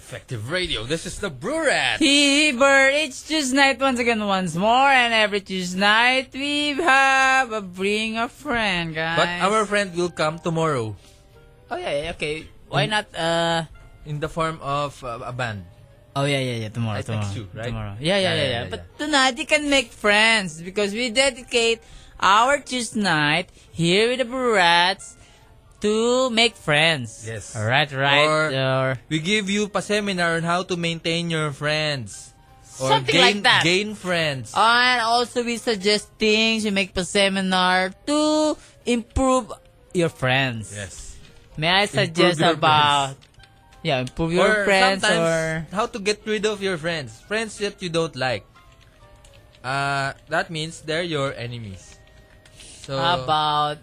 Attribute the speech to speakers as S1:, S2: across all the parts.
S1: Defective Radio. This is the Brewrat.
S2: Hee Bird, it's Tuesday night once again, once more, and every Tuesday night we have a bring a friend, guys.
S1: But our friend will come tomorrow
S2: oh yeah, yeah, okay. Why not? Uh,
S1: in the form of uh, a band.
S2: oh yeah, yeah, yeah.
S1: I
S2: Tomorrow, tomorrow,
S1: text you, right?
S2: tomorrow. Yeah, yeah, yeah, yeah.
S1: Yeah, yeah, yeah,
S2: But tonight you can make friends because we dedicate our Tuesday night here with the Brats to make friends.
S1: Yes.
S2: All right, right.
S1: Or-
S2: or
S1: We give you pa seminar on how to maintain your friends.
S2: Something
S1: gain,
S2: like that. Oh,
S1: Gain friends.
S2: And also, we suggest things we make pa seminar to improve your friends.
S1: yes.
S2: May I suggest
S1: your
S2: about yeah, improve your
S1: or
S2: friends
S1: sometimes,
S2: or
S1: how to get rid of your friends. Friends that you don't like. Uh, that means they're your enemies. So,
S2: about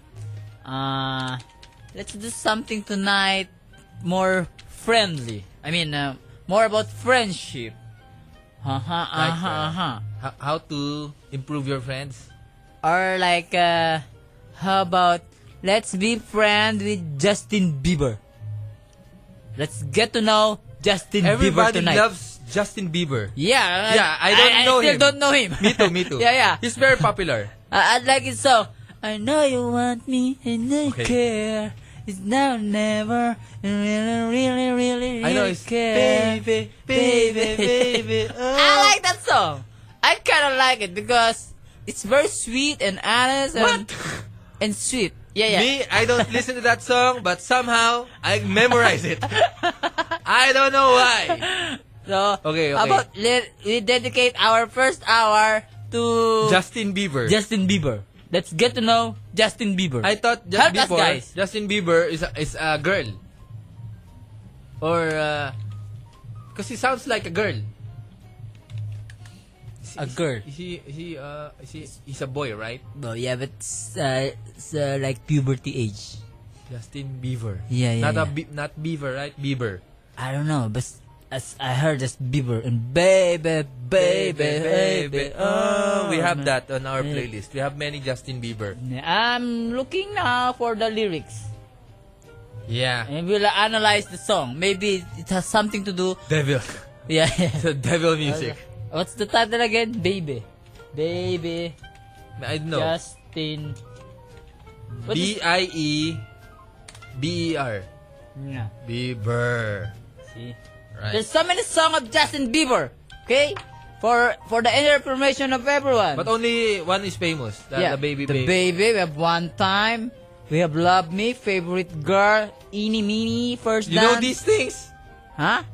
S2: uh, let's do something tonight more friendly. I mean, uh, more about friendship. Uh huh. Uh
S1: Like, uh,
S2: huh. Uh huh.
S1: ho- how to improve your friends?
S2: Or like, uh, how about let's be friends with Justin Bieber. Let's get to know Justin Bieber
S1: Everybody
S2: tonight.
S1: loves Justin Bieber.
S2: yeah, uh,
S1: Yeah, I don't know
S2: still
S1: him.
S2: don't know him.
S1: Me too, me too.
S2: yeah, yeah.
S1: He's very popular.
S2: I, I'd like it so. I know you want me and I
S1: Okay.
S2: care. It's now or never. You Really, really, really, really
S1: I know it's
S2: care.
S1: baby, baby, baby. oh.
S2: I like that song. I kind of like it because it's very sweet and honest and, and sweet. Yeah, yeah.
S1: Me, I don't listen to that song, but somehow I memorize it. I don't know why.
S2: So,
S1: Okay,
S2: how
S1: okay.
S2: about let, we dedicate our first hour to
S1: Justin Bieber.
S2: Justin Bieber. Let's get to know Justin Bieber.
S1: I thought just
S2: Help us,
S1: before
S2: guys.
S1: Justin Bieber is a, is a girl, or because he sounds like a girl. Is-
S2: A
S1: is-
S2: girl.
S1: Is he is he uh is he, he's a boy, right?
S2: oh, yeah, but it's, uh, it's uh, like puberty age.
S1: Justin Bieber.
S2: Yeah, yeah,
S1: Not a
S2: yeah.
S1: Bie- not Bieber, right? Bieber.
S2: I don't know, but as I heard this Bieber and baby, baby, baby,
S1: Oh, we have
S2: man.
S1: that on our
S2: Yeah.
S1: playlist. We have many Justin Bieber.
S2: I'm looking now for the lyrics,
S1: Yeah.
S2: and we'll analyze the song. Maybe it has something to do.
S1: Devil.
S2: Yeah.
S1: It's a devil music.
S2: What's the title again? Baby, baby,
S1: I don't know.
S2: Justin. What
S1: B
S2: is-
S1: I E B E R.
S2: Yeah.
S1: Bieber.
S2: See.
S1: Right.
S2: There's so many song of Justin Bieber. Okay, for for the information of everyone.
S1: But only one is famous. The, the baby
S2: The
S1: baby.
S2: baby. We have one time. We have love me, favorite girl, eeny meeny, first
S1: You know
S2: dance.
S1: these things?
S2: Huh?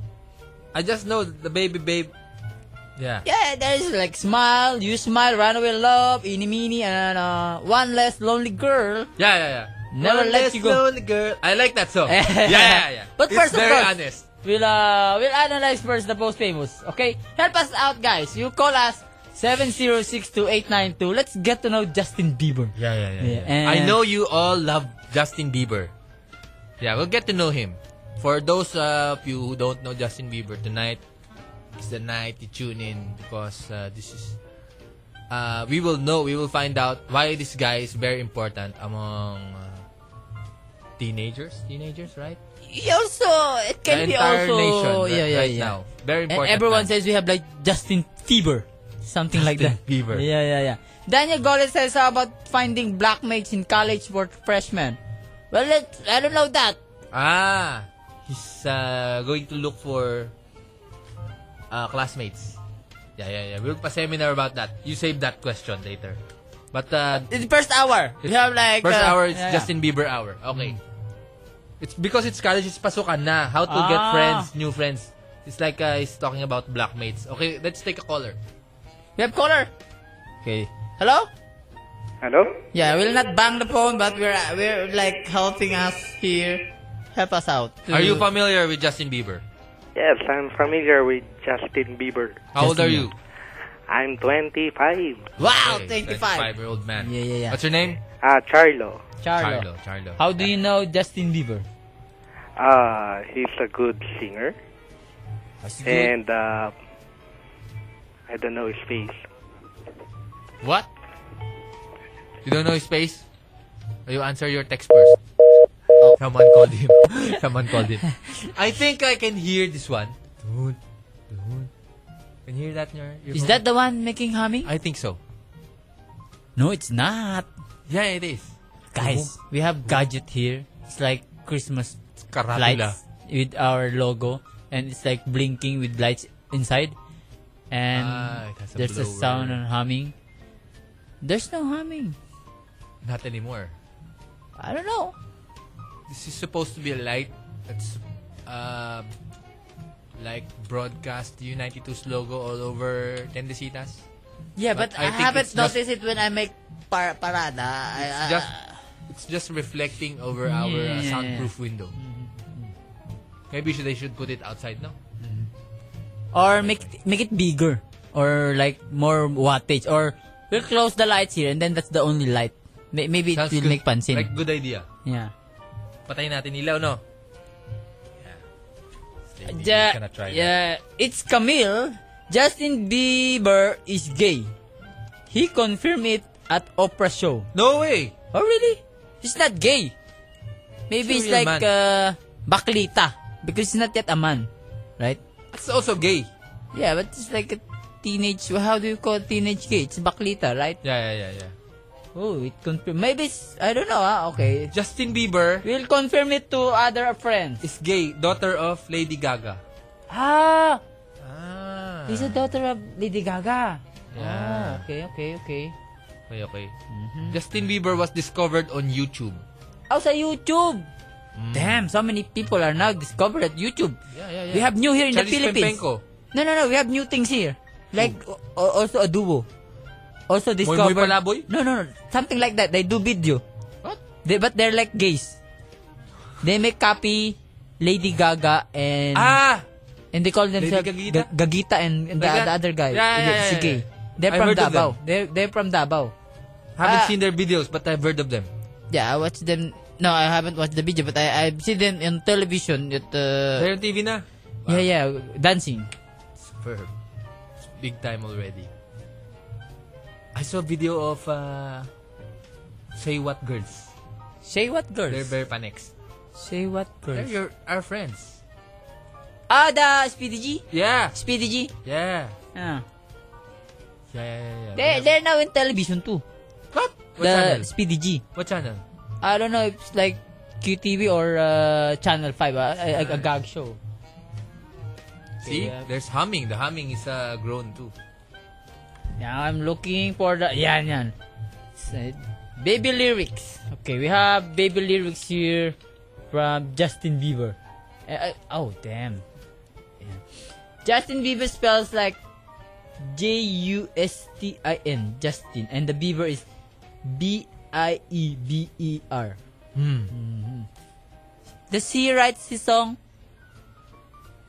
S1: I just know the baby babe. Yeah.
S2: Yeah, there is like smile, you smile, runaway love, eeny meeny, and uh, one less lonely girl.
S1: Yeah, yeah, yeah.
S2: Never
S1: One
S2: let
S1: less
S2: you go.
S1: lonely girl. I like that song. yeah, yeah, yeah.
S2: But
S1: it's
S2: first of
S1: very
S2: course-
S1: honest.
S2: We'll uh, we'll analyze first the most famous. Okay, help us out, guys. You call us seven zero six two eight nine two. Let's get to know Justin Bieber.
S1: Yeah, yeah, yeah.
S2: Yeah,
S1: yeah.
S2: and-
S1: I know you all love Justin Bieber. Yeah, we'll get to know him. For those uh, of you who don't know Justin Bieber, tonight is the night you tune in because uh, this is. Uh, we will know, we will find out why this guy is very important among uh, teenagers. Teenagers, right?
S2: He also it can
S1: the
S2: be
S1: entire
S2: also
S1: nation
S2: yeah
S1: right,
S2: yeah
S1: right
S2: yeah.
S1: now. Very
S2: And
S1: important.
S2: everyone
S1: time.
S2: says we have like Justin Bieber, something like
S1: Justin
S2: that.
S1: Bieber.
S2: Yeah, yeah, yeah. Daniel Gomez says how about finding blackmates in college for freshmen? Well, let I don't know that.
S1: Ah, he's uh, going to look for uh, classmates. Yeah, yeah, yeah. We'll pa seminar about that. You save that question later. But uh,
S2: It's first hour. We have like
S1: first
S2: uh,
S1: hour is
S2: yeah, Mm. yeah.
S1: Justin Bieber hour. Okay. It's because it's college, it's pasukan na. How to get
S2: Ah.
S1: friends, new friends. It's like uh, he's talking about blackmates. Okay, let's take a caller.
S2: We have caller.
S1: Okay.
S2: Hello.
S3: Hello?
S2: Yeah, we'll not bang the phone, but we're uh, we're like helping us here. Help us out. to-
S1: Are you familiar with Justin Bieber?
S3: Yes, I'm familiar with Justin Bieber.
S1: How old
S2: Justin
S1: are you?
S3: I'm 25.
S2: Wow,
S1: Okay,
S2: 25.
S1: year old man.
S2: Yeah, yeah, yeah.
S1: What's your name?
S3: Uh, Charlo.
S2: Charlo.
S1: Charlo.
S2: How do you know Justin Bieber?
S3: Uh, he's a good singer. And, uh, I don't know his face.
S1: What? You don't know his face? You answer your text first. Oh, Someone called him. Someone called him. I think I can hear this one. Don't, don't. Can you hear that in your
S2: Is that the one making humming?
S1: I think so.
S2: No, it's not.
S1: Yeah, it is.
S2: Guys, we have gadget here. It's like Christmas
S1: Karatula.
S2: lights with our logo and it's like blinking with lights inside. And
S1: Ah, it has a
S2: there's a
S1: blower.
S2: sound on humming. There's no humming.
S1: Not anymore.
S2: I don't know.
S1: This is supposed to be a light that's uh, like broadcast U92's logo all over Tendesitas.
S2: Yeah,
S1: But
S2: but,
S1: I
S2: I,
S1: think
S2: haven't
S1: it's just-
S2: noticed it when I make par- parada. I,
S1: It's
S2: I-
S1: just it's just reflecting over our uh,
S2: Mm, Yeah.
S1: soundproof window. Maybe should, they should put it outside, no?
S2: or make it, make it bigger or like more wattage or we'll close the lights here and then that's the only light. May- Maybe it
S1: Sounds
S2: will
S1: good.
S2: make pansin.
S1: Like, good idea.
S2: yeah.
S1: Patayin natin ilaw, no? Yeah. Maybe
S2: Ja-
S1: we cannot try that.
S2: yeah, it's Camille. Justin Bieber is gay. He confirmed it at Oprah show.
S1: No way!
S2: Oh really? He's not gay.
S1: Sure
S2: Maybe it's
S1: you're a
S2: like
S1: man.
S2: uh, baklita because he's not yet a man, right?
S1: That's also gay.
S2: Yeah, but it's like a teenage. How do you call it teenage gay? It's baklita, right?
S1: Yeah, yeah, yeah, yeah.
S2: Oh, it confirmed. Maybe it's, I don't know. Ah, okay.
S1: Justin Bieber
S2: We'll confirm it to other friends.
S1: is gay, daughter of Lady Gaga.
S2: Ah,
S1: Ah.
S2: he's a daughter of Lady Gaga.
S1: Yeah.
S2: Ah, Mm-hmm. okay, okay, okay.
S1: Okay, okay. Justin Bieber was discovered on YouTube.
S2: Oh, sa YouTube. Damn, so many people are now discovered at YouTube.
S1: Hmm. Yeah, yeah, yeah.
S2: We have new here in the
S1: Charlize
S2: Philippines.
S1: Pempenco.
S2: No, no, no. We have new things here. Like o- o- also a duo. Also discovered.
S1: Palaboy?
S2: No, no, no. Something like that. They do video.
S1: What?
S2: They, but they're like gays. They make copy Lady Gaga and
S1: Ah!
S2: and they call
S1: Lady
S2: themselves
S1: Gagita?
S2: Ga- Gagita and, and the,
S1: Like that?
S2: the other guy.
S1: Yeah, yeah, yeah,
S2: si
S1: yeah,
S2: gay.
S1: yeah.
S2: They're
S1: I've
S2: from
S1: heard of
S2: Davao.
S1: them.
S2: They're they're from Davao.
S1: Haven't
S2: Ah.
S1: seen their videos, but I've heard of them.
S2: Yeah, I watched them. No, I haven't watched the video, but I I've seen them on television at uh,
S1: They're on TV na.
S2: yeah yeah dancing.
S1: Superb. Big time already. I saw a video of uh, Say What Girls.
S2: Say what
S1: They're
S2: girls?
S1: very panex.
S2: Say what
S1: They're
S2: girls?
S1: your, our friends.
S2: Ah, the Speedy G.
S1: Yeah.
S2: Speedy G.
S1: Yeah.
S2: Ah.
S1: Yeah, yeah, yeah. yeah.
S2: They they're now in television too.
S1: What? What
S2: The
S1: channel?
S2: Speedy G.
S1: What channel?
S2: I don't know if it's like QTV or uh, Channel 5, uh, a, a, a gag show.
S1: See?
S2: yeah.
S1: There's humming. The humming is uh, grown too.
S2: Now I'm looking for the... Yan, yan. Sa- Baby lyrics. Okay, we have baby lyrics here from Justin Bieber. Eh, eh, oh, damn. Yeah. Justin Bieber spells like J-U-S-T-I-N, Justin. And the Bieber is E B-I-E-B-E-R.
S1: Hmm.
S2: Mm-hmm. Does he write his song?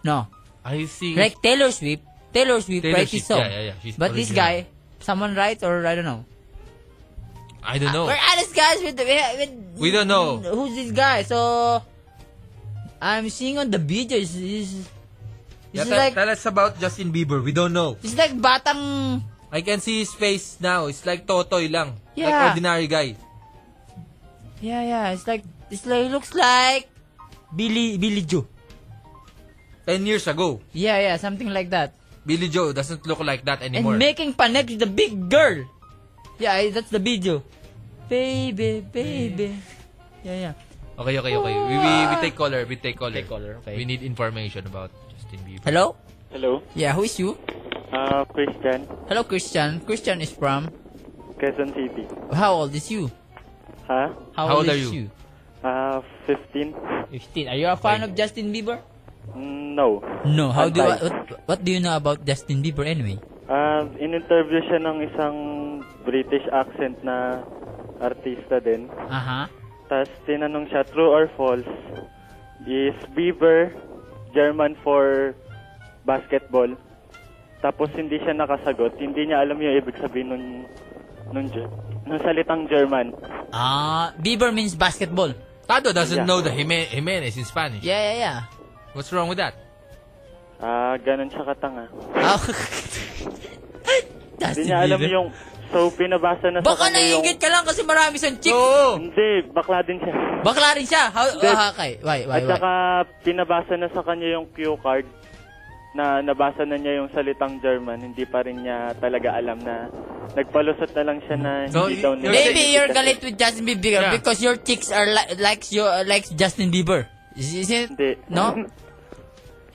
S2: No.
S1: I see.
S2: Like Taylor Swift, Taylor Swift
S1: Taylor
S2: writes his
S1: Swift,
S2: song.
S1: yeah, yeah, yeah. She's
S2: But this guy,
S1: original.
S2: someone writes or I don't know.
S1: I don't know.
S2: We're honest guys with the with,
S1: We don't know.
S2: who's this guy. So I'm seeing on the video is is
S1: Yeah,
S2: is
S1: tell-
S2: like
S1: tell us about Justin Bieber. We don't know.
S2: it's like batang
S1: I can see his face now. It's like Totoy lang. Like
S2: Yeah.
S1: ordinary guy.
S2: yeah yeah it's like it's like it looks like Billy Billy Joe.
S1: Ten years ago,
S2: Yeah yeah something like that.
S1: Billy Joe doesn't look like that anymore.
S2: And making panek with the big girl. Yeah I- that's the video. Baby baby. Yeah yeah.
S1: okay, okay, okay. We, we, we take caller. We take caller.
S2: Take caller, okay.
S1: We need information about Justin Bieber.
S2: Hello.
S4: Hello,
S2: Yeah who is you?
S4: uh, Christian,
S2: Hello Christian. Christian is from.
S4: Quezon City.
S2: How old is you?
S4: Huh?
S1: How old are you?
S4: Uh, 15?
S2: 15. Are you a fan of Justin Bieber?
S4: No.
S2: No. How do you,
S4: Antay.
S2: what, what do you know about Justin Bieber anyway?
S4: Uh, in-interview siya ng isang British accent na artista din.
S2: Aha.
S4: Tapos tinanong siya, true or false, is Bieber German for basketball? Tapos hindi siya nakasagot. Hindi niya alam yung ibig sabihin nung, nung, Ge- nung salitang German.
S2: Ah, Bieber means basketball.
S1: Tado doesn't
S4: Yeah.
S1: know Oh, the Jime- Jimenez in Spanish.
S2: Yeah, yeah, yeah.
S1: What's wrong with that?
S4: Ah, ganun siya katanga.
S2: Oh.
S4: Hindi
S2: Justin
S4: niya alam
S2: Bieber.
S4: yung... So, pinabasa na
S2: Baka
S4: sa kanya yung...
S2: naiingit ka lang kasi marami siyang chicks.
S1: Oo!
S4: Hindi, bakla din siya.
S2: Bakla rin siya. How,
S4: Hindi.
S2: ah, okay. Why, why,
S4: At
S2: why?
S4: saka, pinabasa na sa kanya yung cue card. na nabasa na niya yung salitang German, hindi pa rin niya talaga alam na nagpalusot na lang siya na
S1: So,
S4: hindi
S1: y-
S4: daw
S1: you're
S4: niya.
S1: saying-
S2: Hmm. Maybe you're galit with Justin Bieber
S1: Yeah.
S2: because your chicks are li- likes you likes Justin Bieber. Is, is it?
S4: Hindi.
S2: No.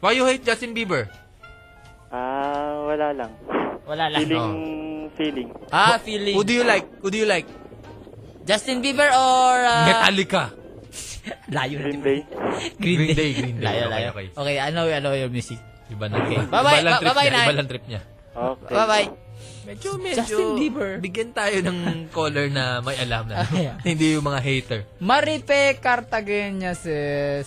S1: Why you hate Justin Bieber?
S4: Ah, wala lang.
S2: Wala Oh. lang.
S4: Feeling,
S1: Oh.
S4: feeling.
S2: Ah, feeling.
S1: Who do you like? Who do you like?
S2: Justin Bieber or uh,
S1: Metallica.
S2: Layo
S4: Green Day.
S2: Green,
S1: Green
S2: Day.
S1: Day, Green Day. Okay,
S2: Layo, layo.
S1: okay.
S2: Okay, ano, ano your music?
S1: Iba na. Okay. Iba
S2: Bye-bye,
S1: lang trip
S2: bye-bye
S1: niya.
S2: na.
S1: Iba lang trip niya.
S4: Okay.
S2: Bye-bye.
S1: Medyo, medyo.
S2: Justin Bieber.
S1: Bigyan tayo ng caller na may alam na.
S2: Ah, yeah.
S1: Hindi yung mga hater.
S2: Maripe Cartagena says,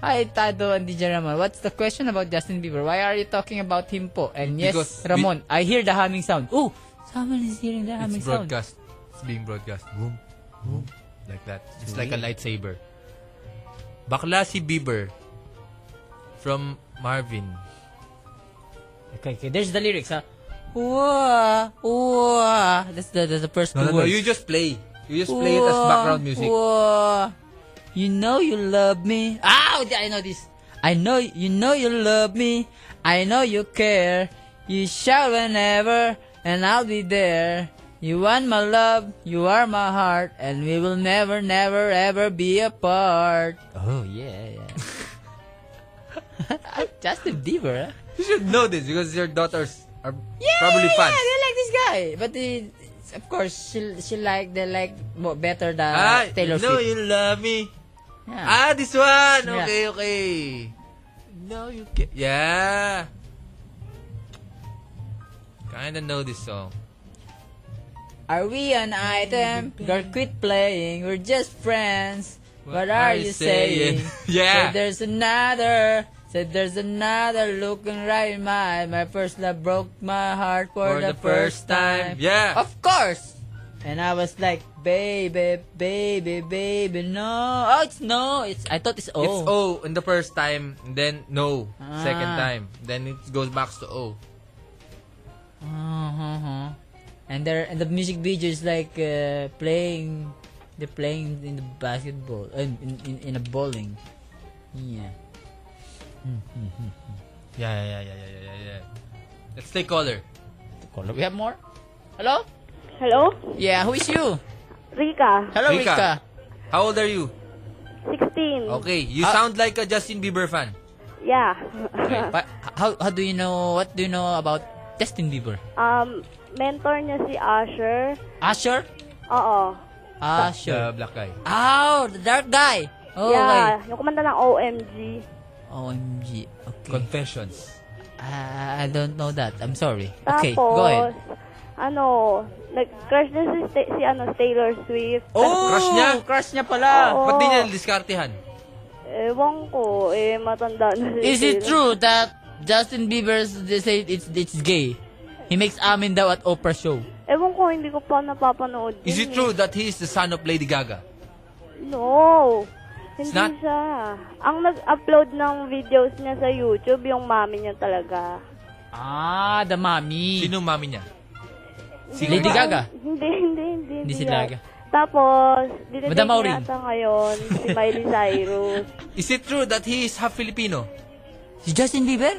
S2: Hi, Tado and DJ Ramon. What's the question about Justin Bieber? Why are you talking about him po? And yes,
S1: Because we-
S2: Ramon, I hear the humming sound. Oh, someone is hearing the humming
S1: It's
S2: sound.
S1: broadcast. It's being broadcast. Boom. Boom. Like that. It's like a lightsaber. Bakla si Bieber from Marvin.
S2: Okay, okay. There's the lyrics, ha? Wah, wah. That's the, that's the first
S1: No,
S2: two
S1: no, no.
S2: words.
S1: You just play. You just play it as background music.
S2: Whoa. You know you love me. Ow! I know this. I know you know you love me. I know you care. You shout whenever, and I'll be there. You want my love, you are my heart, and we will never, never, ever be apart. Oh yeah, yeah. Justin Bieber. Huh?
S1: You should know this because your daughters are probably fans.
S2: Yeah, they like this guy, but the- of course she she like they like mo- better than
S1: ah,
S2: Taylor
S1: you know
S2: Swift.
S1: you love me.
S2: Yeah.
S1: Ah, this one.
S2: Yeah.
S1: Okay, okay. No, you can. Yeah. Kinda know this song.
S2: Are we an item? Girl, quit playing. We're just friends. What, are, you saying?
S1: Yeah.
S2: Said there's another. Said there's another looking right in my eye. My first love broke my heart
S1: For
S2: for,
S1: the first time. Yeah.
S2: Of course. And I was like, baby, baby, baby, no. Oh, it's no. It's I thought it's oh.
S1: It's O in the first time, and then no second
S2: Ah.
S1: time, then it goes back to O.
S2: Uh-huh. And there and the music video is like uh, playing they're playing in the basketball uh, in, in in a bowling. Yeah.
S1: Yeah, yeah, yeah, yeah, yeah, yeah, yeah. Let's take caller.
S2: We have more? Hello?
S5: Hello?
S2: Yeah, who is you?
S5: Rika,
S2: Hello Rika.
S1: Rika. How old are you?
S5: 16.
S1: Okay, you
S2: Ah.
S1: sound like a Justin Bieber fan.
S5: Yeah.
S2: But how how do you know what do you know about Justin Bieber?
S5: um, mentor niya si Asher.
S2: Usher?
S5: Oo.
S1: The
S2: Usher.
S1: black guy.
S2: Oh, the dark guy. Oh,
S5: yeah,
S2: wait.
S5: yung kumanta ng OMG.
S2: OMG. Okay.
S1: Confessions.
S2: Ah, I don't know that. I'm sorry.
S5: Tapos,
S2: Okay, go ahead.
S5: ano, nag-crush niya si, Sta- si ano, Taylor Swift.
S1: Oh, crush niya?
S2: Crush niya pala.
S5: Oo.
S1: Ba't di niya diskartehan?
S5: Ewan ko, eh, matanda na si
S2: Is it
S5: Taylor.
S2: true that Justin Bieber's they say it's it's gay? He makes amin daw at Oprah show.
S5: Ewan ko, hindi ko pa napapanood.
S1: Is
S5: yun
S1: it
S5: eh.
S1: true that he is the son of Lady Gaga?
S5: No.
S1: It's
S5: Hindi
S1: not-
S5: siya. Ang nag-upload ng videos niya sa YouTube, yung mami niya talaga.
S2: Ah, the mommy.
S1: Sino mami niya?
S2: Si Lady Gaga.
S5: Hindi, hindi, hindi.
S2: Hindi si
S5: yan.
S2: Gaga.
S5: Tapos, dinedate
S2: Madam
S5: niya
S2: Maureen.
S5: ata ngayon si Miley Cyrus.
S1: Is it true that he is half Filipino?
S2: Si Justin Bieber?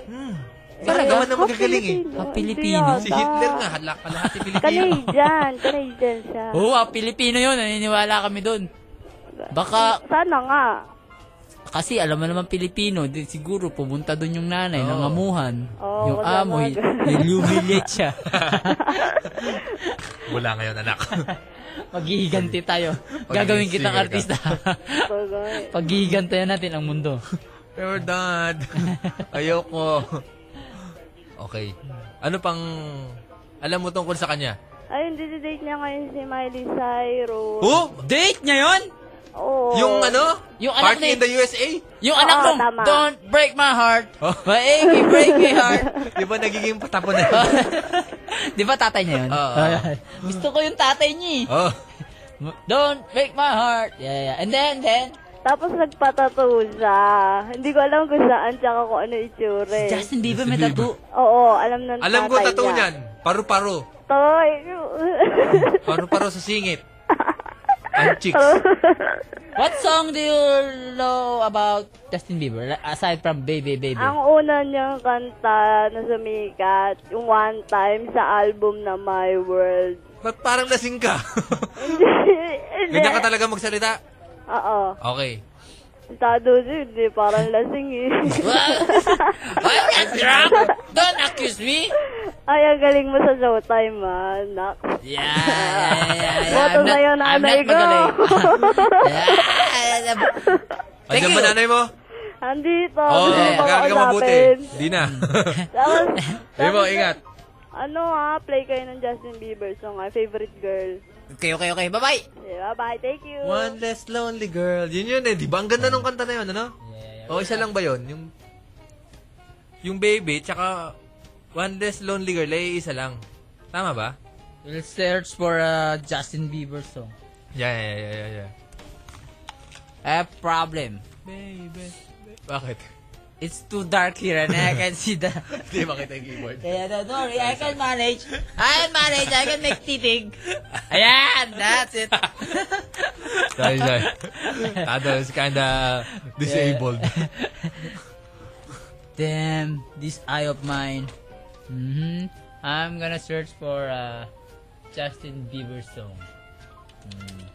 S1: Talaga naman na
S5: Ah,
S1: magagaling eh.
S5: Pilipino.
S2: Ah,
S5: Hindi
S2: Pilipino.
S5: yata.
S1: Si Hitler nga, hala, kalahati Filipino.
S5: Canadian. Canadian siya.
S2: Oo, ah, Pilipino yun. Naniniwala kami doon. Baka,
S5: Sana nga.
S2: kasi alam mo naman Pilipino, di, siguro pumunta doon yung nanay,
S1: Oo.
S2: nangamuhan.
S5: Oo,
S2: yung
S5: wala
S2: amoy,
S5: naman.
S2: nilumiliate siya.
S1: Wala ngayon, anak.
S2: Maghihiganti tayo. Gagawin
S1: singer
S2: kitang
S1: ka.
S2: artista.
S5: Bagay.
S2: Paghihigantayan natin ang mundo.
S1: You're done. Ayoko. Okay. Ano pang... Alam mo tungkol sa kanya?
S5: Ayun, dinedate niya ngayon si Miley Cyrus.
S1: Oh!
S2: Date niya yun?
S5: Oo.
S1: Yung ano?
S2: Yung anak
S1: Party
S2: ni-
S1: in the USA?
S2: Yung anak
S5: Oo,
S2: nung,
S5: tama.
S2: don't break my heart. eh,
S1: Oh.
S2: Baby, break my heart.
S1: Di ba nagiging patapon na?
S2: Di ba tatay niya yun?
S1: Oo.
S2: Gusto ko yung tatay niya eh.
S1: oh.
S2: Don't break my heart. Yeah, yeah. And then, then,
S5: Tapos nagpatato siya. Hindi ko alam kung saan tsaka kung ano itsura eh.
S2: Justin Bieber may tattoo.
S5: Oo, alam ng
S1: Alam ko
S5: tatay
S1: tattoo
S5: niya.
S1: niyan. Paru-paro.
S5: Toy. Oh.
S2: Oh.
S1: Paru-paro sa singit. Ang cheeks.
S2: What song do you know about Justin Bieber? Like, Aside from Baby Baby.
S5: Ang una niyang kanta na sumikat, yung one time sa album na My World.
S1: Ba't parang lasing ka?
S5: Hindi.
S1: Ganyan ka talaga magsalita?
S5: Oo.
S1: Okay.
S5: Tado din, hindi parang lasing eh.
S2: Well, I'm not drunk! Don't accuse me!
S5: Ay, ang galing mo sa showtime ah, nak.
S2: Yeah, yeah, yeah, yeah.
S5: Boto
S2: I'm not-
S5: sa'yo,
S2: I'm
S5: nanay
S2: not
S5: ko.
S2: magaling. yeah. Thank
S1: Andiyan ba
S2: you.
S1: nanay mo?
S5: Andito,
S1: Oo,
S5: gusto
S1: oh,
S5: mo bang
S1: ka mabuti.
S5: kausapin?
S1: Di na.
S2: Hmm.
S5: Tapos,
S1: Hindi mo, ingat.
S5: ano ah, play kayo ng Justin Bieber song, my favorite girl.
S2: Okay, okay, okay. Bye-bye.
S5: Yeah, bye, thank you.
S1: One less lonely girl. Yun yun eh. Di ba? Ang ganda nung kanta na yun, ano? O, isa lang ba yun? Yung, yung baby, tsaka one less lonely girl, eh, isa lang. Tama ba?
S2: We'll search for a Justin Bieber song.
S1: Yeah, yeah, yeah, yeah, yeah.
S2: I have problem.
S1: Baby. Bakit?
S2: It's too dark here and I can see the...
S1: Hindi makita yung keyboard.
S2: Kaya no, don't worry, I can manage. I can manage, I can make titig. Ayan, that's it.
S1: sorry, sorry. Tado is kinda disabled.
S2: Damn, this eye of mine. hmm I'm gonna search for uh, Justin Bieber song. Hmm.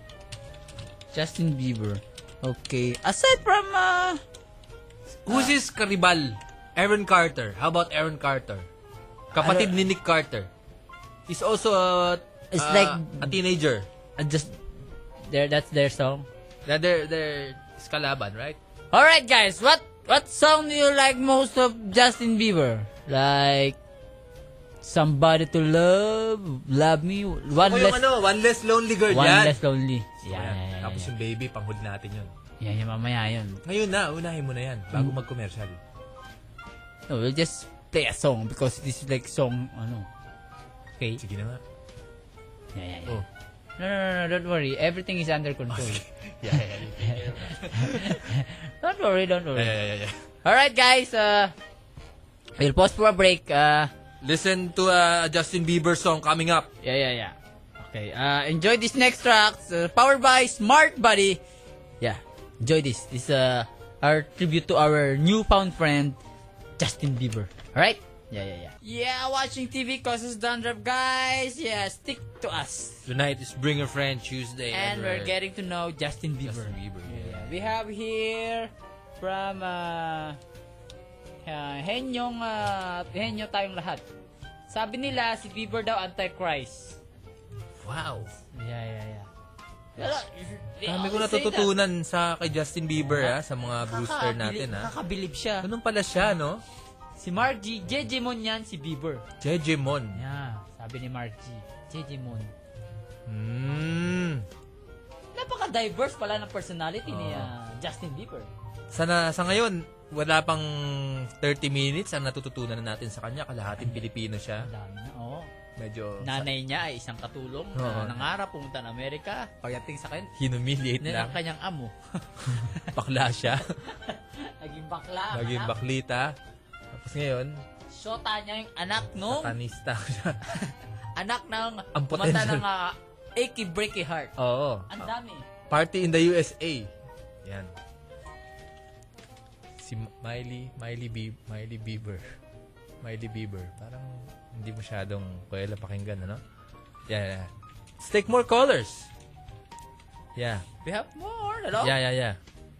S2: Justin Bieber. Okay. Aside from uh,
S1: Who's his karibal? Aaron Carter. How about Aaron Carter? Kapatid ni Nick Carter. He's also a,
S2: Ano? It's
S1: a-
S2: like-
S1: a teenager.
S2: uh, just there, that's their song.
S1: They're, they're, they're is Kalaban, right?
S2: All right, guys. What what song do you like most of Justin Bieber? Like somebody to love, love me, one
S1: O yung
S2: less,
S1: ano, One Less Lonely Girl.
S2: one
S1: yan.
S2: less lonely. Yeah, yeah,
S1: Ayan.
S2: yeah,
S1: Tapos yung baby, panghood natin yun.
S2: yeah, yeah, mamaya yun.
S1: Ngayon na, unahin mo na yan. Bago
S2: Hmm.
S1: mag-commercial.
S2: No, we'll just play a song because it is like song, ano. Okay?
S1: Sige na nga.
S2: Yeah, yeah, yeah.
S1: Oh.
S2: No, no, no, no, don't worry. Everything is under control.
S1: Yeah, yeah, yeah.
S2: don't worry, don't
S1: yeah,
S2: worry.
S1: yeah, yeah, yeah.
S2: All right, guys. Uh, we'll pause for a break. Uh,
S1: Listen to a Justin Bieber song coming up.
S2: yeah, yeah, yeah. Okay. Uh, enjoy this next track. Uh, powered by Smart Buddy. Yeah. Enjoy this. This uh, our tribute to our newfound friend, Justin Bieber. All right? Yeah, yeah, yeah. Yeah, watching TV causes dandruff, guys. Yeah, stick to us.
S1: Tonight is Bring a Friend Tuesday.
S2: and
S1: everywhere.
S2: we're getting to know Justin Bieber.
S1: Justin Bieber. Yeah.
S2: We have here from uh, uh, Henyong uh, Henyo tayong lahat. Sabi nila si Bieber daw anti-Christ.
S1: Wow.
S2: Yeah, yeah, yeah. Pero, they
S1: Dami ko
S2: always say that.
S1: natututunan sa kay Justin Bieber ha, sa mga booster
S2: Kakabili-
S1: natin ah. ha.
S2: Kakabilib siya.
S1: Ganun pala siya, no?
S2: Si Mark G, JJ Mon yan si Bieber.
S1: Jeje Mon.
S2: Yeah, sabi ni Mark G, JJ Mon.
S1: Mm.
S2: Napaka-diverse pala ng personality ni
S1: Oo.
S2: ah, Justin Bieber.
S1: Sana, sa ngayon, wala pang 30 minutes ang natututunan na natin sa kanya. Kalahating Pilipino siya.
S2: Ang dami na, oo.
S1: Medyo
S2: Nanay niya ay isang katulong
S1: Oo.
S2: na nangarap pumunta ng Amerika. Pagdating sa akin,
S1: humiliate
S2: na
S1: lang.
S2: ang kanyang amo.
S1: Bakla siya.
S2: Naging bakla.
S1: Lagi
S2: Naging
S1: baklita. Tapos ngayon,
S2: Shota niya yung anak nung
S1: satanista siya.
S2: anak ng
S1: Ang
S2: mata
S1: potential.
S2: ng uh, achy breaky heart.
S1: Oo.
S2: Ang dami.
S1: Party in the USA. Yan. Si Miley, Miley, Bie- Miley Bieber. Miley Bieber. Parang hindi masyadong kuwela pakinggan, ano? Yeah, yeah. Let's take more callers. Yeah.
S2: We have more. Hello? Yeah,
S1: Yeah, yeah, yeah.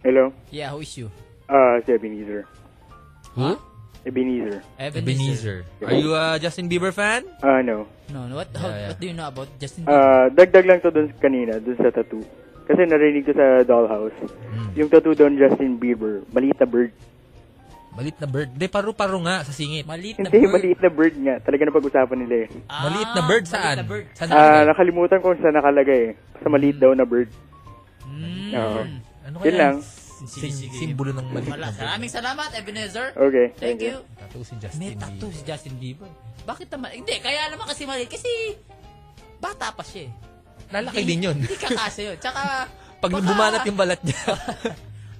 S4: Hello?
S2: who is you?
S4: Ah, si Ebenezer.
S1: Who?
S4: Ebenezer.
S1: Ebenezer. Are you a Justin Bieber fan?
S4: Ah, no.
S2: No, no. What,
S1: Yeah,
S2: how-
S1: yeah.
S2: what do you know about Justin Bieber?
S4: Ah, dagdag lang to dun kanina, dun sa tattoo. Kasi narinig ko sa dollhouse.
S1: Hmm.
S4: Yung tattoo doon, Justin Bieber. Maliit na bird.
S1: Malit na bird. Hindi, paru-paro nga sa singit.
S2: maliit na
S4: Hindi,
S2: bird.
S4: maliit na bird nga. Talaga na pag-usapan nila yun.
S2: Ah,
S1: Maliit na bird saan?
S2: Maliit na bird.
S1: Saan
S4: Ah,
S1: nakalagay?
S4: nakalimutan ko kung saan nakalagay eh. Sa maliit daw na bird.
S2: Mm.
S4: Oo.
S1: ano
S4: yun lang.
S1: sin- sin- simbolo ng maliit
S2: Wala.
S1: na bird?
S2: Maraming salamat, Ebenezer.
S4: Okay,
S2: Thank,
S4: thank
S2: you.
S4: you.
S1: Tattoo si Justin
S2: May
S1: Bieber.
S2: tattoo si Justin Bieber. Bakit naman? Hindi, kaya naman kasi mali. Kasi bata pa siya eh.
S1: Lalaki
S2: Hindi-
S1: din yun.
S2: Hindi kakasa yun. Tsaka,
S1: Pag
S2: baka-
S1: bumanat yung balat niya.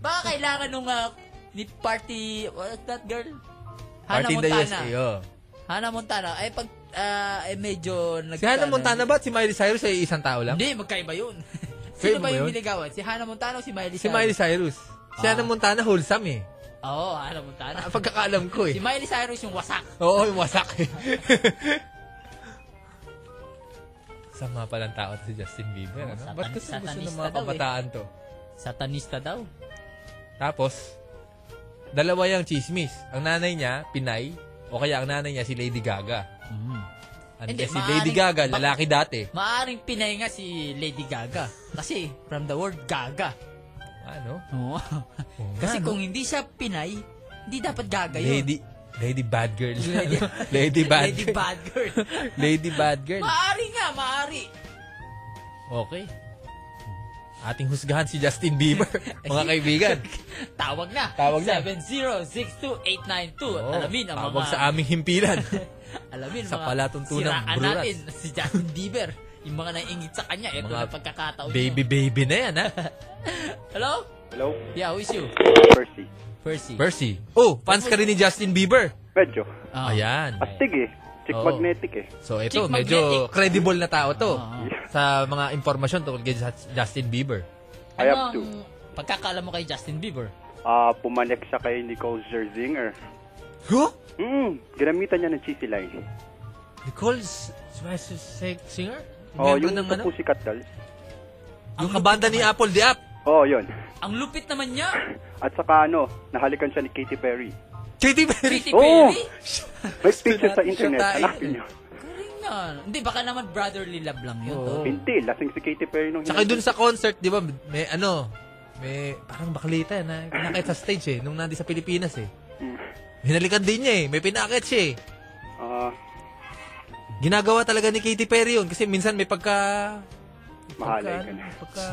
S2: Baka kailangan nung ah, ni party, what's that girl? Hannah
S1: Party in the
S2: Montana.
S1: USA, oh.
S2: Hannah Montana. Ay, pag, ah, ay medyo nag...
S1: Si Hannah Montana ba at si Miley Cyrus ay isang tao lang?
S2: Hindi, magkaiba yun. ano,
S1: Fave
S2: Sino ba
S1: mo
S2: yung
S1: yun?
S2: niligawan? Si Hannah Montana o si Miley
S1: Si
S2: Cyrus?
S1: Miley Cyrus. Si
S2: Ah.
S1: Hannah Montana, wholesome eh.
S2: Oo, Hannah Montana.
S1: Ah, Pagkakaalam ko
S2: Si
S1: eh.
S2: Miley Cyrus yung wasak.
S1: Oo, yung wasak eh. Sama palang tao to si Justin Bieber.
S2: Oo,
S1: Ano?
S2: satan-
S1: Ba't gusto, gusto ng
S2: satanista
S1: mga
S2: daw eh.
S1: kabataan to?
S2: Satanista daw.
S1: Tapos, dalawa yung chismis. Ang nanay niya, Pinay, o kaya ang nanay niya si Lady Gaga. Ano
S2: Hindi,
S1: kasi si Lady
S2: maaaring-
S1: Gaga,
S2: bak-
S1: lalaki dati.
S2: Maaring pinay nga si Lady Gaga. Kasi from the word Gaga.
S1: Ano?
S2: Oo.
S1: Oo
S2: Kasi
S1: nga, no?
S2: kung hindi siya pinay, hindi dapat Gaga yun.
S1: Lady, Lady Bad Girl. Lady, Bad
S2: Lady
S1: Girl.
S2: Bad Girl.
S1: Lady Bad Girl.
S2: maari nga, maari.
S1: Okay. Ating husgahan si Justin Bieber, mga kaibigan.
S2: Tawag na.
S1: Tawag na.
S2: 7062892.
S1: Oo,
S2: alamin ang
S1: tawag
S2: mga...
S1: sa aming himpilan.
S2: alamin
S1: sa
S2: mga
S1: palatuntunang
S2: siraan
S1: bruras.
S2: natin. Si Justin Bieber. Yung mga naingit sa kanya. Ito
S1: Mga
S2: na pagkakataon. nyo.
S1: baby, baby na yan, ha?
S2: Hello?
S6: Hello?
S2: Yeah, who is you?
S6: Percy.
S2: Percy.
S1: Percy. Oh, fans ka rin ni Justin Bieber.
S6: Medyo.
S2: Oh.
S1: Ayan.
S6: Astig eh. Chick
S1: Oo.
S6: magnetic eh.
S1: So ito,
S2: Chick
S1: medyo
S2: magnetic. Ah.
S1: credible na tao to
S2: Oo.
S1: sa mga impormasyon tungkol kay Ju- Justin Bieber.
S6: I have
S2: Ano
S6: to.
S2: ang pagkakaalam mo kay Justin Bieber?
S6: Ah, pumanek siya kay Nicole Scherzinger.
S1: Huh?
S6: Hmm, ginamitan niya ng cheesy line.
S1: Nicole Swiss singer?
S6: Oh,
S1: Member
S6: yung
S1: ng
S6: sa
S1: ano?
S6: Pussycat Dolls.
S1: Yung kabanda ni Apple the App.
S6: Oh, yun.
S2: Ang lupit naman niya.
S6: At saka ano, nahalikan siya ni Katy Perry.
S1: Katy Perry.
S2: Pretty
S6: Oo.
S2: Perry.
S6: May picture sa
S1: Siya
S6: internet,
S1: tayo.
S6: hanapin niyo.
S2: Galing na. Hindi, baka naman brotherly love lang yun.
S1: Oo.
S2: oh. no?
S6: Oh. Hindi, lasing si Katy Perry nung
S1: Tsaka dun sa concert, di ba, may ano, may parang baklita na pinakit sa stage eh, nung nandi sa Pilipinas eh.
S6: Mm.
S1: Hinalikan din niya eh, may pinakit siya eh.
S6: Ah,
S1: Ginagawa talaga ni Katy Perry yun kasi minsan may pagka...
S6: Mahalay
S1: pagka-
S6: ka na.
S1: Pagka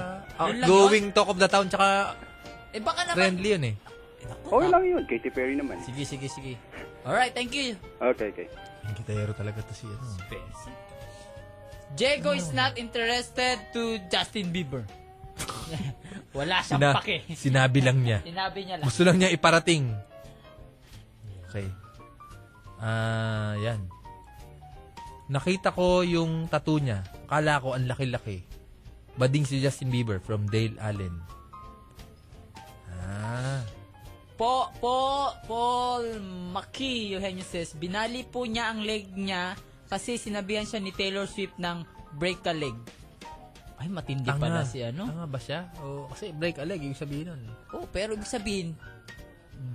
S2: Yun lang
S1: outgoing talk of the town tsaka
S2: Eh, baka naman.
S1: friendly yun eh.
S6: okay lang yun. Katy Perry naman.
S2: Sige, sige, sige. Alright, thank you.
S6: Okay, okay.
S1: Ang gitayero talaga to si ano.
S2: Diego is not interested to Justin Bieber. Wala siyang
S1: Sina-
S2: pake.
S1: sinabi lang niya.
S2: Sinabi niya lang.
S1: Gusto lang niya iparating. Okay. Ah, yan. Nakita ko yung tattoo niya. Kala ko ang laki-laki. Bading si Justin Bieber from Dale Allen. Ah.
S2: Po, po, Paul Maki Eugenio says, binali po niya ang leg niya kasi sinabihan siya ni Taylor Swift ng break a leg. Ay, matindi pala si ano.
S1: Tanga ba siya? O, kasi break a leg, yung sabihin nun.
S2: Oh, pero ibig sabihin,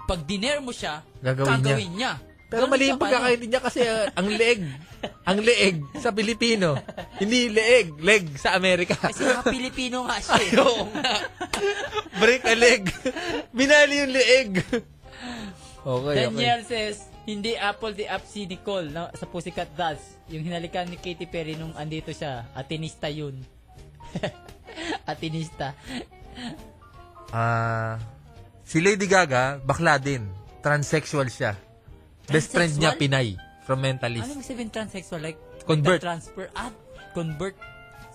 S2: pag diner mo siya,
S1: Gagawin niya.
S2: gagawin niya.
S1: Pero
S2: Ganun
S1: mali
S2: Ano siya
S1: yung
S2: pala.
S1: pagkakaintindi niya kasi ah, ang leeg, ang leeg sa Pilipino. Hindi leeg, leg sa Amerika.
S2: Kasi nga Pilipino nga siya. eh.
S1: Oo nga. Break a leg. Binali yung leeg. Okay, okay.
S2: Daniel says, hindi Apple the app si Nicole na, sa Pussycat Dolls. Yung hinalikan ni Katy Perry nung andito siya. Atinista yun. Atinista.
S1: Ah, si Lady Gaga, bakla din. Transsexual siya. Best friend niya,
S2: Transsexual?
S1: Pinay. From
S2: Ano
S1: Mentalist.
S2: yung sabihin transsexual? Like,
S1: Convert.
S2: Transfer. Ah, convert.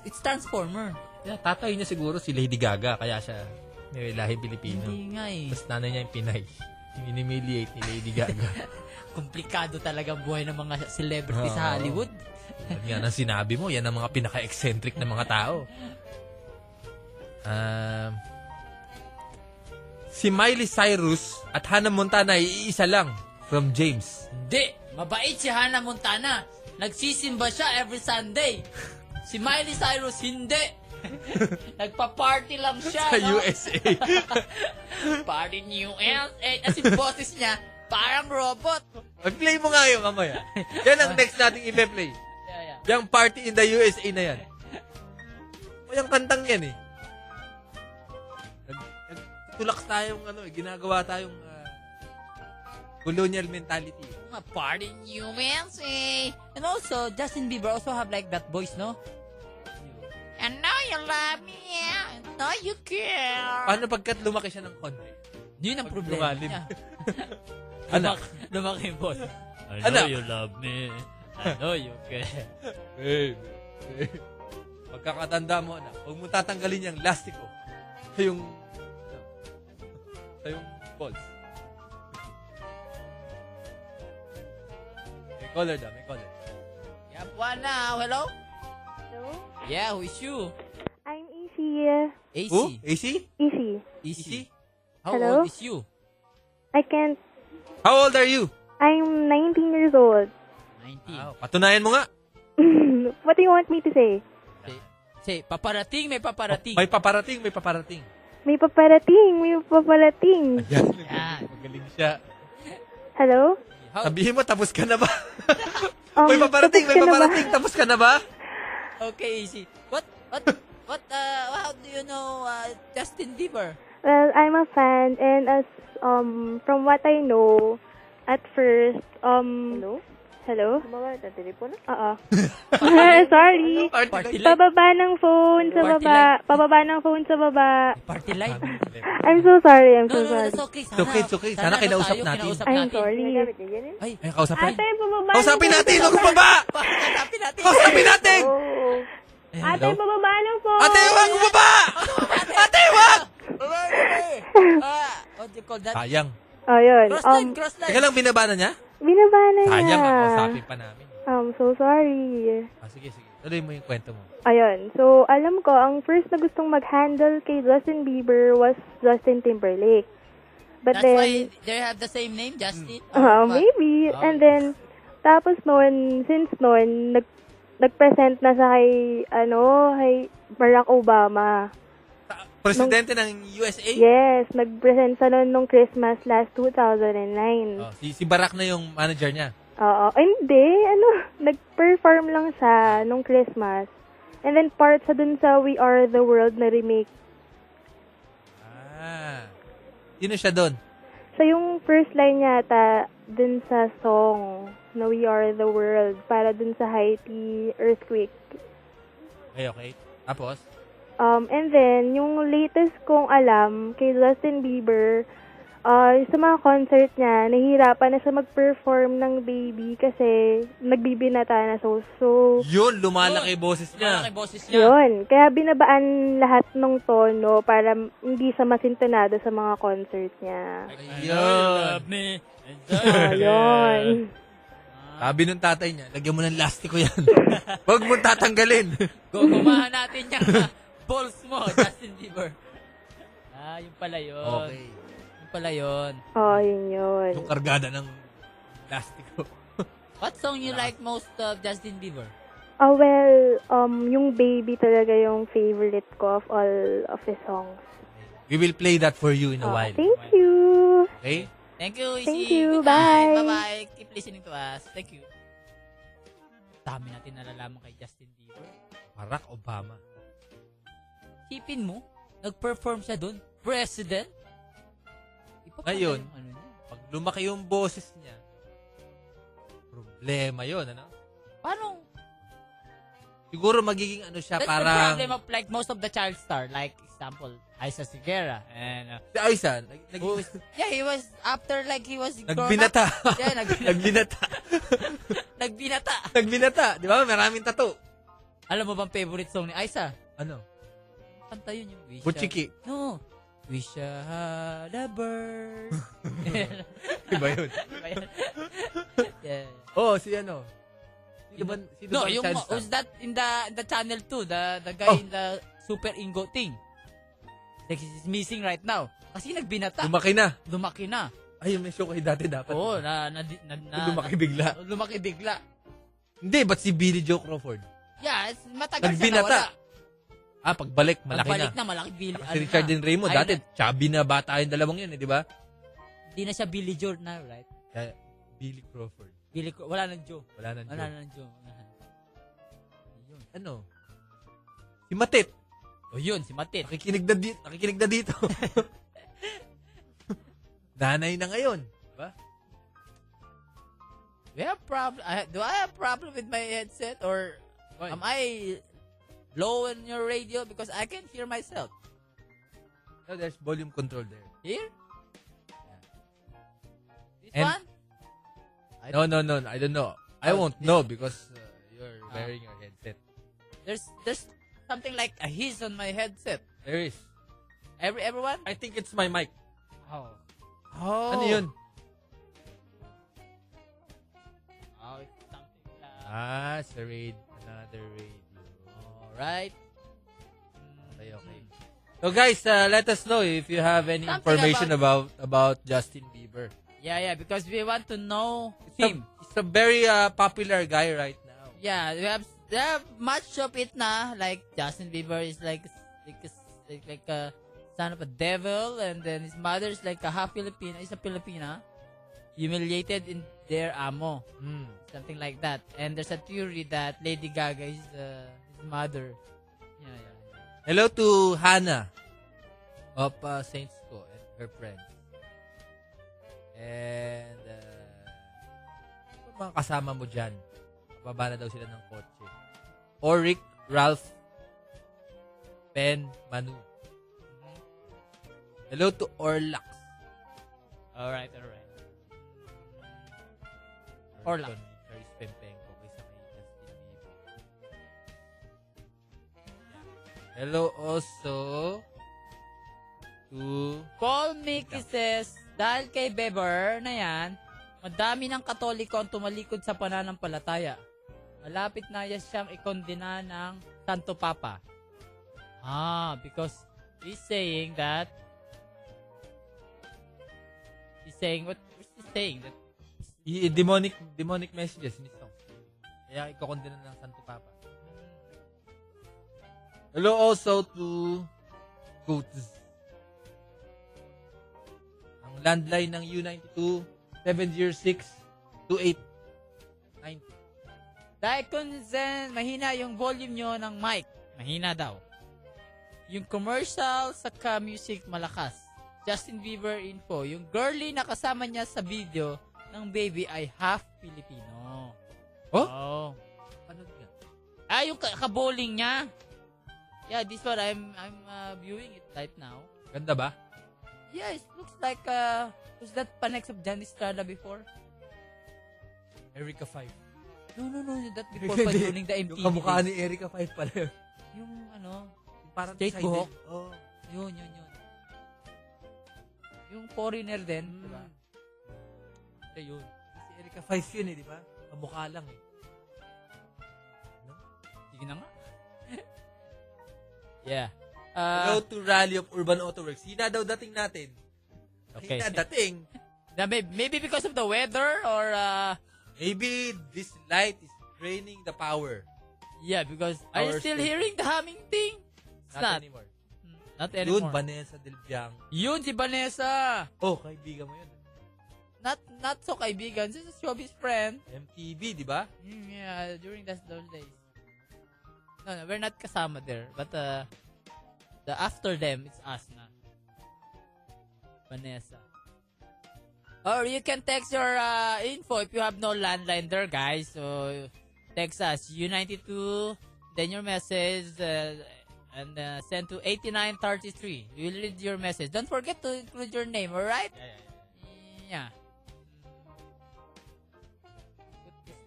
S2: It's transformer.
S1: Yeah, tatay niya siguro si Lady Gaga, kaya siya may lahi Pilipino.
S2: Hindi nga eh.
S1: Tapos nanay niya yung Pinay. Inimiliate ni Lady Gaga.
S2: Komplikado talaga ang buhay ng mga celebrity
S1: Oo.
S2: sa Hollywood.
S1: Yan nga ang sinabi mo, yan ang mga pinaka-eccentric na mga tao. Um, si Miley Cyrus at Hannah Montana ay iisa lang from James.
S2: Hindi. Mabait si Hannah Montana. Nagsisimba siya every Sunday. Si Miley Cyrus, hindi. Nagpa-party lang siya.
S1: Sa
S2: no?
S1: USA.
S2: Party in US. Eh, as in boses niya, parang robot.
S1: Mag-play mo nga yun mamaya. Yan ang next nating i-play.
S2: Yeah, yeah.
S1: Yung party in the USA na yan. O yung kantang yan eh. Nag- Nagtulak tayong ano, eh, ginagawa tayong ah, colonial mentality.
S2: Mga Party in US, eh. And also, Justin Bieber also have like that voice, no? And now you love me, yeah. And now you care.
S1: Paano pagkat lumaki siya ng konti?
S2: Yun ang problema
S1: lumalim.
S2: niya.
S1: Anak.
S2: Lumak- lumaki yung boss.
S1: know
S2: I
S1: Anak. you
S2: love me. I know you care.
S1: Babe. babe. Pagkakatanda mo, anak, huwag mo tatanggalin yung lastiko sa yung, sa yung balls. May color daw, may color.
S2: Yap, one now. Hello?
S5: Hello?
S2: Yeah, who is you?
S5: I'm ECU.
S3: here.
S2: AC.
S1: Who? E AC?
S2: E
S3: Easy.
S2: AC.
S1: How
S3: E Hello?
S1: old is you?
S3: I can't.
S1: How old are you?
S3: I'm 19 years old.
S2: 19.
S1: Ah, patunayan mo nga.
S3: what do you want me to say?
S2: Say, paparating, may paparating.
S1: May paparating, may paparating.
S3: May paparating, may paparating.
S2: Yan.
S1: Magaling siya.
S3: Hello?
S2: How,
S1: Sabihin mo, tapos ka na ba?
S3: Um,
S1: may paparating,
S3: tapos ka
S1: may
S3: na ba?
S1: paparating, tapos ka na ba?
S2: okay, AC. What, what, what, uh, how do you know uh, Justin Bieber?
S3: Well, I'm a fan and as um from what I know, at first um Hello? Hello? Oo. Sorry.
S2: Party light?
S3: Pababa ng phone sa
S2: Party
S3: baba. Pababa ng phone sa baba.
S2: Party light?
S3: I'm so sorry. I'm so
S2: No, no, no,
S3: sorry.
S2: it's okay.
S1: It's
S2: Sana,
S1: okay, it's okay. Sana
S2: ano
S1: kinausap
S2: tayo,
S1: natin.
S2: Kinausap
S3: I'm
S2: natin.
S3: sorry.
S2: Ay,
S1: Ay, kausapin.
S3: Ate, pababa. ng
S1: Kausapin
S3: phone
S1: natin,
S3: sa
S1: huwag
S3: baba.
S1: bumaba!
S2: kausapin natin.
S1: Kausapin natin!
S3: Oo. Oh. Ate,
S1: Hello?
S3: pababa ng phone.
S1: Ate, huwag bumaba! Ate, huwag!
S2: Ah, what do you call that?
S1: Sayang.
S3: Oh, yun.
S2: Cross
S3: Um,
S2: line, cross line.
S1: Teka lang, binaba na niya?
S3: binaba na niya.
S1: Sayang, kausapin pa namin.
S3: I'm so sorry.
S1: Ah, sige, sige. Tuloy mo yung kwento mo.
S3: Ayun. So, alam ko, ang first na gustong mag-handle kay Justin Bieber was Justin Timberlake. But
S2: That's
S3: then,
S2: why they have the same name, Justin.
S3: ah,
S2: Or what?
S3: maybe.
S1: um,
S2: Oh.
S3: And then, tapos noon, since noon, nag, nag-present na sa kay, ano, kay Barack Obama.
S1: Presidente ng USA?
S3: Yes, nag-present sa noon nung Christmas last 2009. Oo.
S1: Oh, si, si Barack na yung manager niya.
S3: Ay, hindi, ano, nag-perform lang siya nung Christmas. And then, part sa dun sa We Are the World na remake.
S1: Ah. Sino siya doon?
S3: So, yung first line yata dun sa song na We Are the World para dun sa Haiti earthquake.
S1: Okay, okay. Tapos?
S3: Um, and then, yung latest kong alam kay Justin Bieber, uh, sa mga concert niya, nahihirapan na siya mag-perform ng baby kasi nagbibinata na so. So,
S1: Yun, lumalaki boses
S2: Malaki
S1: niya.
S2: boses niya.
S3: yun. Kaya binabaan lahat ng tono para hindi siya masintonado sa mga concert niya.
S1: Yun.
S2: me.
S3: So, yun.
S1: Sabi nung tatay niya, lagyan mo ng lastiko yan. Huwag mo tatanggalin.
S2: Gumawa natin yung ah, balls mo, Justin Bieber. Ah, yung pala yun.
S1: okay.
S2: Yung pala yun.
S3: Oh, yun yun.
S1: Yung kargada ng lastiko.
S2: What song you like most of Justin Bieber?
S3: Oh, well, um, yung baby talaga yung favorite ko of all of his songs.
S1: We will play that for you in a
S2: Ah,
S3: Oh,
S1: while.
S3: thank you.
S1: Okay?
S2: Thank you, Izzy.
S3: Thank you.
S2: Good night.
S3: Bye.
S2: Bye-bye. Keep listening to us. Thank you. Dami natin nalalaman kay Justin Bieber.
S1: Barack Obama.
S2: Sipin mo, nag-perform siya doon. President. Iba pala
S1: Ngayon.
S2: yung ano niya.
S1: Pag lumaki yung boses niya, problema yun, ano?
S2: Paano?
S1: Siguro magiging ano siya,
S2: That's the
S1: parang...
S2: problem of like most of the child star. Like example, Isa Sigera. And, uh,
S1: Si Aisan, nag, nag,
S2: who is- yeah, he was, after like he was grown
S1: nagbinata.
S2: up- Yeah, nagbinata.
S1: nagbinata.
S2: nagbinata.
S1: nagbinata. Di ba? Maraming tato.
S2: Alam mo bang favorite song ni Isa?
S1: Ano?
S2: Kanta yun yung Wisha.
S1: Butchiki.
S2: No. Wisha had a bird.
S1: Diba yun?
S2: yeah.
S1: oh, si ano? Sino ba, sino
S2: No,
S1: ba ang
S2: yung
S1: child star?
S2: was that in the the channel 2, the the guy
S1: Oh.
S2: in the Super Ingo thing. Like he's missing right now. Kasi nagbinata.
S1: Lumaki na.
S2: lumaki na.
S1: Ay, may show kayo dati dapat.
S2: Oo, na, na, na, na-
S1: Lumaki bigla.
S2: lumaki bigla.
S1: Hindi, ba't si Billy Joe Crawford?
S2: Yeah, it's matagal siya
S1: Nagbinata.
S2: nawala.
S1: Ah, pagbalik, malaki
S2: Nagbalik
S1: na.
S2: na, malaki ano Billy.
S1: Si Richard and Raymond,
S2: Ay,
S1: dati, chubby na bata yung dalawang yun, eh, di ba?
S2: Hindi na siya Billy Joe na, right?
S1: Kaya, Billy Crawford.
S2: Billy, Cro- wala nang Joe.
S1: Wala na
S2: Wala
S1: Joe.
S2: nang Joe. Wala nang- Yun.
S1: Ano? Si Matit.
S2: O Oh, yun, si Matit.
S1: Nakikinig na, di- nakikinig na dito. Nanay na ngayon. Diba?
S2: We have problem. I, do I have problem with my headset or
S1: Why?
S2: am I low on your radio because I can hear myself
S1: Oh, there's volume control there.
S2: here? This
S1: And-
S2: one? I
S1: No, no, no. I don't know. I won't know because uh, you're
S2: Ah.
S1: wearing your headset.
S2: There's there's something like a hiss on my headset.
S1: There is.
S2: Every everyone?
S1: I think it's my mic.
S2: Oh. Oh.
S1: Ano yun?
S2: Oh, it's something. Uh,
S1: Ah, it's a raid. Another radio.
S2: Alright. Mm,
S1: Okay, okay. So guys, uh, let us know if you have any
S2: Something
S1: information about about Justin Bieber.
S2: Yeah, yeah, because we want to know
S1: He's a,
S2: him.
S1: he's a very uh, popular guy right now.
S2: Yeah, we have, we have much of it na. Like, Justin Bieber is like, like, like, like a son of a devil, and then his mother is like a half Filipina, is a Filipina, humiliated in their amo,
S1: Mm.
S2: something like that. And there's a theory that Lady Gaga is uh, his mother. Yeah, yeah.
S1: Hello to Hannah of uh, Saints Co and her friends. And uh, ano mga kasama mo dyan? Babala daw sila ng kotse. Oric, Ralph, Pen, Manu. Hello to Orlax.
S2: Alright, alright. Orlax.
S1: Ni Charis Pempenko kaysa kay Justin Bieber. Hello also to
S2: Paul Mickey says, dahil kay Beber na yan, madami ng katoliko ang tumalikod sa pananampalataya. Malapit na yan siyang ikondena ng Santo Papa. Ah, because he's saying that he's saying what what's he saying that
S1: I- demonic demonic messages ni Song. Kaya ikokondena ng Santo Papa. Hello also to Goots. Ang landline ng U92 706 2890.
S2: Dahil consent, mahina yung volume nyo ng mic. Mahina daw. Yung commercial, saka music malakas. Justin Bieber info, yung girly na kasama niya sa video ng baby ay half Filipino.
S1: Oh?
S2: Oh.
S1: Ano nga?
S2: Ah, yung ka- kaboling niya. Yeah, this one, I'm, I'm uh, viewing it right now.
S1: Ganda ba?
S2: Yeah, it looks like, uh, was that Panex of Johnny Strada before?
S1: Erica 5.
S2: No, no, no, that before pa during the MTV.
S1: Yung kamukha ni Erica 5 pala yun.
S2: Yung ano,
S1: Yung Parang
S2: Straight
S1: decided.
S2: buhok.
S1: Oo.
S2: Yun, yun, yun. Yung foreigner din, di ba?
S1: Hmm. Kaya yun. Si Erica 5 yun eh, di ba? Kamukha lang eh.
S2: Sige na nga. yeah.
S1: Hello
S2: Uh,
S1: to Rally of Urban Autoworks. Hina daw dating natin.
S2: Okay.
S1: Hina dating.
S2: na may- maybe because of the weather or uh,
S1: Maybe this light is draining the power.
S2: yeah, because are you
S1: Our
S2: still
S1: state.
S2: hearing the humming thing? It's
S1: Not,
S2: not. Hmm.
S1: anymore.
S2: Not
S1: Yun,
S2: anymore.
S1: Vanessa Del Bianco.
S2: Yun, si Vanessa.
S1: Oh, kaibigan mo yun.
S2: Not not so kaibigan. This is showbiz friend.
S1: MTV, di ba?
S2: Mm, yeah, during that, those days. No, no, we're not kasama there. But, uh, the after them, it's us na. Vanessa. Or you can text your uh, info if you have no landline there, guys. So, text us, U92, then your message, uh, and uh, send to 8933. We'll read your message. Don't forget to include your name, alright? Yeah.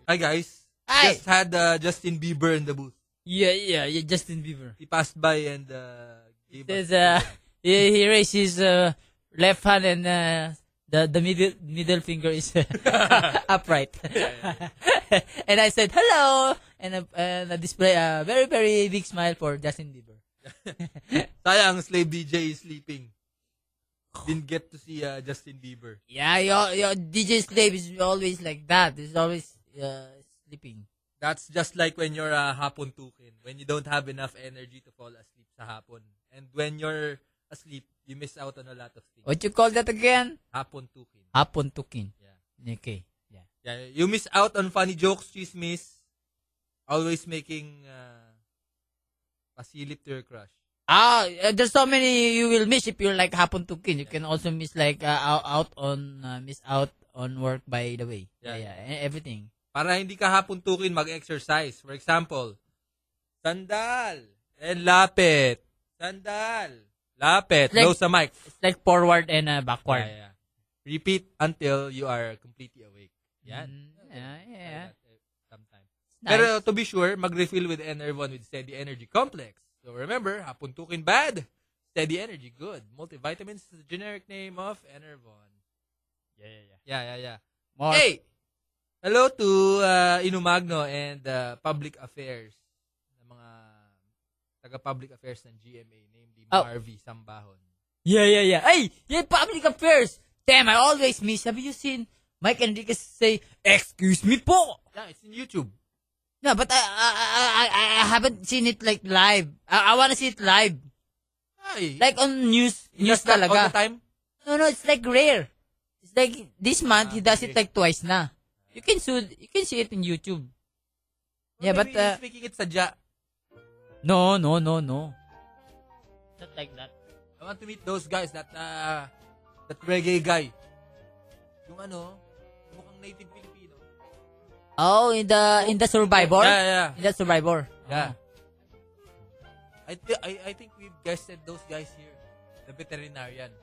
S1: Hi guys.
S2: Hi.
S1: Just had uh, Justin Bieber in the booth.
S2: Yeah, yeah, yeah, Justin Bieber.
S1: He passed by and uh, gave
S2: There's uh,
S1: us-
S2: he, he raised his uh, left hand and uh, the the middle middle finger is uh, upright. and I said hello and a, and a display a very very big smile for Justin Bieber.
S1: Sayang, Slave DJ is sleeping. Didn't get to see uh, Justin Bieber.
S2: Yeah, your your DJ slave is always like that. He's always uh, sleeping.
S1: That's just like when you're a hapon tukin. When you don't have enough energy to fall asleep sa hapon. And when you're asleep, you miss out on a lot of things.
S2: What you call that again?
S1: Hapon tukin.
S2: Hapon tukin.
S1: Yeah.
S2: Okay. Yeah.
S1: Yeah, you miss out on funny jokes, chismis. Always making uh, pasilip to your crush.
S2: Ah, uh, there's so many you will miss if you like hapon to kin. You can also miss like uh, out, out on uh, miss out on work by the way. Yeah,
S1: Yeah.
S2: yeah, e- everything.
S1: Para hindi ka hapon tukin, mag-exercise. For example, sandal and lapit. Sandal. Lapit.
S2: Like-
S1: Low sa mic.
S2: It's like forward and uh, backward.
S1: Yeah, yeah. Repeat until you are completely awake. Yan.
S2: Mm, yeah, yeah.
S1: Sometimes.
S2: Nice.
S1: Pero to be sure, mag-refill with NR1 with Steady Energy Complex. So remember, hapuntukin bad, Steady Energy good. Multivitamins is the generic name of NR1.
S2: yeah, yeah, yeah.
S1: Yeah, yeah, yeah.
S2: More.
S1: Hey! Hello to uh, Inumagno and uh, Public Affairs na mga taga Public Affairs ng GMA named
S2: Oh.
S1: Marvy Sambahon.
S2: Yeah, yeah, yeah. Hey, yeah, public affairs. Damn, I always miss. Have you seen Mike Enriquez say, excuse me po?
S1: Yeah, it's in YouTube.
S2: No, but I, I, I, I- I, I haven't seen it like live. I, I wanna see it live.
S1: Ay,
S2: Like on news,
S1: he
S2: news
S1: does that all the
S2: talaga.
S1: time?
S2: No, no, it's like rare. It's like this month he does
S1: Ah, okay.
S2: it like twice na. You can see you can see it in YouTube. Yeah,
S1: Maybe
S2: but uh,
S1: he's making it sadya.
S2: no, no, no, no. Not like that.
S1: I want to meet those guys that uh, that reggae guy. Yung ano, mukhang native Filipino.
S2: Oh, in the in the survivor.
S1: Yeah, yeah.
S2: In the survivor.
S1: Yeah.
S2: Oh.
S1: I, thi- I I think we've guested those guys here. The veterinarian.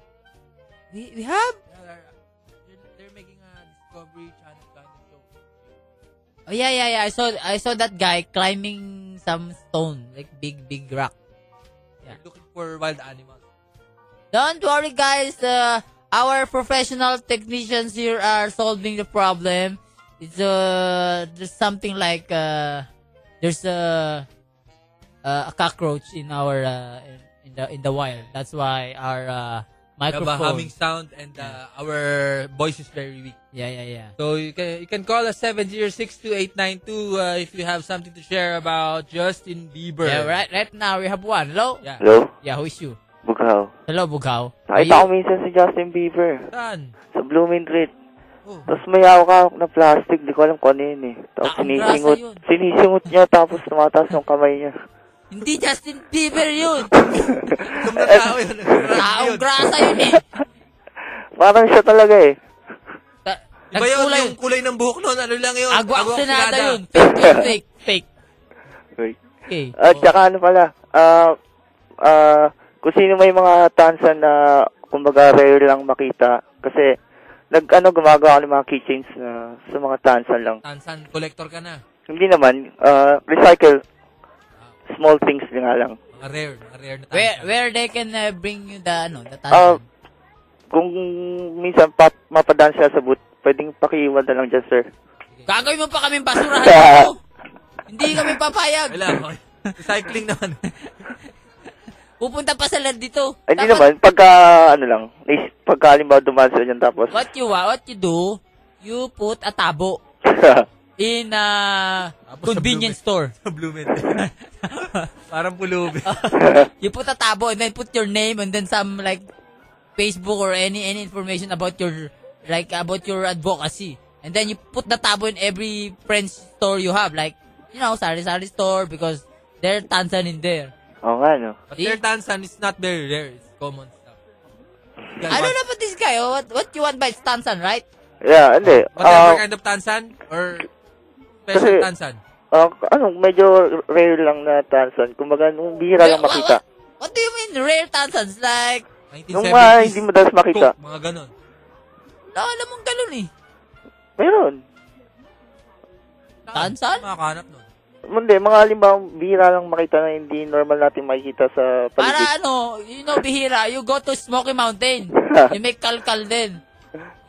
S2: We we have.
S1: Yeah, they're, they're, they're making a Discovery Channel kind of show.
S2: Oh yeah, yeah, yeah. I saw I saw that guy climbing some stone, like big big rock. Yeah.
S1: They're looking for wild animals.
S2: Don't worry, guys. Uh, our professional technicians here are solving the problem. It's uh, there's something like uh, there's a uh, a cockroach in our uh, in, in the in the wild. That's why our uh,
S1: Yeah, but
S2: microphone.
S1: having sound and uh, our voice is very weak.
S2: Yeah, yeah, yeah.
S1: So you can you can call us 7062892 uh, if you have something to share about Justin Bieber.
S2: Yeah, right. Right now we have one. Hello.
S1: Yeah.
S7: Hello?
S2: Yeah, who is you?
S7: Bughaw.
S2: Hello, Bugaw.
S7: Nakita ko minsan si Justin Bieber
S1: Saan?
S7: sa Blooming Red.
S1: Oh.
S7: Tapos may hawak na plastic, di ko alam kung ano yun eh. Tapos
S2: Ah, ang grasa
S7: sinisingot,
S2: yun.
S7: sinisingot niya tapos tumataas yung kamay niya.
S2: Hindi Justin Bieber yun.
S1: Tum na tao yun.
S2: Taong grasa yun eh.
S7: Parang siya talaga eh.
S2: Ta-
S1: Iba yun,
S2: nagkulay-
S1: yung kulay ng buhok nun, ano lang yun?
S2: Agwak
S1: Agwak
S2: sinada
S1: sinada.
S2: yun. Fake, yun, fake, fake.
S7: Right.
S2: Okay.
S7: At saka ano pala, ah, ah, kung sino may mga tansan na kumbaga rare lang makita. Kasi nag ano gumagawa ako ng mga keychains na sa mga tansan lang.
S1: Tansan, collector ka na.
S7: Hindi naman, ah, recycle. Small things nga lang.
S1: Mga rare, mga rare na tansan.
S2: Where where they can uh, bring you the ano, the
S7: Ah,
S2: tansan.
S7: kung minsan pa, mapadance siya sa boot, pwedeng pakiiwan na lang dyan, sir.
S2: Gagawin mo pa kaming basurahan dito. Hindi kami papayag.
S1: Wala, okay. recycling naman.
S2: Pupunta pa sila dito.
S7: Ay,
S2: Dapat-
S7: Hindi naman, pagka, ano lang, nais- pagka halimbawa dumaan sila dyan tapos.
S2: What you wa- what you do, you put a tabo in a
S1: Tapos sa
S2: convenience store.
S1: Supplement. Parang pulubi.
S2: you put a tabo and then put your name and then some like Facebook or any any information about your like about your advocacy. And then you put the tabo in every French store you have, like you know, sari sari store because there are tansan in there.
S7: Oo nga, no.
S1: But
S2: See?
S1: their tansan is not very rare. It's common stuff.
S2: I don't know about this guy. oh, What what you want by tansan, right?
S7: Yeah, hindi.
S1: Whatever
S7: Ah,
S1: kind of tansan or special
S7: Kasi-
S1: tansan.
S7: ah, ano, medyo rare lang na tansan. Kumbaga, nung bihira
S2: Wha-
S7: lang
S2: wha-
S7: makita.
S2: What, what do you mean rare tansans? Like
S7: Nung mga
S1: 1970s.
S7: hindi madalas makita.
S1: Coke, mga ganon.
S2: no, alam mong ganun eh.
S7: Meron.
S1: Saan?
S2: Tansan?
S1: Makakanap nun.
S7: Hindi, mga halimbawa, bihira lang makita na hindi normal natin makikita sa paligid.
S2: Para ano, you know, bihira, you go to Smoky Mountain. You make kalkal din.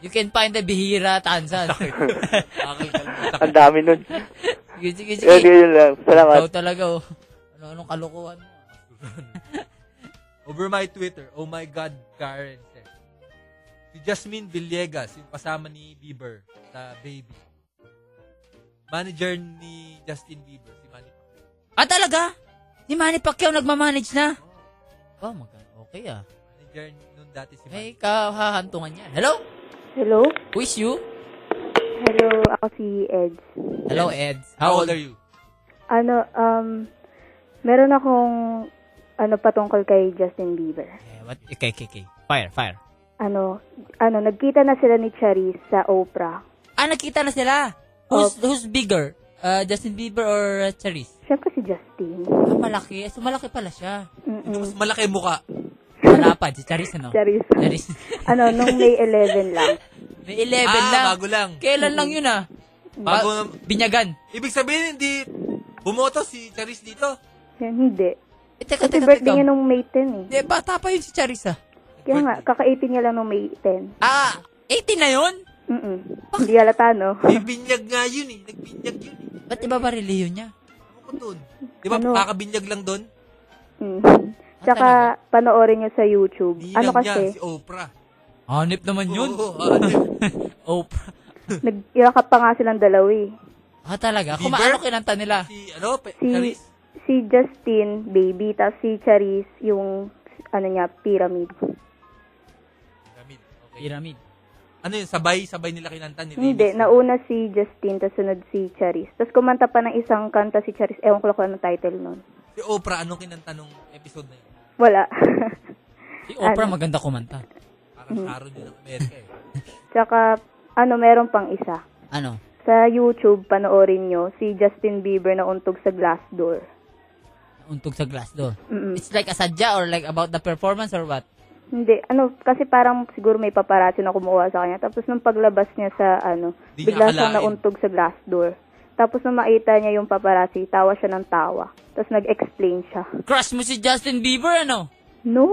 S2: You can find the bihira tansan.
S1: Nakakalkal mo. Sakit.
S7: Ang dami nun.
S2: sige, sige, sige.
S7: Yun, yun lang.
S2: Ikaw
S7: Salamat.
S2: talaga, oh. Ano, anong kalokohan mo?
S1: Over my Twitter, oh my God, Karen said. Si Jasmine Villegas, yung kasama ni Bieber sa Baby. Manager ni Justin Bieber, si Manny Pacquiao.
S2: Ah, talaga? Ni Manny Pacquiao nagmamanage na? Oh, maganda. Okay, ah.
S1: Manager nun dati si Manny.
S2: May kahahantungan yan. Hello?
S8: Hello?
S2: Who is you?
S8: Hello, ako si Edge.
S2: Hello, Eds.
S1: How old are you?
S8: Ano, um, meron akong, ano, patungkol kay Justin Bieber.
S2: Eh, what? Okay, okay, okay. Fire, fire.
S8: Ano, ano, nagkita na sila ni Charisse sa Oprah.
S2: Ah, nakita na sila. Who's, who's bigger? Uh, Justin Bieber or uh, Charisse?
S8: Siyempre si Justin.
S2: Ah, malaki. So, malaki pala siya.
S8: Mm-mm.
S1: Mas malaki yung mukha.
S2: Malapad. Si Charisse, ano?
S8: Charisse.
S2: Charisse.
S8: ano, nung May 11 lang.
S2: May 11
S1: ah,
S2: lang.
S1: bago lang.
S2: Kailan lang yun, ah?
S1: Bago
S2: Ba-
S1: na-
S2: Binyagan.
S1: Ibig sabihin, hindi bumoto si Charis dito.
S8: Yan, hindi.
S2: Eh, teka,
S8: Kasi
S2: teka,
S8: birthday niya
S2: teka.
S8: nung May 10 eh.
S2: Eh, bata pa yun si Charisse, ah.
S8: Kaya nga, kaka-18 niya lang nung May 10.
S2: Ah, 18 na yun?
S8: Mm-mm. Hindi halata, no?
S1: May binyag nga yun eh. Nagbinyag yun eh.
S2: Ba't iba ba reliyon niya?
S1: Ano ko dun? Di ba
S8: Ano?
S1: kakabinyag lang dun?
S8: Mm.
S2: Ah,
S8: Tsaka panoorin nyo sa YouTube. ano
S1: lang
S8: kasi,
S1: yan, si Oprah.
S9: Hanip naman yun.
S2: Oprah.
S8: nag-yakap pa nga silang dalawa eh.
S2: Ah, talaga?
S1: Bieber?
S2: Kumaano kinanta nila?
S1: Ano? Pe-
S8: Si, si Justin, baby, tapos si Charisse, yung ano niya, pyramid.
S1: Pyramid. Okay.
S2: Pyramid.
S1: Ano yun? Sabay-sabay nila kinanta ni
S8: Hindi, nauna si Justin, tapos sunod si Charisse. Tapos kumanta pa ng isang kanta si Charisse. Ewan ko lang kung anong title nun.
S1: Si Oprah, anong kinanta nung episode na yun?
S8: Wala.
S2: Si Oprah
S8: Ano?
S2: maganda kumanta.
S1: Parang Sharon yun ng Amerika eh.
S8: Tsaka, ano, meron pang isa.
S2: Ano?
S8: Sa YouTube, panoorin nyo, si Justin Bieber na untog sa glass door.
S2: Untog sa glass door.
S8: Mm-mm.
S2: It's like a sadya or like about the performance or what?
S8: Hindi, ano, kasi parang siguro may paparazzi na kumuha sa kanya. Tapos nung paglabas niya sa, ano,
S1: Di niya
S8: bigla siyang
S1: akalain.
S8: nauntog sa glass door. Tapos nung makita niya yung paparazzi, tawa siya ng tawa. Tapos nag-explain siya.
S2: Crush mo si Justin Bieber, ano?
S8: No!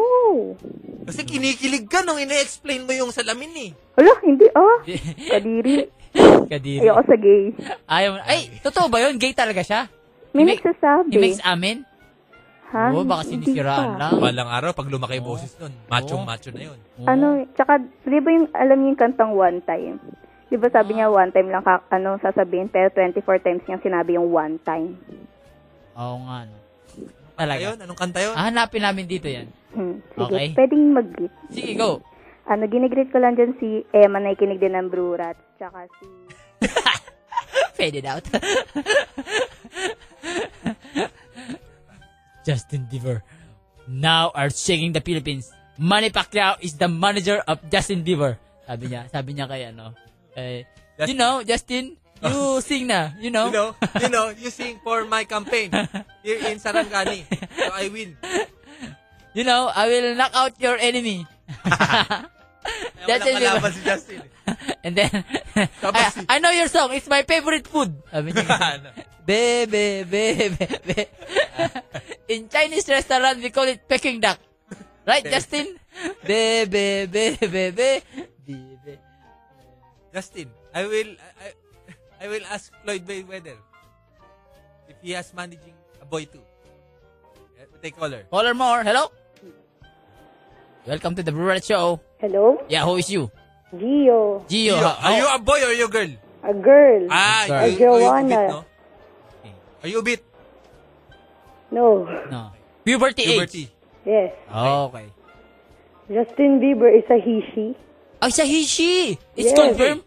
S1: Kasi kinikilig ka nung ina-explain mo yung salamin eh.
S8: Hala, hindi ah! Kadiri.
S2: Kadiri.
S5: Oh,
S8: Ayoko sa gay.
S2: Ayaw mo- Ay, totoo ba yun? Gay talaga siya?
S8: May
S2: Imi-
S8: nagsasabi.
S2: He makes amin?
S8: ha?
S2: Oo, baka
S8: Hindi
S2: sinisiraan
S8: pa.
S2: lang.
S1: Balang araw, pag lumaki yung boses nun, machong-macho na yun.
S2: Oo.
S8: Ano, tsaka, di ba yung, alam niyo yung kantang one time? Di ba sabi niya one time lang, ka, ano, sasabihin, pero 24 times niyang sinabi yung one time.
S2: Oo nga. no.
S1: Kanta yun?
S2: Talaga.
S1: Anong kanta yun?
S2: Ah, hanapin namin dito yan.
S8: Hmm, sige,
S2: Okay.
S8: pwedeng mag-git.
S2: Sige, go.
S8: Ano, ginigreet ko lang dyan si Emma na ikinig din ng Brew Rat, tsaka si...
S2: Fade it out. Justin Bieber now are shaking the Philippines. Manny Pacquiao is the manager of Justin Bieber. Sabi niya, sabi niya kay ano. Eh, you know, Justin, you sing na, you know.
S1: Oh. You know, you know, you sing for my campaign here in Sarangani. So I win.
S2: You know, I will knock out your enemy.
S1: Kaya walang kalaban si Justin. eh.
S2: And then,
S1: Tapos
S2: I,
S1: si-
S2: I know your song. It's my favorite food. Sabi niya.
S1: Ano?
S2: Bebe, bebe, bebe. In Chinese restaurant, we call it Peking duck. Right, Justin? Bebe, bebe, bebe. Bebe.
S1: Justin, I will, I, I- I will ask Floyd Mayweather if he has managing a boy too. Eh, Take caller.
S2: Caller more. Hello? Welcome to the Brunette Show.
S8: Hello?
S2: Yeah, who is you?
S8: Gio,
S2: Gio.
S1: Yo,
S2: ha- Oh.
S1: are you a boy or are you a girl?
S8: a girl.
S1: Ah, you, are
S2: Girl.
S1: you a bit,
S8: Joanna.
S1: no?
S2: Eh.
S1: Okay.
S2: Oh,
S1: Are you a bit?
S8: No,
S2: No. Puberty, age.
S1: Puberty.
S8: yes.
S2: Okay.
S8: Justin Bieber is a he-she.
S2: Oh, it's a he, she. It's
S8: Yes.
S2: confirmed.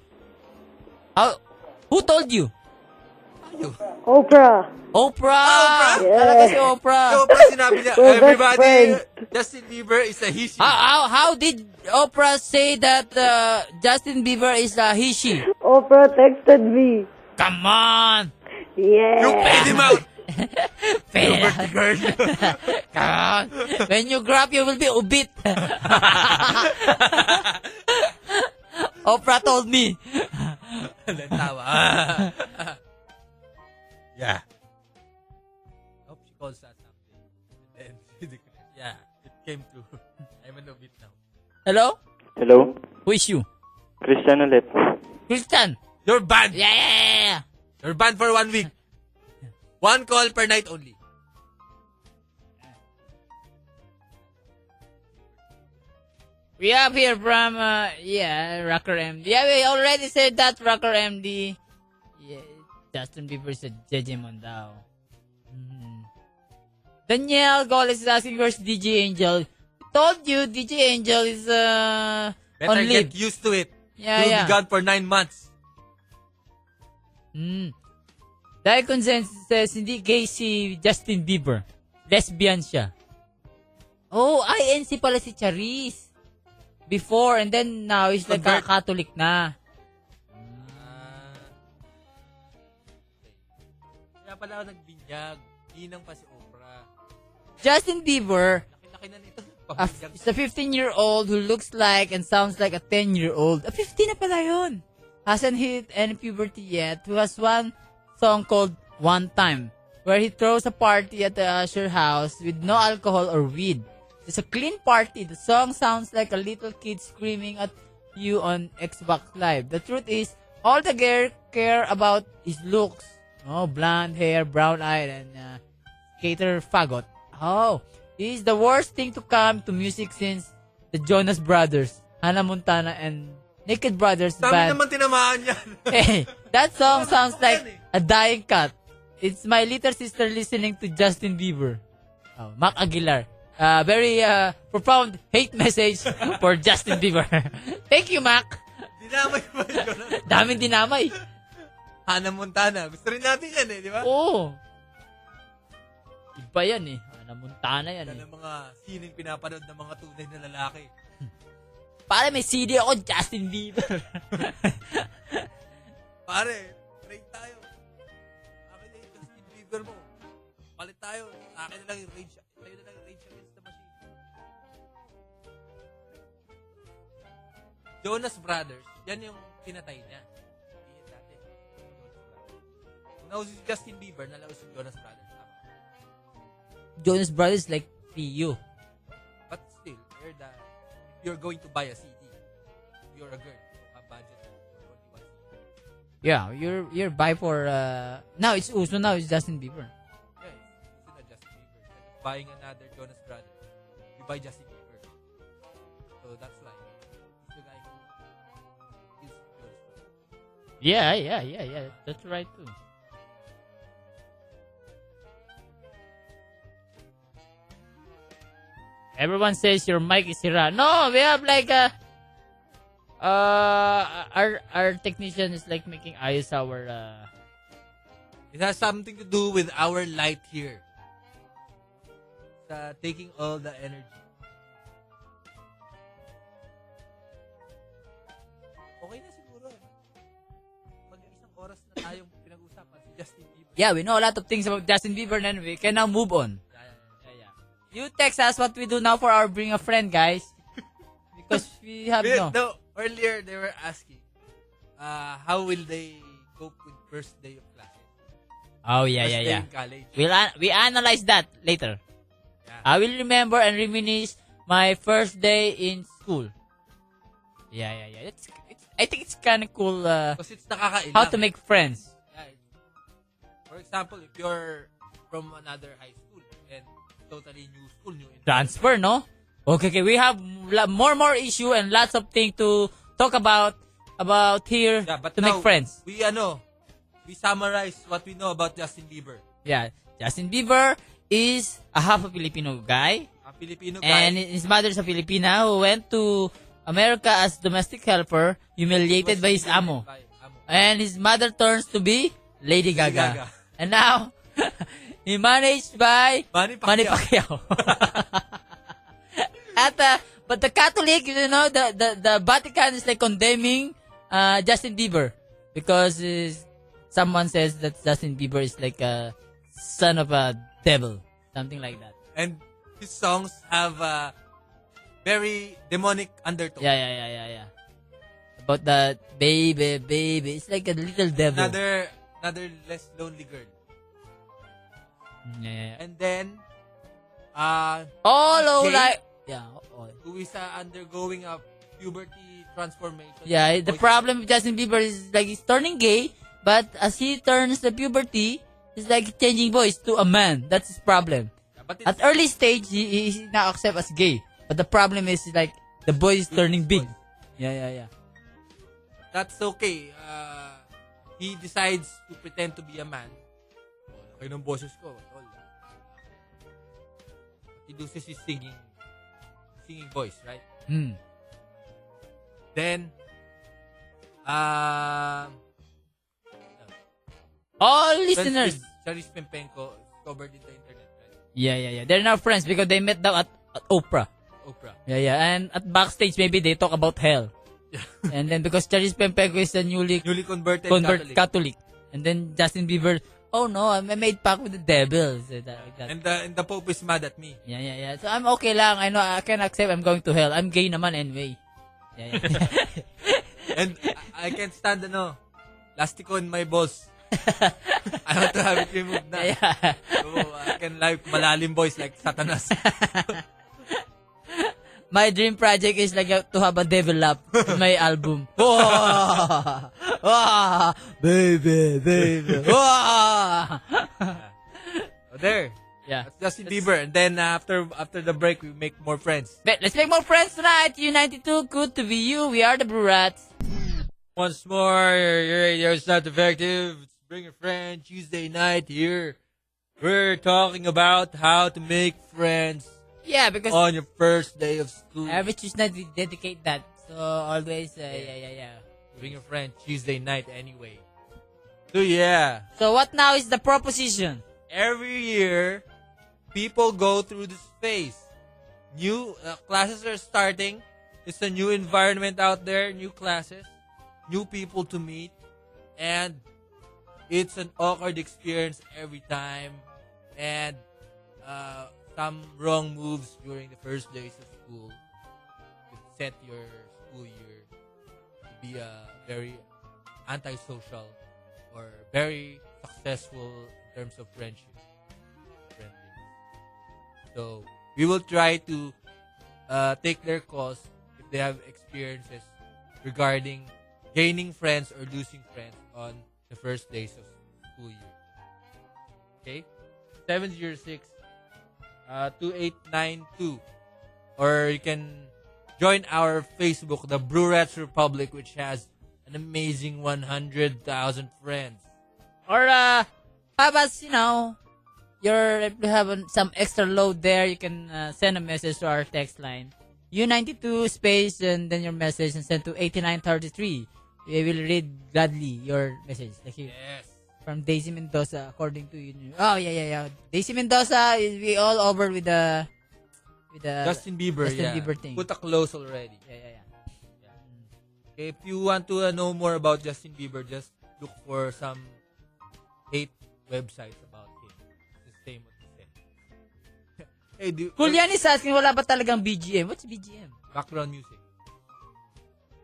S2: Oh, who told you?
S8: Oprah.
S1: Oprah.
S2: Oprah. Talaga si Oprah.
S1: So, pag sinabi niya,
S8: We're best
S1: everybody,
S8: friends."
S1: Justin Bieber is a he, she.
S2: How, how, how did Oprah say that uh, Justin Bieber is a he, she?
S8: Oprah texted me.
S2: Come on!
S8: Yeah.
S1: You paid him out.
S2: Fail.
S1: Puberty girl.
S2: Come on! When you grow up, you will be ubit. Oprah told me.
S1: Tawa. yeah. Hope she calls us something. And then, yeah, it came true. I'm an bit now.
S2: Hello?
S4: Hello?
S2: Who is you?
S4: Christian ulit.
S2: Christian.
S1: You're banned.
S2: Yeah, yeah, yeah, yeah.
S1: You're banned for one week. One call per night only.
S2: We have here from, uh, yeah, Rocker MD. Yeah, we already said that, Rocker MD. Yeah, Justin Bieber said Jejimon daw. Mhm. Danielle Goles is asking where's DJ Angel. Told you, DJ Angel is, uh, on
S1: Better
S2: leave.
S1: get used to it.
S2: Yeah,
S1: You'll
S2: yeah.
S1: be gone for nine months.
S2: Mm. Dahil consensus says, hindi gay si Justin Bieber. Lesbian siya. Oh, INC pala si Charis. Before, and then now he's like a
S1: Convert.
S2: Catholic na.
S1: Ah. Kaya pala ako nagbinyag. Ginang pa si Oprah.
S2: Justin Bieber
S1: Laki-laki na nito.
S2: a,
S1: Pagbinyag.
S2: is a 15-year-old who looks like and sounds like a 10-year-old. A 15 na pala yun. Hasn't hit any puberty yet. Who has one song called One Time, where he throws a party at the Usher house with no alcohol or weed. It's a clean party. The song sounds like a little kid screaming at you on Xbox Live. The truth is, all the girl care about is looks. Oh, blonde hair, brown eye, and uh, cater fagot. Oh, He is the worst thing to come to music since the Jonas Brothers, Hannah Montana, and Naked Brothers
S1: Dami
S2: band.
S1: naman tinamaan yan.
S2: Hey, that song sounds like
S1: eh.
S2: a dying cat. It's my little sister listening to Justin Bieber. Oh, Mac Aguilar. Uh, very uh, profound hate message for Justin Bieber. Thank you, Mac.
S1: Dinamay ba yun?
S2: Daming dinamay.
S1: Hannah Montana. Gusto rin natin yan eh, di ba?
S2: Oo. Iba yan eh. Hannah Montana yan eh.
S1: Yan ang mga sining pinapanood ng mga tunay na lalaki.
S2: Para may CD ako, Justin Bieber.
S1: Pare, trade tayo. Akin na yung Justin Bieber mo. Palit tayo. Akin na lang yung rage. Tayo na lang yung rage against the machine. Jonas Brothers, yan yung pinatay niya. Iyan dati. Jonas Brothers. Kung nauso si Justin Bieber, nalaos si Jonas Brothers. Tama.
S2: Jonas Brothers like PU.
S1: But still, you're the, you're going to buy a CD. You're a girl. A budget. of only one CD.
S2: Yeah, you're you're by for uh now it's uso now it's Justin Bieber.
S1: Yeah, it's not Justin Bieber. Instead of buying another Jonas Brothers, you buy Justin Bieber. So that's like, he's the guy who is Jonas Brothers.
S2: Yeah, yeah, yeah, yeah. That's right too. Everyone says your mic is Hira. No, we have like a uh our our technician is like making eyes our uh
S1: It has something to do with our light here. It's, uh, taking all the energy. Okay na siguro. Mag-isang oras na tayong pinag-usapan si Justin Bieber.
S2: Yeah, we know a lot of things about Justin Bieber and we can now move on. You text us what we do now for our bring a friend, guys. Because we have
S1: Wait,
S2: no.
S1: no, earlier they were asking, uh, how will they cope with first day of class?
S2: Oh yeah,
S1: First
S2: yeah,
S1: day
S2: yeah.
S1: in college.
S2: We'll an- we analyze that later. I will remember and reminisce my first day in school. Yeah, yeah, yeah. It's, it's I think it's kind of cool uh,
S1: Because it's nakakailang.
S2: how to make friends.
S1: Yeah, it- For example, if you're from another high school and totally new school, new environment.
S2: transfer, no? Okay, okay. We have la- more more issue and lots of things to talk about about here
S1: Yeah, but
S2: to
S1: now,
S2: make friends.
S1: We ano, we summarize what we know about Justin Bieber.
S2: Yeah, Justin Bieber is a half a Filipino guy,
S1: A Filipino
S2: and
S1: guy.
S2: his mother's a Filipina who went to America as domestic helper, humiliated by his amo,
S1: By amo.
S2: and his mother turns to be Lady Gaga.
S1: Gaga.
S2: And now he managed by
S1: Manny Pacquiao.
S2: Manny Pacquiao. At uh, but the Catholic, you know, the the, the Vatican is like condemning uh, Justin Bieber because is, someone says that Justin Bieber is like a son of a devil, something like that.
S1: And his songs have uh, very demonic undertone.
S2: Yeah, yeah, yeah, yeah, yeah. About that baby, baby, it's like a little devil.
S1: Another another less lonely girl.
S2: Yeah, yeah, yeah.
S1: And then uh
S2: All over
S1: Jay?
S2: like yeah. all-
S1: who is uh, undergoing a puberty transformation. Oh,
S2: Yeah, the
S1: Boy-
S2: problem with Justin Bieber is like he's turning gay, but as he turns the puberty, he's like changing voice to a man. That's his problem.
S1: Yeah, But it's,
S2: At early stage, he, he- he's now accept as gay. But the problem is like the boy is turning big. Yeah, yeah, yeah.
S1: that's okay. Uh, he decides to pretend to be a man. Oh, Kayo ng boses ko. at all. He loses his singing singing voice, right?
S2: Hmm.
S1: Then uh,
S2: All
S1: friends
S2: listeners.
S1: with Charis Pempenko discovered in the internet, right?
S2: Yeah, yeah, yeah. They're now friends because they met down at, at Oprah.
S1: Oprah.
S2: Yeah, yeah. And at backstage, maybe they talk about hell. and then because Charis Pempego is a newly
S1: Newly converted
S2: convert
S1: Catholic.
S2: Catholic. And then Justin Bieber, oh no, I made pact with the devil. So eh, that, like that.
S1: And the, and the Pope is mad at me.
S2: yeah, yeah, yeah. So I'm okay lang. I know I can accept I'm going to hell. I'm gay naman anyway. Yeah, yeah.
S1: And I, I can't stand ano, lastiko in my balls. I want to have it removed na.
S2: yeah, yeah.
S1: So I can like malalim boys like Satanas.
S2: My dream project is like uh, to have a devil lap in my album. Oh! Wah! Wah! Ah, Baby, baby. Wah!
S1: so there.
S2: yeah, Yeah.
S1: Justin Bieber. And then after after the break, we make more friends.
S2: But let's make more friends tonight. U92, good to be you. We are the Blue Rats.
S1: Once more, your radio's not effective. It's Bring a Friend Tuesday night here. We're talking about how to make friends
S2: Yeah, because
S1: on your first day of school.
S2: every Tuesday we dedicate that. So always, uh, yeah, yeah, yeah.
S1: Bring a Friend Tuesday night anyway. So yeah.
S2: So what now is the proposition?
S1: every year people go through this phase new uh, classes are starting it's a new environment out there new classes new people to meet and it's an awkward experience every time and uh, some wrong moves during the first days of school could set your school year to be a very antisocial or very successful in terms of friendship. Friendliness. So we will try to uh, take their calls if they have experiences regarding gaining friends or losing friends on the first days of school year. Okay? 706 uh, 2892 or you can join our Facebook, the Brew Rats Republic, which has an amazing 100,000 friends.
S2: Or uh, how about you know, you're if you have uh, some extra load there, you can uh, send a message to our text line. U92 space and then your message and send to 8933. We will read gladly your message. Thank you.
S1: Yes.
S2: From Daisy Mendoza, according to you. Oh yeah yeah yeah. Daisy Mendoza is we all over with the with the
S1: Justin Bieber,
S2: Justin
S1: yeah.
S2: Bieber thing.
S1: Put a close already.
S2: yeah yeah yeah.
S1: Okay, if you want to uh, know more about Justin Bieber, just look for some eight websites about him. It's the same what he said. hey, do,
S2: Julian is asking wala ba talagang BGM? What's BGM?
S1: background music.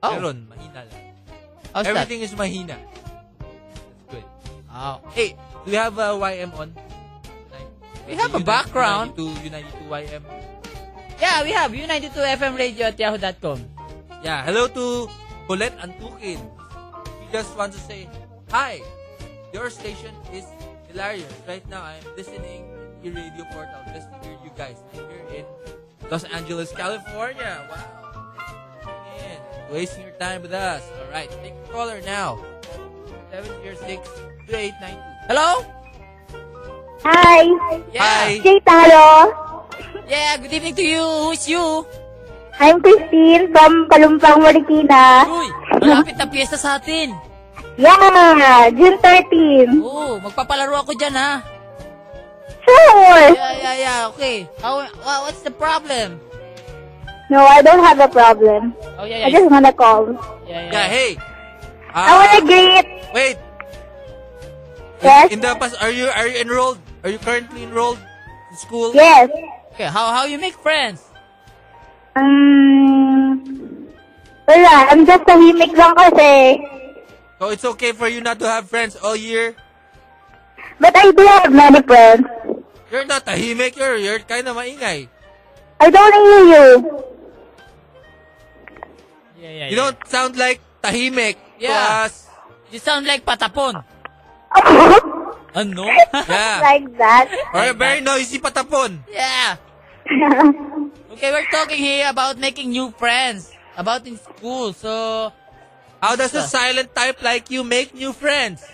S2: Oh,
S1: Meron, mahina lang.
S2: how's that?
S1: Everything is mahina. That's good.
S2: Oh.
S1: Hey, do we have a YM on?
S2: We have a background.
S1: U92, U92 YM.
S2: Yeah, we have U92 FM Radio at yahoo.com.
S1: Yeah, hello to Colette Antukin. She just wants to say, Hi, your station is hilarious. Right now, I am listening to radio portal just to hear you guys. I'm here in Los Angeles, California. Wow. And wasting your time with us. All right, take a caller now. 706 3892.
S2: Hello?
S5: Hi!
S1: Hi.
S5: Jay Talo!
S2: Yeah, good evening to you. Who's you?
S5: I'm Christine from Palumpang, Marikina.
S2: Uy, malapit na piyesta sa atin.
S5: Yeah! June 13.
S2: Oo, magpapalaro ako dyan ha.
S5: Sure!
S2: Yeah, yeah, yeah, okay. How, wha- what's the problem?
S5: No, I don't have a problem.
S2: Oh, yeah,
S5: I
S2: yeah.
S5: just wanna call.
S2: Yeah, yeah.
S1: Yeah, hey. Uh,
S5: I wanna greet!
S1: Wait.
S5: Yes?
S1: In the past, are you are you enrolled? Are you currently enrolled in school?
S5: Yes!
S2: Okay, how, how you make friends?
S5: Um, wala, I'm just tahimik lang kasi.
S1: So it's okay for you not to have friends all year.
S5: But I do have many friends.
S1: You're not tahimik. You're you're kind of maingay.
S5: I don't hear you.
S2: Yeah, yeah,
S1: You don't sound like tahimik
S2: Yeah.
S1: to us.
S2: You sound like patapon. Ano?
S1: Yeah.
S5: like that.
S1: Or you're very noisy patapon.
S2: yeah. Okay, we're talking here about making new friends. About in school, so...
S1: How does a silent type like you make new friends?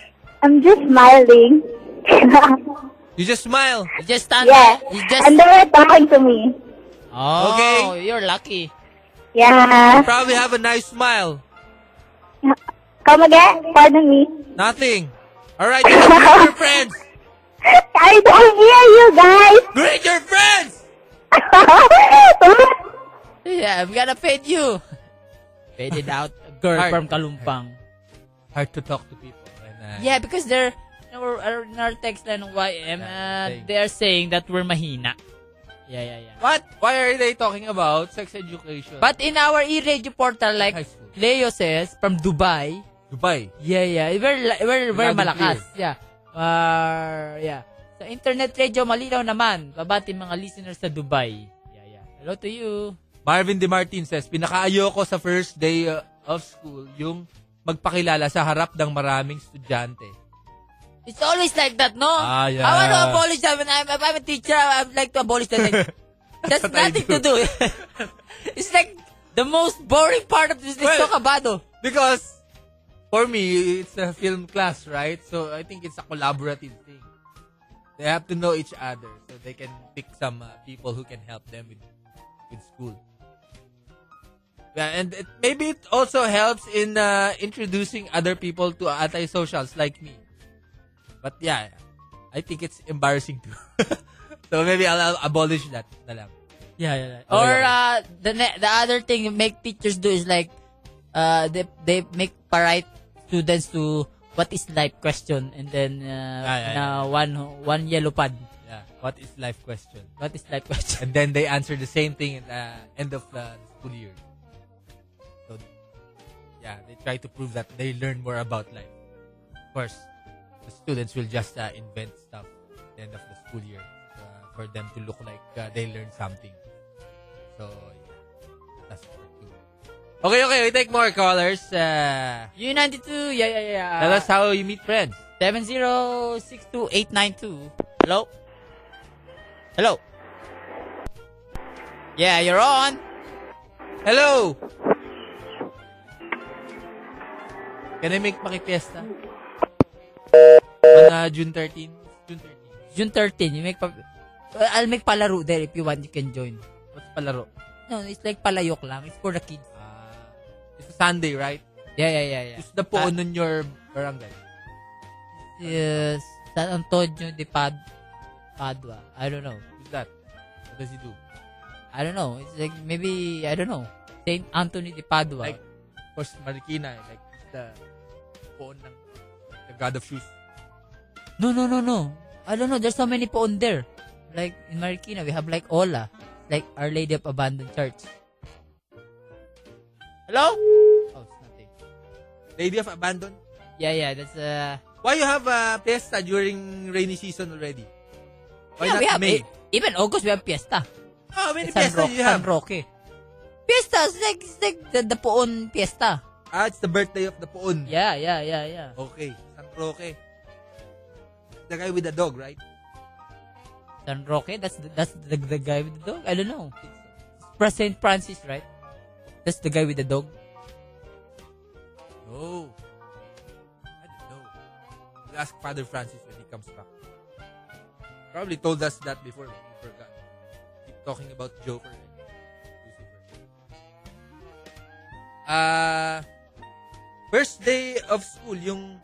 S5: I'm just smiling.
S1: You just smile.
S2: You just stand
S5: yeah.
S2: You just...
S5: And they were talking to me.
S2: Oh,
S1: Okay.
S2: you're lucky.
S5: Yeah.
S1: Probably have a nice smile.
S5: Come again? Pardon me.
S1: Nothing. All right. You can greet your friends.
S5: I don't hear you guys.
S1: Greet your friends.
S2: Yeah, I'm gonna fade you. Faded out. Girl
S1: Hard.
S2: from Kalumpang.
S1: Hard to talk to people. And, uh,
S2: Yeah, because they're in our, our- in our text line ng YM,
S1: Yeah,
S2: uh,
S1: saying-
S2: they're saying that we're mahina. Yeah, yeah, yeah.
S1: What? Why are they talking about sex education?
S2: But in our e-radio portal, like
S1: High school.
S2: Leo says, from Dubai,
S1: Dubai.
S2: yeah, yeah, we're, la- we're,
S1: Loud
S2: we're
S1: and
S2: malakas. Yeah. Uh, yeah. Sa internet radio, malinaw naman. Babati mga listeners sa Dubai. Yeah, yeah. Hello to you.
S1: Marvin DeMartin says, pinakaayoko sa first day uh, of school yung magpakilala sa harap ng maraming estudyante.
S2: It's always like that, no?
S1: Ah, yeah.
S2: I want to abolish that. When I'm, if I'm a teacher, I would like to abolish that. Like, There's nothing to do. it's like the most boring part of this. Let's talk about
S1: Because for me, it's a film class, right? So I think it's a collaborative thing. They have to know each other so they can pick some uh, people who can help them with with school. Yeah, and it, maybe it also helps in uh, introducing other people to antisocials like me. But yeah, I think it's embarrassing too. so maybe I'll, I'll abolish that na lang.
S10: Yeah, yeah, yeah.
S1: Oh,
S2: Or uh, the ne- the other thing you make teachers do is like uh, they they make parite students to what is life question and then uh,
S1: Ah, Yeah, yeah,
S2: na one one yellow pad.
S1: Yeah. What is life question?
S2: What is life question?
S1: And then they answer the same thing at the end of uh, the school year. So, yeah, they try to prove that they learn more about life. Of course, the students will just uh, invent stuff at the end of the school year uh, for them to look like uh, they learned something. So, yeah, that's part two. Okay, okay, we take more callers. Uh,
S2: U92, yeah, yeah, yeah. uh,
S1: tell us how you meet friends.
S2: 7062892. Hello? Hello? Yeah, you're on.
S1: Hello! Can I make makipiesta? On uh, June 13? June 13.
S2: June 13, you make pa- Well, I'll make palaro there if you want, you can join.
S1: What's palaro?
S2: No, it's like palayok lang. It's for the kids.
S1: Ah, it's a Sunday, right?
S2: Yeah, yeah, yeah, Ah. yeah.
S1: It's the po on your barangay.
S2: Yes, San Antonio de Pad Padua. I don't know.
S1: Who's that? What does he do?
S2: I don't know. It's like maybe I don't know. Saint Anthony de Padua.
S1: Like, of course, Marikina. eh, Like, it's the poon ng the god of shoes.
S2: no, no, no, no. I don't know. There's so many poon there. Like in Marikina, we have like Ola, like Our Lady of Abandoned Church. Hello? Oh, it's nothing.
S1: Lady of Abandon.
S2: Yeah, yeah. That's uh.
S1: Why you have a fiesta during rainy season already? Why
S2: yeah,
S1: not
S2: we have
S1: May?
S2: eh, even August we have fiesta.
S1: How many
S2: San,
S1: fiestas
S2: Roque,
S1: do you have?
S2: San Roque. Fiesta is like, it's like the, the poon fiesta.
S1: Ah, it's the birthday of the poon.
S2: Yeah, yeah, yeah, yeah.
S1: Okay, San Roque. The guy with the dog, right?
S2: San Roque, that's the, that's the, the guy with the dog. I don't know. It's St. Francis, right? That's the guy with the dog.
S1: No. I don't know. We'll ask Father Francis when he comes back. Probably told us that before, but we forgot. Keep talking about Joker and Lucifer. Ah, first day of school, yung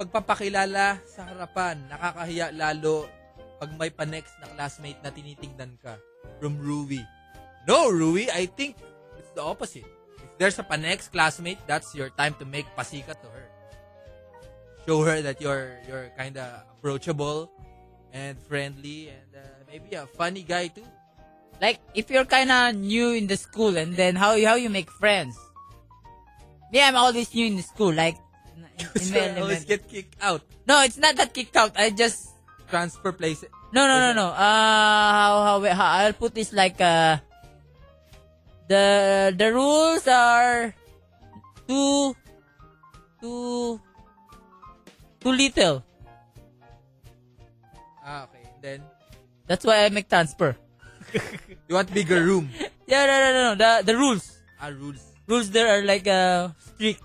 S1: pagpapakilala sa harapan, nakakahiya lalo pag may pa-next na classmate na tinitingnan ka. From Rui. No, Rui, I think it's the opposite. If there's a pa-next classmate, that's your time to make pasika to her. Show her that you're you're kind of approachable and friendly and uh, maybe a funny guy too.
S2: Like, if you're kinda new in the school and then how, how you make friends? Me, I'm always new in the school, like, in, in
S1: So
S2: my
S1: I always
S2: element.
S1: get kicked out.
S2: No, it's not that kicked out. I just,
S1: Transfer place.
S2: No, no, no, no. Uh, how, how, how I'll put this like uh, the the rules are too too too little.
S1: Ah, okay. And then
S2: That's why I make transfer.
S1: you want bigger room.
S2: Yeah, no, no, no, no. The the rules
S1: Ah, rules.
S2: rules there are like uh strict.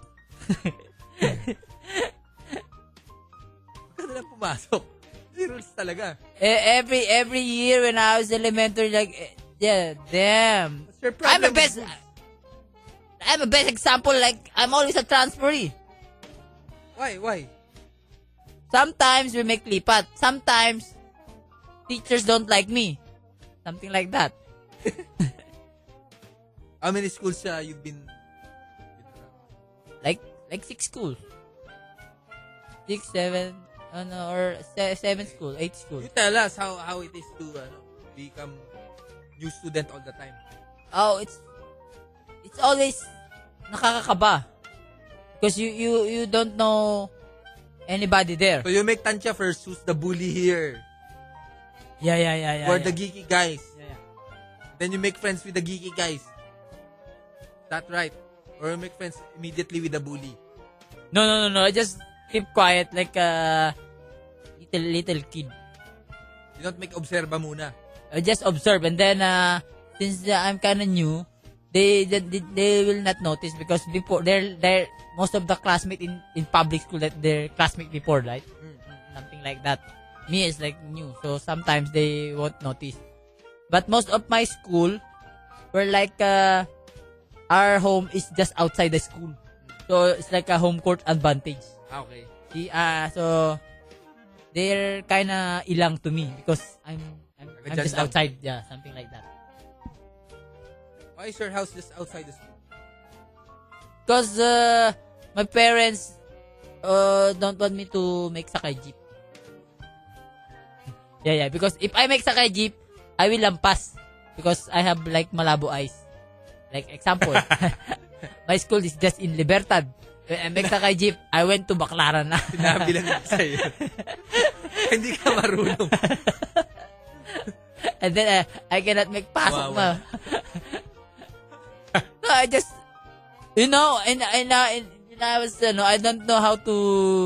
S1: Bakit na lang pumasok? Hindi rules talaga.
S2: E- every every year when I was elementary, like eh, yeah, damn.
S1: What's your
S2: I'm
S1: problem
S2: a best.
S1: with rules?
S2: I'm a best example. Like I'm always a transferee.
S1: Why? Why?
S2: Sometimes we make lipat. Sometimes teachers don't like me. Something like that.
S1: How many schools uh, you've been?
S2: Like like six schools. Six, seven, oh no, or se- seven school, eight school.
S1: You tell us how how it is to ano, become new student all the time.
S2: Oh, it's it's always nakakakaba. Because you, you, you don't know anybody there.
S1: So you make Tancha first, who's the bully here?
S2: Yeah, yeah, yeah, yeah.
S1: or
S2: yeah.
S1: the geeky guys.
S2: Yeah, yeah.
S1: Then you make friends with the geeky guys. That right. Or you make friends immediately with the bully.
S2: No, no, no, no. I just keep quiet. Like, uh, little little kid.
S1: You don't make obserba muna.
S2: I just observe and then uh, since uh, I'm kind of new, they, they they they will not notice because before they're they're most of the classmate in in public school that they're classmate before right
S1: Mm.
S2: something like that. Me is like new so sometimes they won't notice. But most of my school were like uh, our home is just outside the school. So it's like a home court advantage.
S1: Ah, okay.
S2: See, ah, so they're kinda ilang to me because I'm I'm, I'm
S1: Nag-judge
S2: just
S1: lang.
S2: outside, yeah, something like that.
S1: Why is your house just outside the school?
S2: Cause uh, my parents uh, don't want me to make sakay jeep. yeah, yeah, because if I make sakay jeep, I will lampas because I have like malabo eyes. Like example, my school is just in Libertad. When I make sakay jeep, I went to Baclaran na.
S1: Sinabi lang sa'yo. Hindi ka marunong.
S2: And then uh, I cannot make pasok
S1: Wawa.
S2: na. no, I just you know, and and, uh, and and I was you know, I don't know how to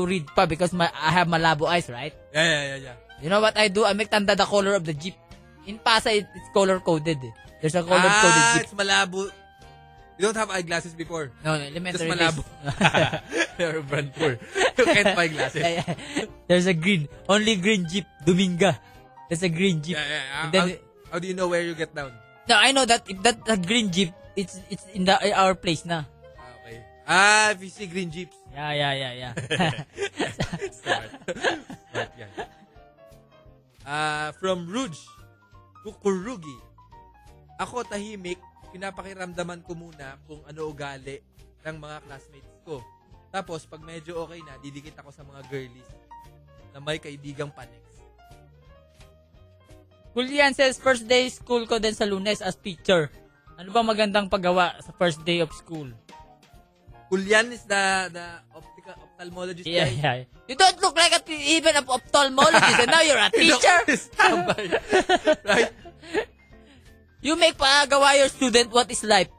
S2: read pa because my I have malabo eyes, right?
S1: Yeah, yeah, yeah, yeah.
S2: You know what I do? I make tanda the color of the jeep. In Pasay, it- it's color coded. eh. There's a color coded
S1: Ah,
S2: jeep.
S1: it's malabo. You don't have eyeglasses before.
S2: No, no, elementary.
S1: Just malabo. You're brand poor. You can't buy
S2: days.
S1: glasses.
S2: Yeah, yeah. There's a green, only green jeep, Dominga. There's a green jeep.
S1: Yeah, yeah. How,
S2: And then-
S1: how- how do you know where you get down?
S2: No, I know that if that, that green jeep, it's it's in the our place na.
S1: Ah, okay. Ah, if you see green jeeps.
S2: Yeah, yeah, yeah, yeah.
S1: Smart. Smart yan. Ah, from Rouge to Kurugi. Ako tahimik, pinapakiramdaman ko muna kung ano ugali ng mga classmates ko. Tapos, pag medyo okay na, didikit ako sa mga girlies na may kaibigang panex.
S2: Julian says, first day school ko din sa lunes as teacher. Ano ba magandang paggawa sa first day of school?
S1: Julian is the, the optical ophthalmologist
S2: Yeah,
S1: guy.
S11: yeah.
S2: You don't look like a t- even an ophthalmologist and now you're a teacher.
S1: Tambay. right?
S2: You make paggawa your student what is life.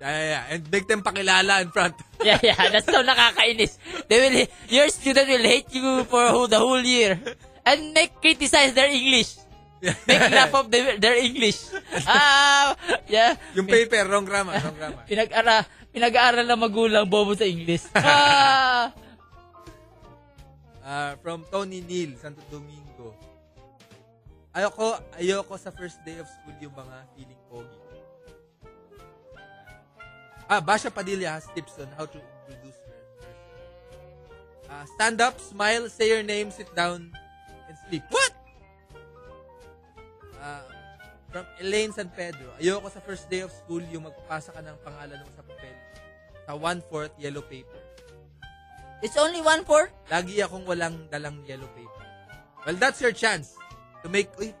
S1: Yeah, yeah, yeah. And make them pakilala in front.
S2: Yeah, yeah. That's so nakakainis. They will, your student will hate you for who- the whole year. And make criticize their English. Make laugh of their, their English. Ah, yeah.
S1: Yung paper, wrong grammar, wrong grammar.
S2: Pinag-ara, pinag-aaral ng magulang bobo sa English. Ah!
S1: Ah, from Tony Neal, Santo Domingo. Ayoko, ayoko sa first day of school yung mga feeling pogi. Ah, Basha Padilla has tips on how to introduce her. Ah, stand up, smile, say your name, sit down, and sleep. What? Ah, from Elaine San Pedro, ayoko sa first day of school yung magpasa ka ng pangalan mo sa papel sa one-fourth yellow paper.
S2: It's only one fourth.
S1: Lagi akong walang dalang yellow paper. Well, that's your chance to make, uy,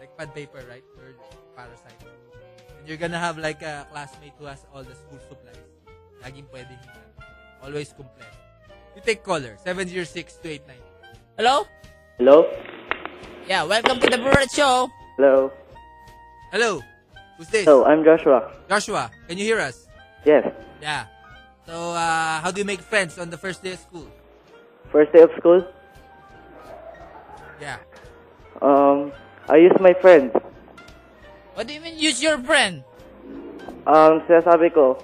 S1: like pad paper, right? Or parasite. And you're gonna have like a classmate who has all the school supplies. Laging pwede hingan. Always complete. You take caller, 706-289.
S2: Hello?
S6: Hello?
S2: Yeah, welcome to the Brunette Show.
S6: Hello?
S1: Hello, who's this?
S6: I'm Joshua.
S1: Joshua, can you hear us?
S6: Yes.
S1: Yeah. So, uh, how do you make friends on the first day of school?
S6: First day of school?
S1: Yeah.
S6: Um, I use my friends.
S2: What do you mean use your friend?
S6: Um, sinasabi ko,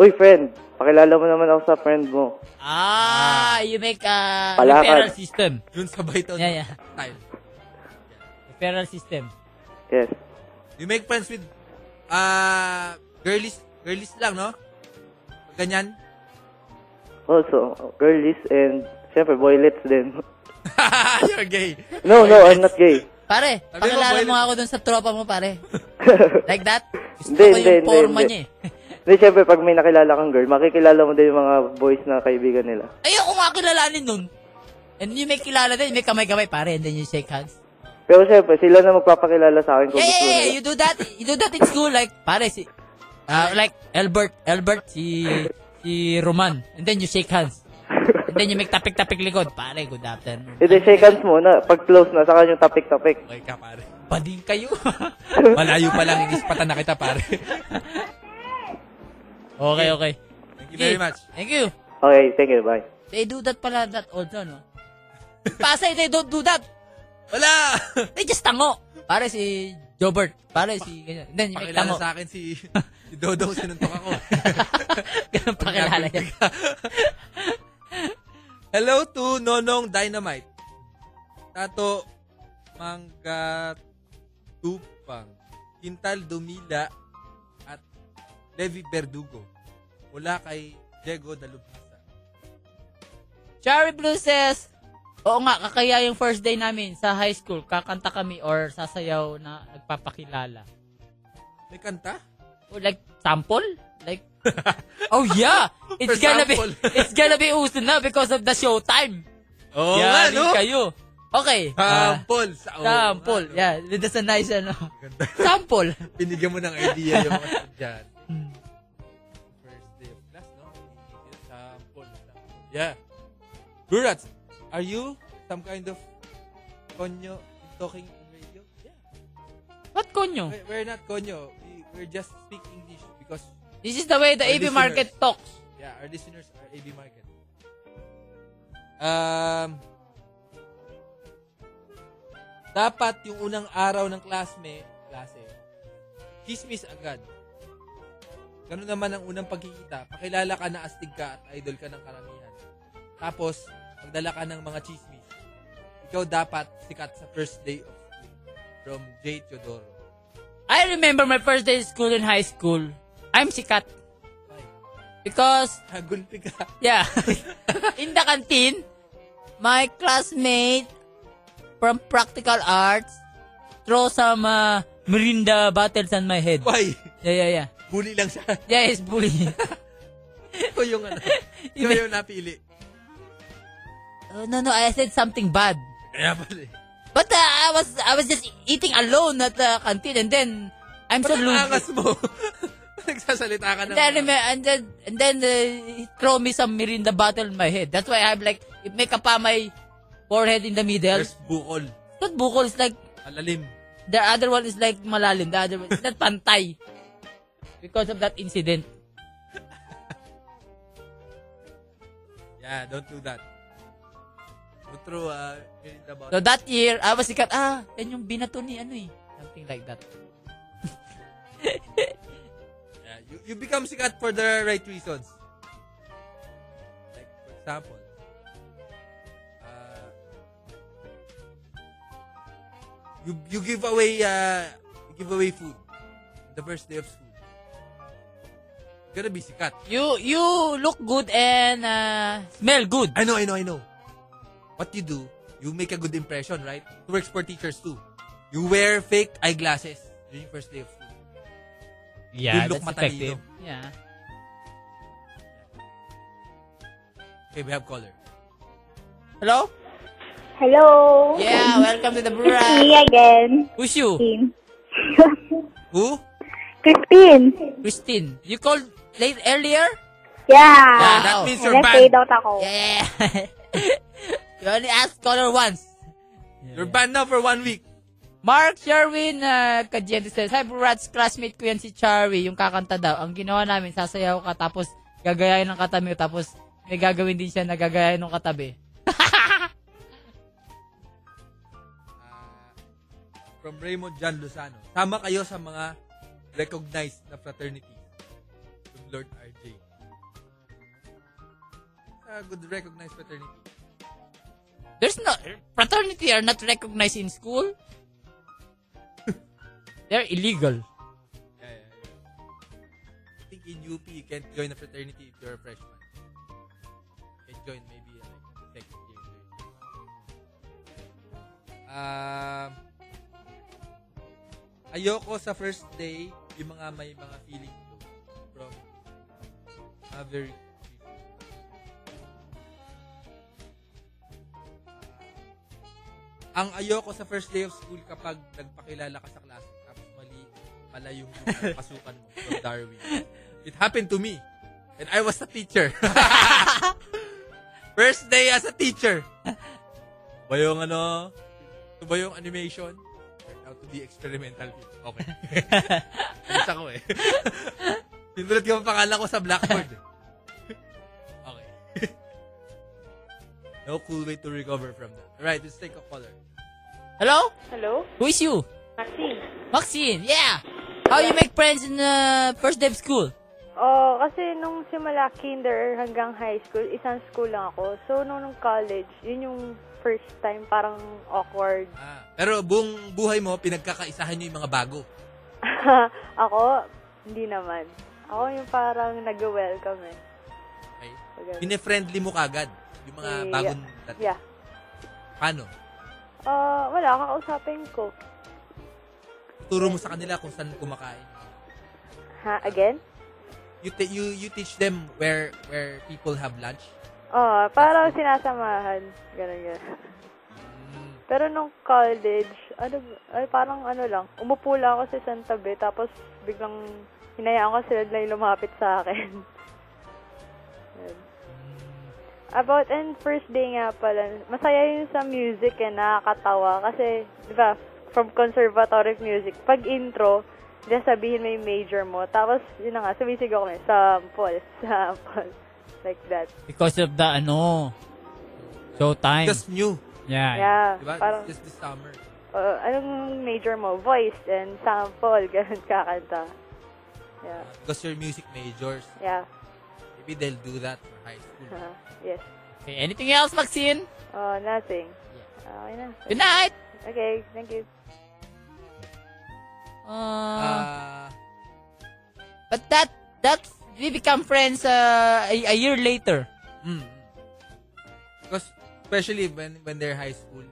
S6: Uy, friend, pakilala mo naman ako sa friend mo.
S2: Ah, you make a
S6: Palakad.
S2: referral system.
S1: Yun sa Python
S2: Yeah, yeah.
S1: style.
S2: Referral system.
S6: Yes.
S1: You make friends with uh, girlies, girlies lang, no? Ganyan.
S6: Also, girlies and, syempre, boylets din.
S1: You're gay.
S6: No, no, I'm not gay.
S2: Pare,
S1: Sabi mo,
S2: pakilala
S1: boy-
S2: mo ako dun sa tropa mo, pare. like that? Gusto
S6: Hindi,
S2: ko
S6: hindi,
S2: yung
S6: hindi,
S2: forma
S6: hindi.
S2: niya eh.
S6: Hindi, syempre, pag may nakilala kang girl, makikilala mo din yung mga boys na kaibigan nila.
S2: Ayoko nga kilalanin nun. And you may kilala din, may kamay-kamay, pare, and then you shake hands.
S6: Pero syempre, sila na magpapakilala sa akin kung
S2: Yeah,
S6: gusto
S2: yeah, yeah,
S6: nila.
S2: you do that, you do that in school, like, pare, si, ah, like, Albert, Albert, si, si Roman, and then you shake hands. And then you make tapik-tapik likod, pare, good afternoon.
S6: Hindi, shake hands muna. Pag close na, saka yung topic-topic.
S1: Okay ka, pare.
S2: Pa din kayo.
S1: Malayo pa lang, inispatan na kita, pare.
S2: okay, okay.
S1: Thank you very much.
S2: Thank you.
S6: Okay, thank you, bye.
S2: They do that pala that also, no? Pasay, they don't do that.
S1: Wala!
S2: They just tango. Pare si Jobert. Pare si ganyan. Then may
S1: Pakilala
S2: tango.
S1: sa akin si, si Dodo, sinuntok ako.
S2: Ganun pakilala yan.
S1: Hello to Nonong Dynamite. Tato Mangga Tupang, Quintal Dumila at Levi Verdugo. Mula kay Diego Dalubisa.
S2: Cherry Blue says, Oo nga, kakaya yung first day namin sa high school. Kakanta kami or sasayaw na nagpapakilala.
S1: May kanta?
S2: Or like, sample? Like, oh yeah! It's
S1: For
S2: gonna
S1: sample.
S2: be, it's gonna be uso na because of the showtime.
S1: Oo nga,
S2: Yari
S1: no?
S2: kayo. Okay. ah,
S1: Sample. Sa, oo nga,
S2: sample.
S1: no?
S2: Yeah, that's a nice, ano.
S1: Ganda.
S2: sample.
S1: Binigyan mo ng idea yung mga dyan. Kan. First day of class, no? Sample. sample. Yeah. Burats, are you some kind of konyo in talking in radio? Yeah.
S2: What konyo?
S1: We- We're not konyo. We- We're just speak English because,
S2: This is the way the
S1: Our
S2: AB
S1: listeners.
S2: market talks.
S1: yeah, our listeners are AB market. Um, dapat yung unang araw ng classmate, klase, kismis agad. Ganun naman ang unang pagkikita. Pakilala ka na astig ka at idol ka ng karamihan. Tapos, magdala ka ng mga chismis. Ikaw dapat sikat sa first day of school. From J. Teodoro.
S2: I remember my first day of school in high school. I'm sikat.
S1: Ay,
S2: Because,
S1: hagulpi ka.
S2: yeah, in the canteen, my classmate from practical arts throw some uh, Mirinda bottles on my head.
S1: Why?
S2: Yeah, yeah, yeah.
S1: Bully lang siya.
S2: Yeah, it's bullying.
S1: Ikaw yung ano. Ikaw yung napili.
S2: oh, no, no, I said something bad.
S1: Kaya pala eh.
S2: But uh, I was I was just eating alone at the canteen and then I'm so
S1: Ba't ang angas
S2: loose.
S1: mo? Nagsasalita ka ng... ano?
S2: And then, and then, and then uh, he throw me some Mirinda bottle in my head. That's why I'm like, it make up pa my forehead in the middle.
S1: There's bukol.
S2: Not bukol, it's like,
S1: Malalim.
S2: the other one is like malalim. The other one is not pantay. Because of that incident.
S1: Yeah, don't do that. Don't throw uh, Mirinda
S2: So
S1: bottle.
S2: that year, I was sikat, ah, yan yung binato ni ano eh. Something like that.
S1: Yeah, you, you become sikat for the right reasons. Like, for example, uh, you you give away uh, you give away food the first day of school. You're gonna be sikat.
S2: You, you look good and uh, smell good.
S1: I know, I know, I know. What you do, you make a good impression, right? It works for teachers too. You wear fake eyeglasses during first day of school.
S5: Yeah,
S1: You look
S5: that's effective.
S1: matalino.
S2: Yeah.
S1: Okay, we have caller.
S2: Hello?
S12: Hello.
S2: Yeah, welcome to the
S12: It's
S2: Brad.
S12: me again.
S2: Who's you?
S12: Christine.
S1: Who?
S12: Christine.
S2: Christine. You called late earlier?
S1: Yeah,
S12: Yeah.
S1: that
S2: Wow.
S1: means
S12: Let's
S1: you're
S12: fade
S1: banned.
S12: out ako.
S2: Yeah. you only asked caller once.
S1: You're banned now for one week.
S2: Mark Sherwin uh, Kadyente says, Hi Brats, classmate ko yan si Charlie, yung kakanta daw. Ang ginawa namin, sasayaw ka tapos gagayain ng katabi mo, tapos may gagawin din siya na gagayain ng katabi.
S1: From Raymond John Luzano. Sama kayo sa mga recognized na fraternity. From Lord RJ. A good recognized fraternity.
S2: There's no, fraternity are not recognized in school. They're illegal.
S1: Yeah, yeah, yeah. I think in UP, you can't join a fraternity if you're a freshman. You can join maybe uh, like second year, third year. Um, ayoko sa first day yung mga may mga feeling to from Maverick. Ang ayoko sa first day of school kapag nagpakilala ka sa klase tapos mali pala yung yung pasukan mo from Darwin. It happened to me and I was a teacher. first day as a teacher. Ba yung ano? Ito ba yung animation? Turned out to be experimental. film. Okay. Alis ako eh. Sinulat ko ang pangalan ko sa blackboard. eh. okay. No cool way to recover from that. Right, let's take a caller.
S2: Hello?
S13: Hello?
S2: Who is you?
S13: Maxine?
S2: Maxine, yeah! How you make friends in uh, first day of school?
S5: Oh, kasi nung simula kinder hanggang high school, isang school lang ako. So, nung, nung college, yun yung first time parang awkward.
S1: Pero buong buhay mo, pinagkakaisahan nyo yung mga bago.
S5: ako, hindi naman. Ako yung parang nag-welcome eh.
S1: Okay?
S5: Pag-
S1: Pine-friendly mo kagad yung mga
S5: Yeah.
S1: bagong dating.
S5: Yeah.
S1: Paano?
S5: Ah, wala, kakausapin ko.
S1: Turo mo sa kanila kung saan kumakain.
S5: Ha, again?
S1: You, te- you, you teach them where where people have lunch.
S5: Oo, parang sinasamahan. Ganun, ganun. Pero nung college, ano, ay, parang ano lang, umupo lang ako sa isang tabi, tapos biglang hinayaan ko sila na lumapit sa akin. Yun. About and first day nga pala, masaya yun sa music eh, nakakatawa. Kasi, di ba, from conservatoric music, pag intro, di sabihin may major mo. Tapos, yun na nga, sumisigaw ko na, sample, sample. Like that.
S14: Because of the, ano, showtime.
S1: Just new.
S14: Yeah.
S5: Yeah,
S1: Diba?
S5: parang,
S1: Just this summer.
S5: uh, anong major mo? Voice and sample, ganun kakanta. Yeah,
S1: Because you're music majors.
S5: yeah,
S1: Maybe they'll do that for high school.
S5: uh, yes.
S14: Okay, anything else, Maxine?
S5: Oh, nothing. Okay na.
S14: Good night!
S5: Okay, thank you.
S2: Uh,
S1: Ah,
S2: but that, that, we become friends uh, a, a year later.
S1: mm, mm. Because especially when when they're high school,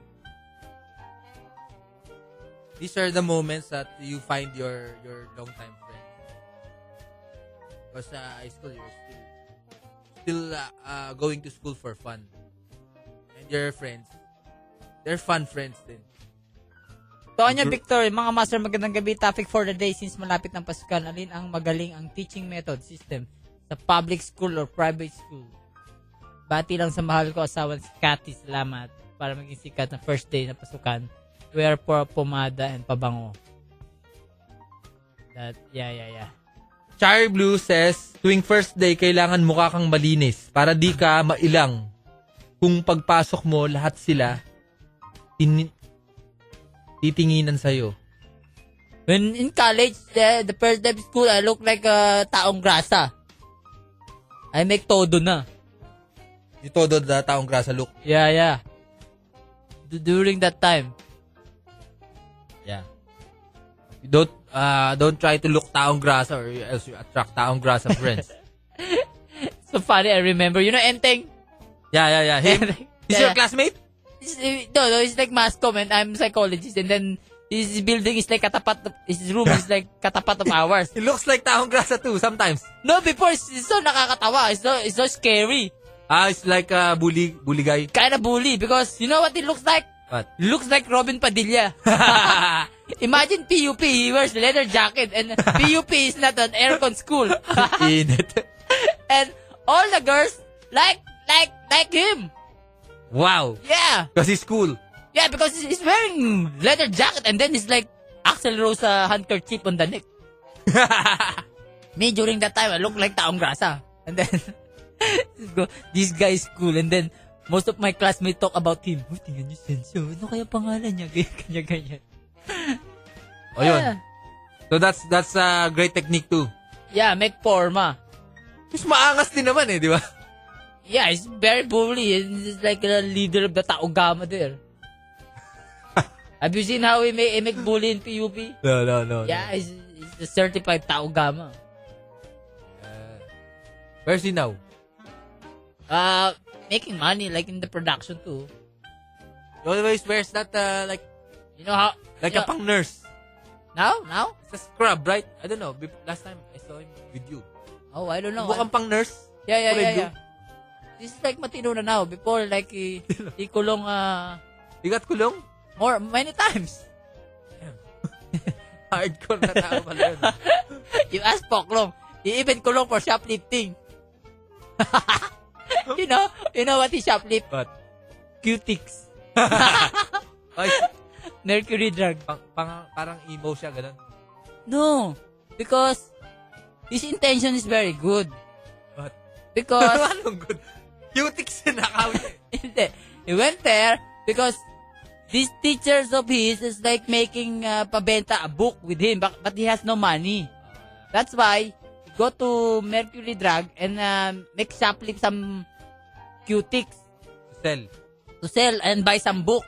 S1: these are the moments that you find your your long time friend. Because uh, high school you're still still uh, uh, going to school for fun, and your friends, they're fun friends din.
S2: Tonya
S1: Gr-
S2: Victor, mga master, magandang gabi. Topic for the day, since malapit ng Paskal, alin ang magaling ang teaching method system sa public school or private school? Bati lang sa mahal ko asawa si Cathy, salamat para maging sikat na first day na pasukan. Wear for pomada and pabango. That, yeah, yeah, yeah.
S1: Char Blue says, tuwing first day, kailangan mukha kang malinis para di ka mailang. Kung pagpasok mo, lahat sila tin- titinginan sa'yo.
S2: When in college, the, the first day of school, I look like a taong grasa. I make todo na.
S1: Yung todo na taong grasa look.
S2: Yeah, yeah. D- during that time.
S1: Yeah. You don't, uh, don't try to look taong grasa or else you attract taong grasa friends.
S2: So funny, I remember. You know, Enteng?
S1: yeah, yeah, yeah. Him, he's your classmate?
S2: It's- uh, no, no, it's like mass com and I'm psychologist and then his building is like katapat of, his room is like katapat of ours.
S1: He looks like taong grasa too sometimes.
S2: No, before it's, it's so nakakatawa. It's so, it's so scary.
S1: Ah, it's like a bully, bully guy.
S2: Kind of bully because you know what it looks like?
S1: But,
S2: Looks like Robin Padilla. Imagine PUP, he wears leather jacket and PUP is not an aircon school.
S1: init.
S2: and all the girls like, like, like him.
S1: wow.
S2: Yeah.
S1: Because he's cool.
S2: Yeah, because he's- he's wearing leather jacket and then he's like Axel Rose uh, handkerchief on the neck. Me during that time, I look like taong grasa. And then, go, this guy is cool. And then, most of my classmates talk about him. Oh, tingnan niyo, Senso. Ano kaya pangalan niya? Ganyan, ganyan, ganyan.
S1: O Oh, yun. So that's that's a great technique too.
S2: Yeah, make forma.
S1: Mas maangas din naman eh, di ba?
S2: Yeah, he's very bully. and He's like the leader of the taong gama there. Have you seen how he make, he make bully in PUP?
S1: No, no, no.
S2: Yeah, he's, he's the certified taong gama.
S1: Where's he now?
S2: uh, making money like in the production too.
S1: He always wears that uh, like
S2: You know how?
S1: like
S2: you
S1: a pang nurse.
S2: now now?
S1: It's a scrub, right? I don't know. Be- Last time I saw him with you.
S2: Oh, I don't know.
S1: Mukhang pang nurse.
S2: yeah, yeah,
S1: kulay
S2: yeah,
S1: blue.
S2: yeah. This is like matino na now. Before like he, he kulong uh,
S1: He got kulong.
S2: more many times.
S1: Hardcore na tao pala yun.
S2: you ask Poklong, he even kulong for shoplifting. you know, you know what he shoplift?
S1: But,
S2: Cutics,
S1: ay,
S2: mercury drug.
S1: pang, pang- parang emo siya, ganun.
S2: No, because his intention is very good.
S1: But,
S2: Because
S1: anong good? Cutics na nakawin eh.
S2: Hindi. He went there because these teachers of his is like making uh, pabenta a book with him, but, but he has no money. That's why he go to Mercury Drug and um, make shoplift some cutics
S1: Sell.
S2: to sell and buy some book.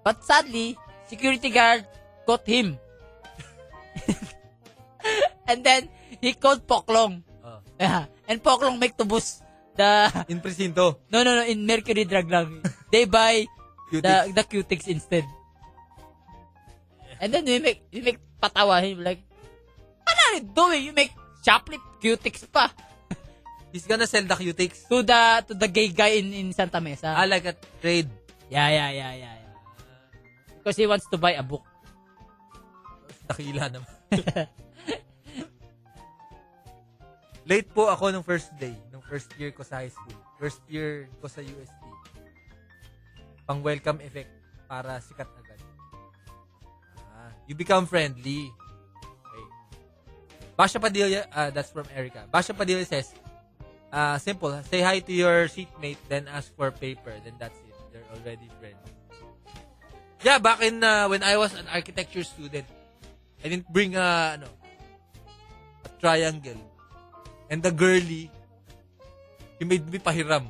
S2: But sadly, security guard caught him. and then he called Poklong.
S1: Ah.
S2: Yeah. And Poklong make tubos the
S1: In presinto.
S2: no no no in Mercury Drug lang. They buy the the cutics instead. And then we make we make patawa him like what are you doing? You make shoplift cutics pa
S1: He's gonna sell the cutics.
S2: to the to the gay guy in in Santa Mesa.
S1: Ah, like a trade.
S2: Yeah, yeah, yeah, yeah. yeah. Because he wants to buy a book.
S1: Dakila naman. Late po ako nung first day, nung first year ko sa high school. First year ko sa UST. Pang welcome effect para sikat agad. Ah, you become friendly. Okay. Basha Padilla, ah, that's from Erica. Basha Padilla says, ah, simple, say hi to your seatmate, then ask for paper, then that's it. They're already friends. Yeah, back in ah, when I was an architecture student, I didn't bring a, ano, a triangle. And the girly, he made me pahiram.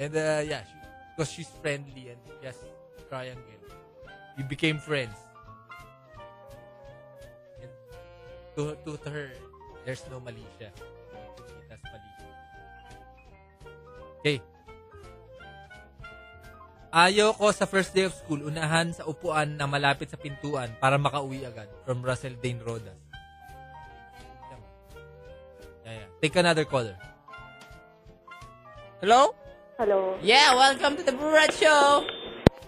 S1: And uh, yeah, she, because she's friendly and just triangle. We became friends. And to, to, to her, there's no Malaysia. To me, That's Malaysia. Okay. Ayaw ko sa first day of school, unahan sa upuan na malapit sa pintuan para makauwi agad from Russell Dane Rodas. Yeah, yeah. Take another caller.
S2: Hello?
S15: Hello.
S2: Yeah, welcome to the Burat Show.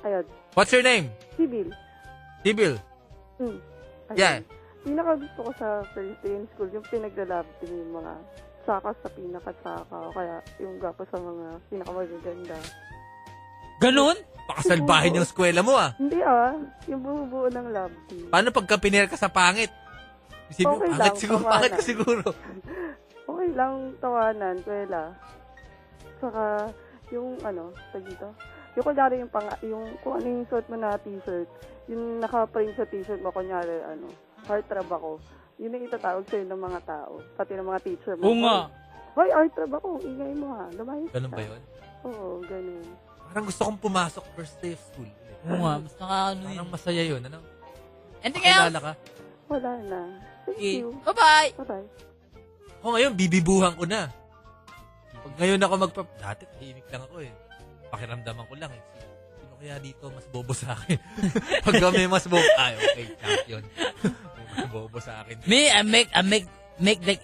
S15: Ayun.
S1: What's your name?
S15: Sibil.
S1: Sibyl.
S15: Mm. Ayun.
S1: Yeah.
S15: Pinaka gusto ko sa first day in school, yung pinaglalabting yung mga saka sa pinakatsaka o kaya yung gapo sa mga pinakamagaganda.
S2: Ganun?
S1: Pakasalbahin yung eskwela mo ah.
S15: Hindi ah, yung buo-buo ng lab team.
S1: Paano pagka piner ka sa pangit? Isipin,
S15: Okay
S1: pangit
S15: lang,
S1: siguro,
S15: tama
S1: pangit
S15: na.
S1: ka siguro.
S15: Okay lang tawanan, kwela. Saka yung ano, sa dito. Yung kunyari yung, pang, yung kung ano yung suot mo na t-shirt, yung nakaprint sa t-shirt mo, kunyari ano, heart rub ako. Yun ang itatawag sa'yo ng mga tao, pati ng mga teacher mo.
S16: Oo nga.
S15: Hoy, heart rub ako, ingay mo ha, lumayas
S1: Ganun
S15: ka.
S1: ba yun?
S15: Oo, ganun.
S1: Parang gusto kong pumasok first day of school.
S2: Oo nga, mas nakakaano yun.
S1: Parang masaya yun, ano?
S2: Anything else?
S1: Kilala ka? Eh,
S15: Wala na. Thank
S2: Okay.
S15: you.
S2: Bye-bye.
S15: Bye-bye.
S1: Ako ngayon, bibibuhan ko na. Pag ngayon ako magpa... Dati, tahimik lang ako eh. Pakiramdaman ko lang eh. Sino kaya dito mas bobo sa akin? Pag kami mas bobo... Ay, okay, champion. May mas bobo sa akin.
S2: Me, I make, I make, make like,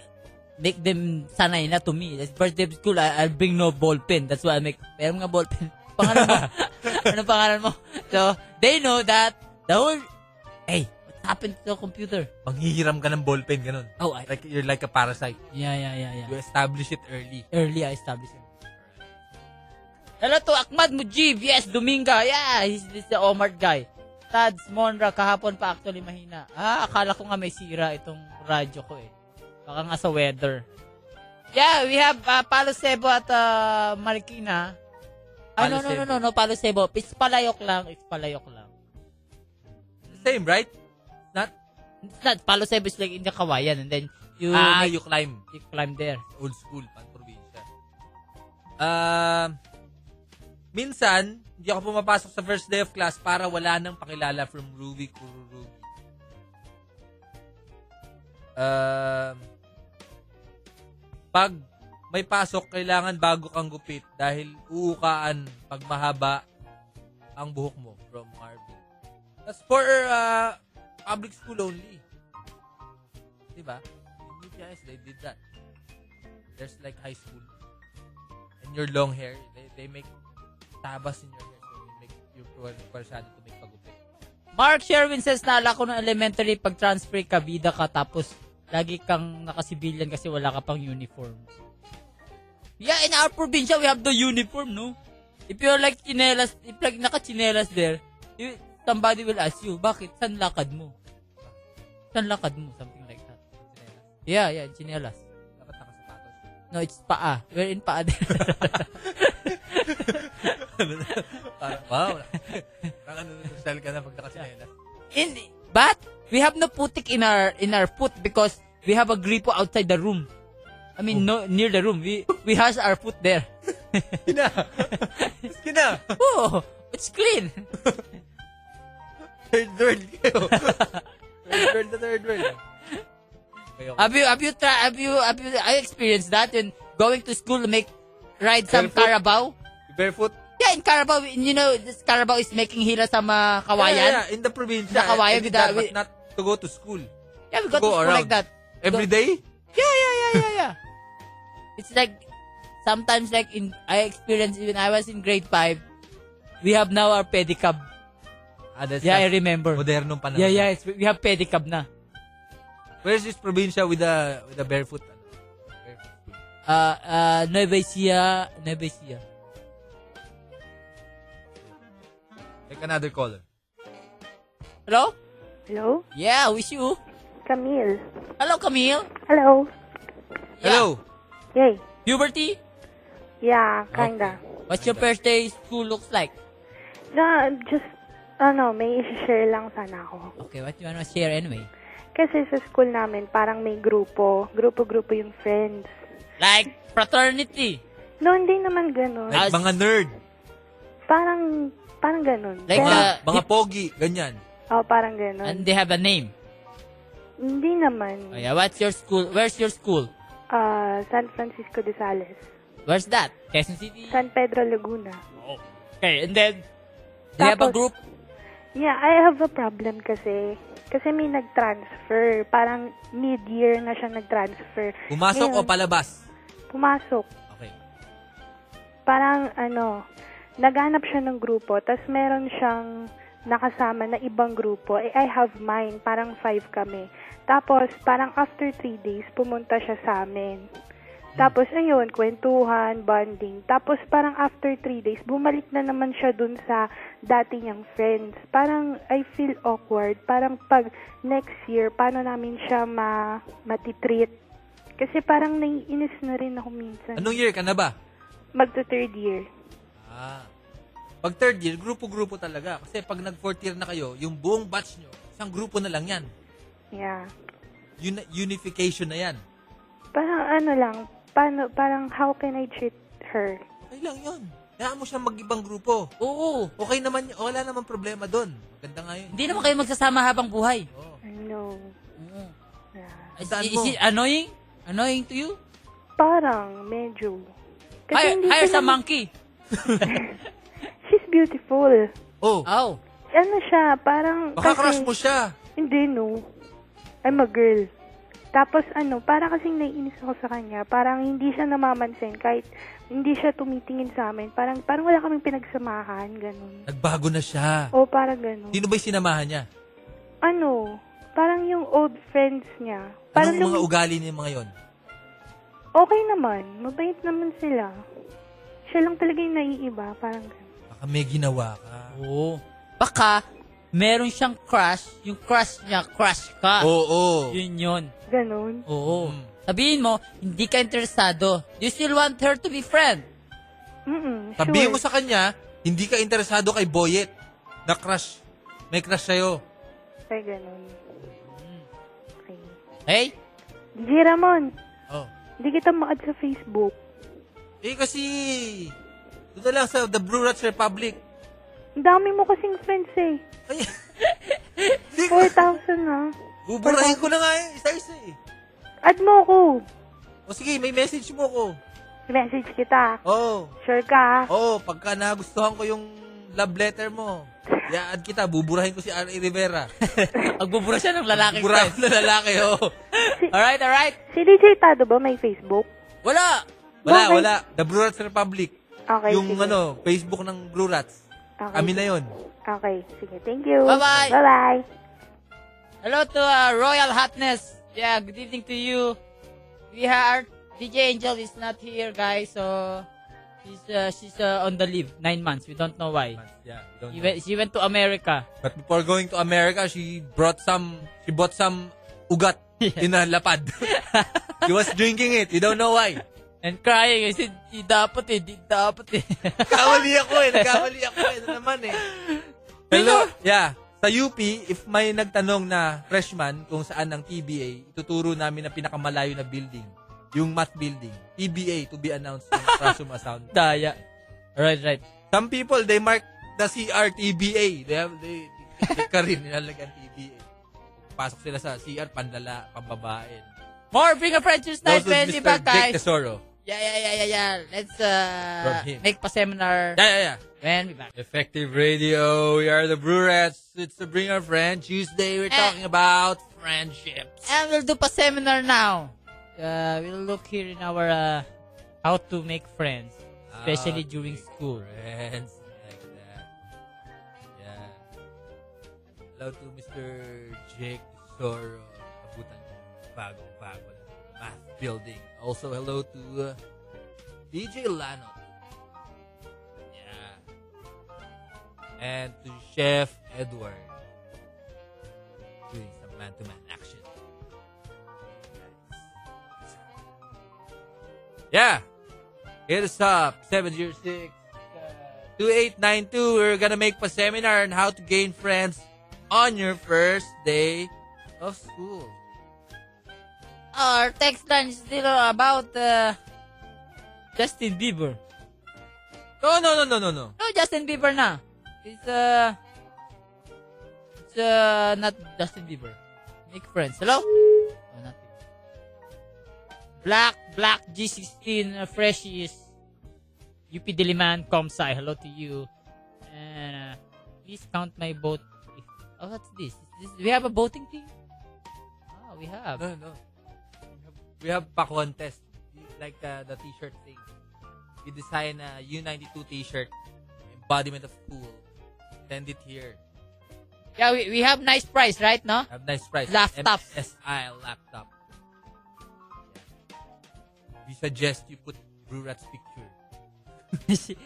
S2: make them sanay na to me. That's first day of school, I, I'll bring no ball pen. That's why I make, meron nga ball pen. Pangalan mo? ano pangalan mo? So, they know that the whole, hey, what happened to the computer?
S1: Manghihiram ka ng ballpen, ganun.
S2: Oh, I,
S1: Like, you're like a parasite.
S2: yeah, yeah, yeah, yeah.
S1: You establish it early.
S2: early I established him. Hello to Ahmad Mujib. Yes, Dominga. Yeah, he's this the Omart guy. Tads, Monra, kahapon pa actually mahina. Ah, akala ko nga may sira itong radyo ko eh. Baka nga sa weather. Yeah, we have uh, Palo Cebo at uh, Marikina. Ah, no,
S1: Palo
S2: no, no,
S1: Cebo.
S2: no, no, Palo Cebo. It's palayok lang. It's palayok lang.
S1: Same, right? Not...
S2: It's not, Palo Cebo is like in the Kawayan and then you,
S1: Ah,
S2: make-
S1: you climb.
S2: you climb there.
S1: old school, pan probinsya. Um, minsan, hindi ako pumapasok sa first day of class para wala nang pakilala from Ruby Kururugi. Um, pag may pasok, kailangan bago kang gupit dahil uukaan pag mahaba ang buhok mo from Marvin. That's for uh, public school only. Diba? In UPIS, they did that there's like high school and your long hair they, they make tabas in your hair so they make you pwersado to make pagupit
S2: Mark Sherwin says, naalala ko ng elementary, pag transfer ka, bida ka, tapos lagi kang nakasibilyan kasi wala ka pang uniform. Yeah, in our probinsya, we have the uniform, no? If you're like chinelas, if like naka-chinelas there, you, somebody will ask you, bakit? San lakad mo? San lakad mo? Something like that.
S1: Chinelas.
S2: Yeah, yeah, chinelas.
S1: dapat nakasapatos
S2: No, it's paa. We're in paa there.
S1: Parang, wow. Parang ano, style ka na pag nakasinelas.
S2: In, but we have no putik in our in our foot because we have a gripo outside the room. I mean,
S1: Oh.
S2: no near the room. We we has our foot there.
S1: Kina!
S2: Oh, it's clean.
S1: third world kayo. third world na third world. Okay, okay.
S2: Have you have you try have you have you I experienced that in going to school to make ride some
S1: Barefoot?
S2: carabao?
S1: Barefoot?
S2: Yeah, in carabao, you know, this carabao is making hila sa mga kawayan.
S1: Yeah, yeah, in the province.
S2: The
S1: I
S2: kawayan
S1: did
S2: with
S1: that,
S2: the-
S1: but not to go to school.
S2: Yeah, we got to
S1: go
S2: school
S1: around.
S2: like that.
S1: Every day?
S2: Yeah, yeah, yeah, yeah, yeah. it's like sometimes like in I experienced when I was in grade five, we have now our pedicab.
S1: Ah, that's
S2: Yeah, I
S1: not-
S2: remember.
S1: Modernong panahon.
S2: Yeah, yeah, it's, we have pedicab na.
S1: Where's this probinsya with the with the barefoot? ano?
S2: Uh, uh, Nueva Ecija, Nueva Ecija.
S1: Like another color.
S2: Hello?
S17: Hello?
S2: Yeah, wish you.
S17: Camille.
S2: Hello, Camille.
S17: Hello.
S1: Hello.
S17: Yay.
S2: Puberty?
S17: Yeah, kinda.
S2: What's your first day school looks like?
S17: No, just, ano, may share lang sana ako.
S2: Okay, what you wanna share anyway?
S17: Kasi sa school namin, parang may grupo. Grupo-grupo yung friends.
S2: Like fraternity.
S17: No, hindi naman ganun.
S1: Like mga nerd.
S17: Parang, parang ganun.
S2: Like
S17: Pero-
S2: the-
S1: Mga pogi. Ganyan.
S17: oh, parang ganun.
S2: And they have a name.
S17: hindi
S2: Oh
S17: naman.
S2: yeah, what's your school? Where's your school?
S17: Ah, San Francisco de Sales.
S2: Where's that? Quezon City?
S17: San Pedro Laguna.
S2: Okay, and then, they have a
S17: Tapos-
S2: group?
S17: Yeah, I have a problem kasi. Kasi may nag-transfer. Parang mid-year na siya nag-transfer.
S1: Pumasok o
S17: Ngayon,
S1: palabas?
S17: Pumasok.
S1: Okay.
S17: Parang ano, naghanap siya ng grupo. Tapos meron siyang nakasama na ibang grupo. Eh, I have mine. Parang five kami. Tapos, parang after three days, pumunta siya sa amin. Tapos, ayun, kwentuhan, bonding. Tapos, parang after three days, bumalik na naman siya dun sa dati niyang friends. Parang, I feel awkward. Parang pag next year, paano namin siya ma matitreat? Kasi parang naiinis na rin ako minsan.
S1: Anong year ka na ba?
S17: Magto third year.
S1: Ah. Pag third year, grupo-grupo talaga. Kasi pag nag fourth year na kayo, yung buong batch nyo, isang grupo na lang yan.
S17: Yeah.
S1: Uni- unification na yan.
S17: Parang ano lang, paano, parang how can I treat her?
S1: Okay lang yun. Hayaan mo siyang mag-ibang grupo.
S2: Oo.
S1: Okay naman, y- wala naman problema doon. Maganda nga yun.
S2: Hindi naman kayo magsasama habang buhay.
S17: I know.
S2: Oo.
S17: Yeah.
S2: Is,
S1: Tandaan
S2: is
S1: mo.
S2: it annoying? Annoying to you?
S17: Parang, medyo.
S2: Hire,
S17: hindi ko
S2: hire sa
S17: naman-
S2: monkey.
S17: She's beautiful.
S1: Oh,
S2: Oh.
S17: Ano siya, parang...
S1: baka
S17: kasi-
S1: crush mo siya.
S17: Hindi, no. I'm a girl. Tapos ano, para kasing naiinis ako sa kanya. Parang hindi siya namamansin kahit hindi siya tumitingin sa amin. Parang parang wala kaming pinagsamahan, ganun.
S1: Nagbago na siya.
S17: O parang ganun.
S1: Sino ba'y sinamahan niya?
S17: Ano, parang yung old friends niya. Parang
S1: Anong mga
S17: lumi-
S1: ugali niya mga yon?
S17: okay naman. Mabait naman sila. Siya lang talaga yung naiiba. Parang ganun.
S1: Baka may ginawa ka.
S2: Oo. Baka, meron siyang crush. Yung crush niya, crush ka.
S1: Oo.
S2: Ah, Yun yun.
S17: Ganun.
S2: Oo.
S1: Mm.
S2: Sabihin mo, hindi ka interesado. You still want her to be friend.
S17: Mm-mm,
S1: Sabihin
S17: sure.
S1: mo sa kanya, hindi ka interesado kay Boyet. Na crush. May crush sa'yo.
S17: Ay, ganun. Okay.
S2: Okay?
S17: DJ Ramon,
S1: Oh.
S17: hindi kita ma-add sa Facebook.
S1: Eh kasi, doon na lang sa The Blue Rats Republic.
S17: Ang dami mo kasing friends eh.
S1: Ay, hindi ko.
S17: 4,000 na.
S1: Buburahin ko na nga eh. Isa-isa eh.
S17: Add mo ako.
S1: O sige, may message mo ko.
S17: Message kita.
S1: Oo.
S17: Sure ka?
S1: Oo, pagka nagustuhan ko yung love letter mo, i-add kita, buburahin ko si R.A. Rivera.
S2: Magbubura siya ng lalaki
S1: Buburahin
S2: friend.
S1: ko na lalaki, oo.
S2: Alright, alright.
S17: Si DJ Tado ba may Facebook?
S2: Wala.
S1: Wala,
S17: Bakit?
S1: wala. The Blue Rats Republic.
S17: Okay,
S1: yung
S17: sige.
S1: ano, Facebook ng Blue Rats.
S17: Okay.
S1: Kami na yun.
S17: Okay, sige. Thank you.
S2: Bye-bye.
S17: Bye-bye.
S2: Hello to uh, Royal Hotness. Yeah, good evening to you. We are DJ Angel is not here, guys. So she's uh, she's uh, on the leave nine months. We don't know why.
S1: Yeah, don't
S2: She went, she went to America.
S1: But before going to America, she brought some, she bought some ugat in a lapad. She was drinking it. You don't know why.
S2: And crying. I said, di dapat eh, di dapat eh.
S1: Nagkamali ako eh, nagkamali ako eh. Ano naman eh. Hello? Yeah. Sa UP, if may nagtanong na freshman kung saan ang PBA, ituturo namin ang pinakamalayo na building. Yung math building. PBA to be announced in Prasum Sound.
S2: Daya. Right, right.
S1: Some people, they mark the CR TBA. They have, they, they ka rin, nilalagyan TBA. Pasok sila sa CR, pandala, pambabae.
S2: More fingerprints tonight,
S1: Those with Mr.
S2: Bendy
S1: Jake
S2: Bakay.
S1: Tesoro.
S2: Yeah, yeah, yeah, yeah, yeah. Let's
S1: From
S2: uh,
S1: him.
S2: make pa seminar
S1: Yeah, yeah, yeah.
S2: when we back.
S1: Effective Radio. We are the Brewerettes. It's the Bring Our Friend Tuesday. We're
S2: Eh.
S1: talking about friendships.
S2: And we'll do pa seminar now. Uh, we'll look here in our uh, how to make friends, especially
S1: How to
S2: during
S1: make
S2: school.
S1: Friends like that. Yeah. Hello to Mr. Jake Soro. Abutan ko. Bago, bago. Math building. Also, hello to uh, DJ Lano. Yeah. And to Chef Edward. Doing some man-to-man action. Yeah. Hit us up. 706 uh, 2892. We're gonna make a seminar on how to gain friends on your first day of school.
S2: Our text line is still about uh, Justin Bieber.
S1: No, no, no, no, no, no.
S2: No, Justin Bieber na. It's uh, it's uh, not Justin Bieber. Make friends. Hello? Oh, not it. Black, Black G16 uh, Freshies. UP Diliman, Comsai. Hello to you. And uh, please count my vote. If, oh, what's this? Is this? We have a voting thing? Oh, we have.
S1: No, no. We have pa contest. Like uh, the t-shirt thing. We design a U92 t-shirt. Embodiment of cool. Send it here.
S2: Yeah, we, we have nice price, right? No?
S1: Have nice price.
S2: Laptop.
S1: MSI laptop. We suggest you put Brew Rat's picture.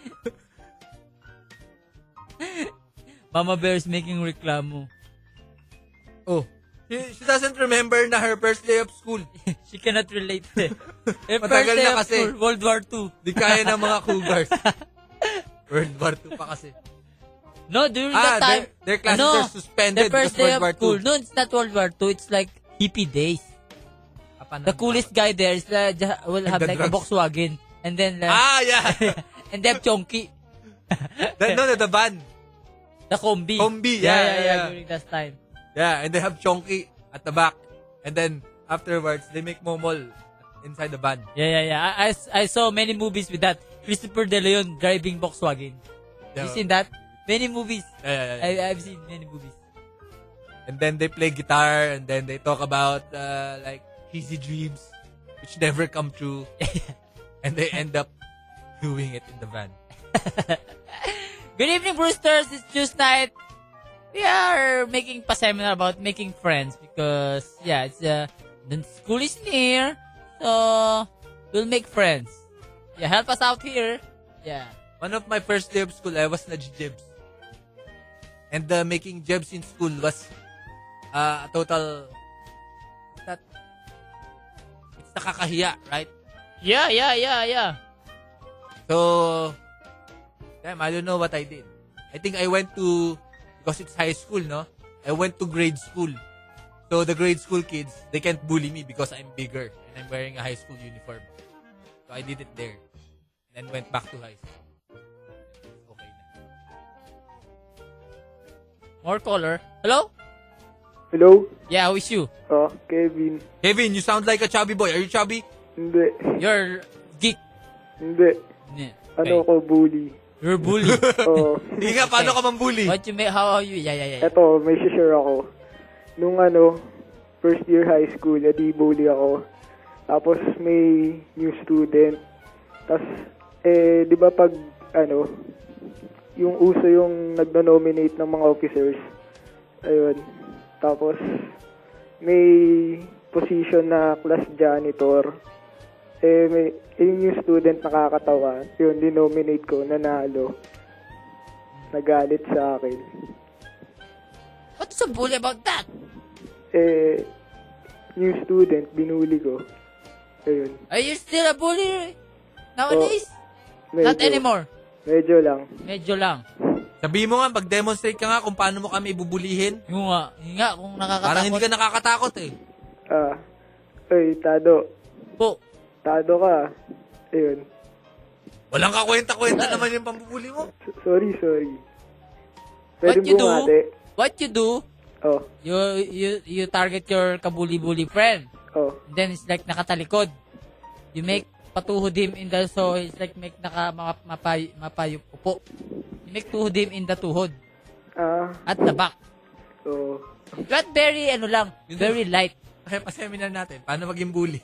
S2: Mama Bear is making reklamo.
S1: Oh. She, she doesn't remember na her first day of school.
S2: She cannot relate. Eh. Eh,
S1: Matagal
S2: first day
S1: na
S2: of
S1: kasi.
S2: school, World War II.
S1: Di kaya ng mga cougars. World War II pa kasi.
S2: No, during
S1: Ah,
S2: that time.
S1: their, their classes
S2: no,
S1: are suspended
S2: the first
S1: because
S2: day
S1: World
S2: of
S1: War
S2: school.
S1: II.
S2: No, it's not World War II. It's like hippie days. The coolest guy there is uh, ja- will have
S1: the
S2: like a
S1: drugs.
S2: Volkswagen. And then, uh,
S1: Ah, yeah.
S2: and they have chonky.
S1: the, no, no, the band.
S2: The combi.
S1: Combi, yeah,
S2: yeah,
S1: yeah,
S2: yeah,
S1: yeah.
S2: during that time.
S1: Yeah, and they have Chonky at the back. And then, afterwards, they make momol inside the band.
S2: Yeah, yeah, yeah. I, I s- I saw many movies with that. Christopher De Leon driving Volkswagen.
S1: Yeah.
S2: You seen that? Many movies.
S1: Yeah, yeah, yeah.
S2: I, I've seen many movies.
S1: And then they play guitar and then they talk about uh, like cheesy dreams which never come true. and they end up doing it in the van.
S2: Good evening, Brewsters. It's Tuesday night. We are making a seminar about making friends because yeah, it's uh, the school is near, so we'll make friends. Yeah, help us out here. Yeah,
S1: One of my first day of school, I was nagjibs. And uh, making jibs in school was uh, a total... That, it's nakakahiya, right?
S2: yeah, yeah, yeah, yeah.
S1: So, damn, I don't know what I did. I think I went to, because it's high school, no? I went to grade school. So the grade school kids, they can't bully me because I'm bigger and I'm wearing a high school uniform. So I did it there. Then went back to high school. Okay na.
S2: More caller. Hello.
S18: Hello?
S2: Yeah, who is you?
S18: Oh, Kevin.
S1: Kevin, you sound like a chubby boy. Are you chubby?
S18: Hindi.
S2: You're geek.
S18: Hindi.
S2: Yeah.
S18: Ano ko, bully.
S2: You're bully.
S18: Oh,
S1: Hindi nga, paano ka mambully?
S2: what you make? How are you? Yeah, yeah, yeah.
S18: eto, may share ako. Nung ano, first year high school, edi bully ako. Tapos may new student. Tapos, eh, di ba pag, ano, yung uso yung nagno-nominate ng mga officers. Ayun. Tapos, may position na class janitor. Eh, may, eh, yung new student nakakatawa. Yun, dinominate ko, nanalo. Nagalit sa akin.
S2: What's so bully about that?
S18: eh, new student, binuli ko. Ayun.
S2: Are you still a bully? Nowadays, not anymore.
S18: Medyo lang.
S2: Medyo lang.
S1: Sabi mo nga, mag-demonstrate ka nga kung paano mo kami ibubulihin.
S2: Yung nga, yung nga kung nakakatakot.
S1: Parang hindi ka nakakatakot eh.
S18: Ah. Uy, Tado.
S2: Po.
S18: Tado ka. Ayun.
S1: Walang kakwenta-kwenta naman yung pambubuli mo.
S18: S- Sorry, sorry.
S2: What
S18: Pwede
S2: you do,
S18: bumate.
S2: what you do,
S18: Oh.
S2: you, you, you target your kabuli-buli friend.
S18: Oh.
S2: Then it's like nakatalikod. You make patuhod him in the, so it's like make naka, mapa, mapay, mapayup upo. You make tuhod him in the tuhod.
S18: Ah.
S2: At the back.
S18: Oh.
S2: Not very, ano lang, very light.
S1: Kaya pa seminar natin, paano maging bully?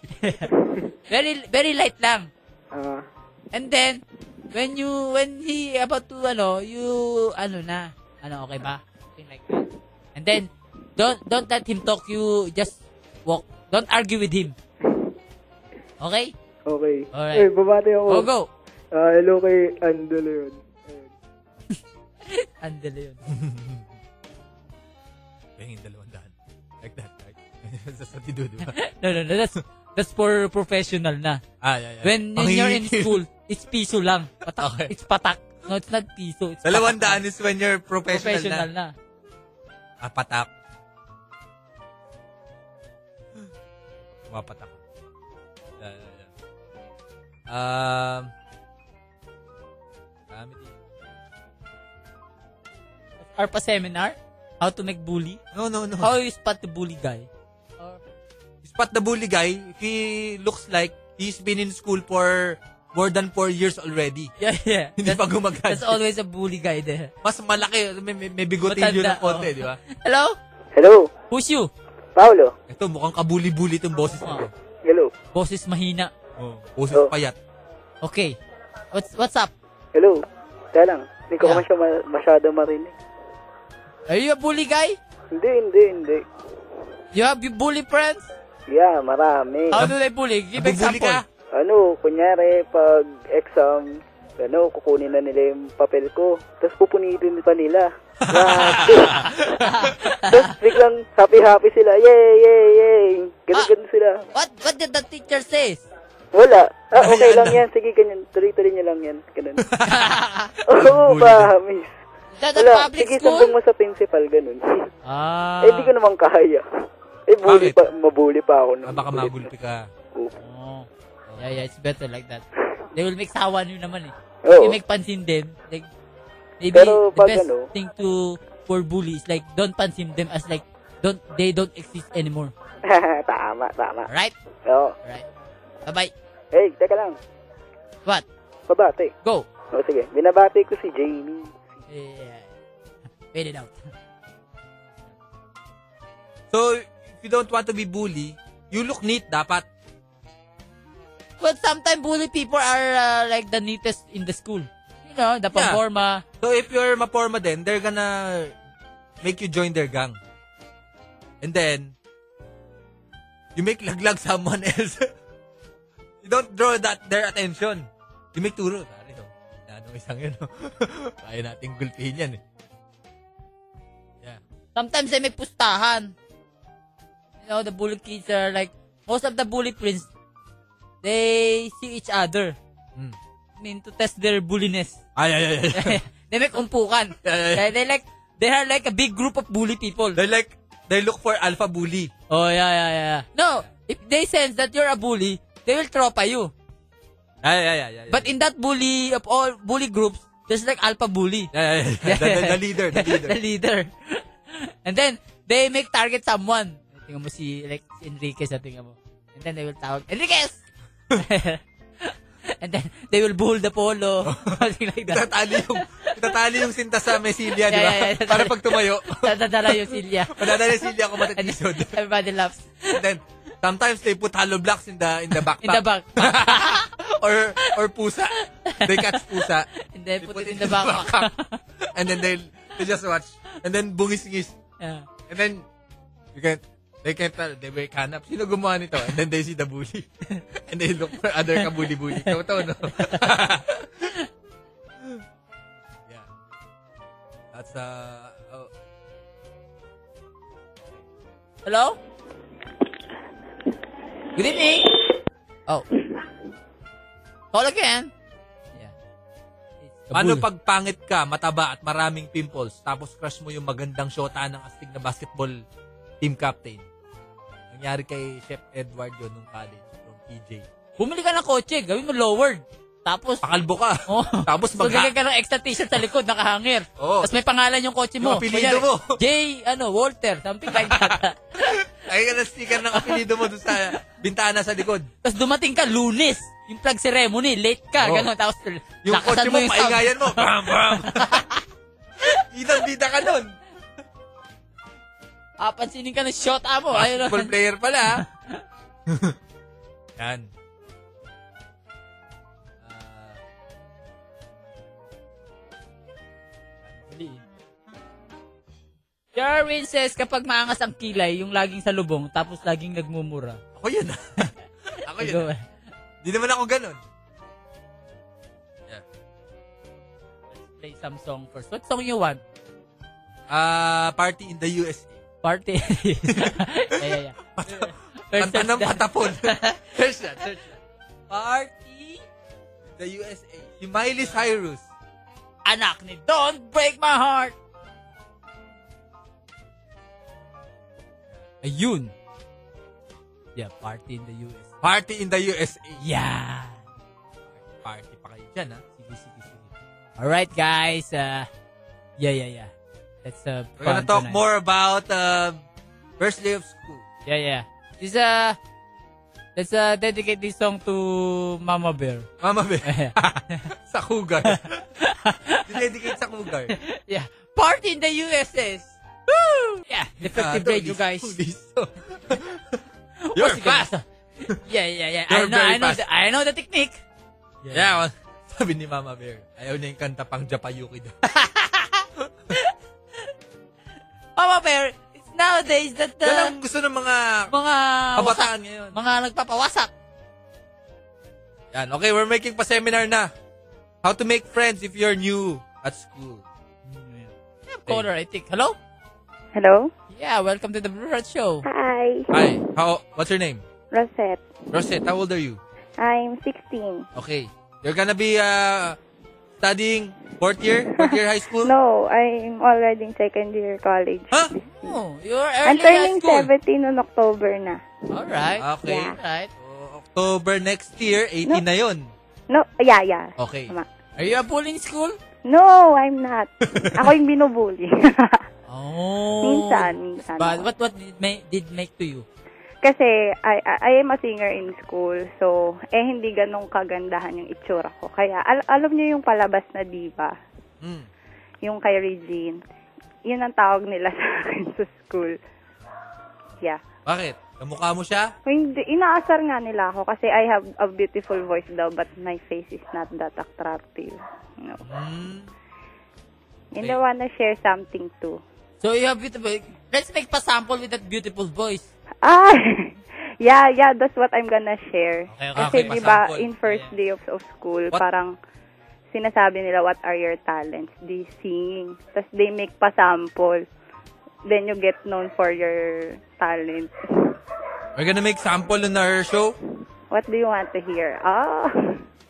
S2: Very, very light lang.
S18: Ah.
S2: And then, when you, when he about to, ano, you, ano na, ano, okay ba? Something like that. And then, don't, don't let him talk, you just walk. Don't argue with him. Okay?
S18: Okay.
S2: Alright.
S18: Uy, bumate ako.
S2: Go, go.
S18: Ah, hello kay Andolo yun.
S2: Andali yun.
S1: Pahingin dalawang daan. Like that, right? Sa tido, di ba?
S2: No, no, no, that's, that's for professional na.
S1: Ah, yeah, yeah.
S2: When, when you're in
S1: Panghihingi.
S2: school, it's piso lang. Patak.
S1: Okay.
S2: It's patak. No, it's not piso. It's
S1: Dalawang daan
S2: patak.
S1: is when you're professional,
S2: Professional
S1: na.
S2: na.
S1: Ah, patak. Mapatak. Yeah, yeah, yeah. Um, dami din.
S2: Or pa seminar, how to make bully.
S1: No, no, no.
S2: How you spot the bully guy.
S1: Spot the bully guy, he looks like he's been in school for more than four years already.
S2: Yeah, yeah.
S1: Hindi
S2: That's-
S1: pa gumagraduate.
S2: There's always a bully guy there.
S1: Mas malaki, may, may, may bigotilyo
S2: Matanda,
S1: ng konti,
S2: oh.
S1: di ba?
S2: Hello?
S12: Hello,
S2: Who's you?
S12: Paolo.
S1: Ito, mukhang kabuli-buli itong boses
S2: Oh.
S1: mo.
S12: Hello.
S2: Boses mahina.
S1: Oh. Boses
S12: Oh.
S1: payat.
S2: Okay. What's what's up?
S12: Hello. Kaya lang, hindi ko
S2: Yeah.
S12: masya ma- masyado marinig.
S2: Are you a bully guy?
S12: Hindi, hindi, hindi.
S2: You have you bully friends?
S12: Yeah, marami.
S2: How do they bully? Give
S1: Nabubuli
S2: example.
S1: ka?
S12: Ano, kunyari, pag exam, ano, kukunin na nila yung papel ko. Tapos pupunitin pa nila. Tapos biglang happy-happy sila. Yay, yay, yay. Ganun-ganun sila.
S2: Ah, What what did the teacher says?
S12: Wala. Ah, okay lang yan. Sige, ganyan. Tuloy-tuloy niyo lang yan. Ganun. Oo, oh, ba, miss.
S2: That the
S12: Wala.
S2: public
S12: Sige,
S2: school?
S12: sundong mo sa principal. Ganun.
S2: Ah.
S12: eh, di ko naman kaya. Eh,
S1: Bakit?
S12: bully pa, mabully pa ako.
S1: Ah,
S12: nung
S1: baka
S12: ulit.
S1: magulpi ka.
S2: Oh. Yeah, yeah, it's better like that. They will make sawa niyo naman eh. You
S12: Oo.
S2: make pansin them. Like, maybe the
S12: Pero pag
S2: best
S12: ano-
S2: thing to for bully is like, don't pansin them as like, don't they don't exist anymore.
S12: tama, tama.
S2: Alright?
S12: Oo.
S2: Alright. Bye-bye.
S12: Hey, teka lang.
S2: What?
S12: Babate.
S2: Go.
S12: O sige, binabati ko si Jamie.
S2: Yeah. Wait it out.
S1: So, if you don't want to be bully, you look neat dapat.
S2: But sometimes bully people are uh, like the neatest in the school. You know, the
S1: Yeah.
S2: performa.
S1: So, if you're maporma din, they're gonna make you join their gang. And then, you make laglag someone else. you don't draw that their attention. You make turo. Tari, no? Nanong oh, isang yun. no? Kaya nating gulpihin yan eh. Yeah.
S2: Sometimes they make pustahan. You know, the bully kids are like, most of the bully prince, they see each other.
S1: Mm.
S2: I mean, to test their bulliness.
S1: Ay, ay, ay, ay.
S2: they make umpukan.
S1: Yeah, yeah, yeah.
S2: they, they like, they are like a big group of bully people.
S1: They like, they look for alpha bully.
S2: Oh, yeah, yeah, yeah. No, if they sense that you're a bully, they will tropa you.
S1: Ay, ay, ay, ay.
S2: But in that bully, of all bully groups, there's like alpha bully.
S1: Yeah, yeah, yeah. The, the- the leader, the leader.
S2: The leader. And then, they make target someone. Tingnan mo si, like, si Enriquez na tingnan mo. And then they will tawag, Enriquez! And then, they will bull the polo. Something like that.
S1: Itatali yung, itatali yung sinta sa Mesilia, di ba?
S2: Yeah, yeah, yeah.
S1: Para pag tumayo,
S2: Dadadala yung silya.
S1: madadala yung Silya kung
S2: And
S1: matatisod.
S2: everybody laughs.
S1: And then, sometimes they put hollow blocks in the, in the backpack.
S2: In the back.
S1: or, or pusa. They catch pusa.
S2: And then, put it in the backpack.
S1: And then they, they just watch. And then, bungis-ngis.
S2: Yeah.
S1: And then, you can't, they can't tell, they wake hanap. Sino gumawa nito? And then they see the bully. And they look for other kabuli-buli. Ikaw to, no? yeah. That's, uh, oh,
S2: Hello? Good evening. Oh. Call again.
S1: Paano pag pangit ka, mataba at maraming pimples, tapos crush mo yung magandang shota ng astig na basketball team captain? Nangyari kay Chef Edward yun nung college from PJ.
S2: Bumili ka ng kotse, gawin mo lowered. Tapos...
S1: Pakalbo ka. Tapos
S2: So,
S1: magha-
S2: lagyan ka ng extra t-shirt sa likod, nakahangir.
S1: Oo.
S2: Tapos may pangalan yung kotse mo.
S1: Yung apelido
S2: Kunyari,
S1: mo.
S2: J, ano, Walter, something like that.
S1: Ay, ka na sticker ng apelido mo dun sa bintana sa likod.
S2: Tapos dumating ka, lunes. Yung flag ceremony, late ka,
S1: Oo.
S2: gano'n. Tapos
S1: Oh. Yung
S2: lakasan
S1: kotse mo,
S2: sound.
S1: paingayan mo. Bam, bam. Bidang-bida ka nun.
S2: Ah, pansinin ka ng shot mo. Ayun.
S1: Basketball player pala. ah. Yan.
S2: Jarwin says, kapag maangas ang kilay, yung laging sa lubong, tapos laging nagmumura.
S1: Ako yun. ah. Ako yun. ah. Di naman ako ganun.
S2: Play some song first. What song you want?
S1: Ah, party in the USA.
S2: Party. yeah, yeah, yeah.
S1: Kanta ng patapon. search that, search that.
S2: Party
S1: in the USA. Si Miley Cyrus.
S2: Anak ni Don't Break My Heart. Ayun. Yeah, party in the US.
S1: Party in the USA.
S2: Yeah.
S1: Party pa kayo dyan, ha?
S2: Sige, sige, sige. Alright, guys. Uh, yeah, yeah, yeah. That's uh,
S1: We're gonna
S2: fun
S1: talk
S2: tonight.
S1: more about um, first day of school.
S2: Yeah, yeah. This uh let's uh dedicate this song to Mama Bear.
S1: Mama Bear. sa cougar. Dinedicate sa cougar.
S2: yeah. Party in the USS. Woo! Yeah. Defective
S1: Ah,
S2: radio, guys.
S1: You're
S2: fast. Yeah, yeah, yeah. I
S1: You're
S2: know,
S1: very
S2: I know,
S1: fast.
S2: the, I know the technique.
S1: Yeah. well, sabi ni Mama Bear, ayaw niya yung kanta pang Japayuki daw.
S2: Mama Bear, it's nowadays that the
S1: Yan ang gusto ng mga
S2: mga
S1: kabataan
S2: wasak,
S1: ngayon.
S2: mga nagpapawasak.
S1: Yan. Okay, we're making pa-seminar na. How to make friends if you're new at school.
S2: Caller, I think. Hello?
S19: Hello?
S2: Yeah, welcome to the Blue Rat Show.
S19: Hi,
S1: Hi. How, what's your name?
S19: Rosette.
S1: Rosette, how old are you?
S19: I'm 16.
S1: Okay. You're gonna be uh, studying fourth year? Fourth year high school?
S19: No, I'm already in second year college.
S1: Huh?
S2: Oh, you're
S19: I'm
S2: early
S19: turning
S2: at school.
S19: 17 on October na.
S2: Alright.
S1: Okay. Oh,
S2: Alright.
S1: October next year, 18 na yon.
S19: No, yeah, yeah.
S1: Okay.
S19: Tama.
S2: Are you a bully in school?
S19: No, I'm not. Ako yung binubully.
S2: Oh.
S19: minsan, minsan.
S2: But
S19: ako.
S2: what what did make, did make to you?
S19: Kasi I, I, I am a singer in school, so eh hindi ganong kagandahan yung itsura ko. Kaya al- alam niyo yung palabas na diva,
S1: Mm.
S19: yung kay Regine. Yun ang tawag nila sa akin sa school. Yeah.
S1: Bakit? Kamukha mo siya?
S19: Hindi, inaasar nga nila ako kasi I have a beautiful voice daw but my face is not that attractive. No.
S2: Mm. Eh.
S19: And I wanna share something too.
S2: So you have beautiful. Let's make pa sample with that beautiful voice.
S19: Ah! yeah, yeah, that's what I'm gonna share.
S2: Okay, okay,
S19: kasi
S2: okay,
S19: di ba
S2: pasample.
S19: in first day of, of school,
S2: What-
S19: parang sinasabi nila what are your talents? Di singing. Tapos they make pa sample. Then you get known for your talent.
S1: We're gonna make sample in our show?
S19: What do you want to hear? Ah!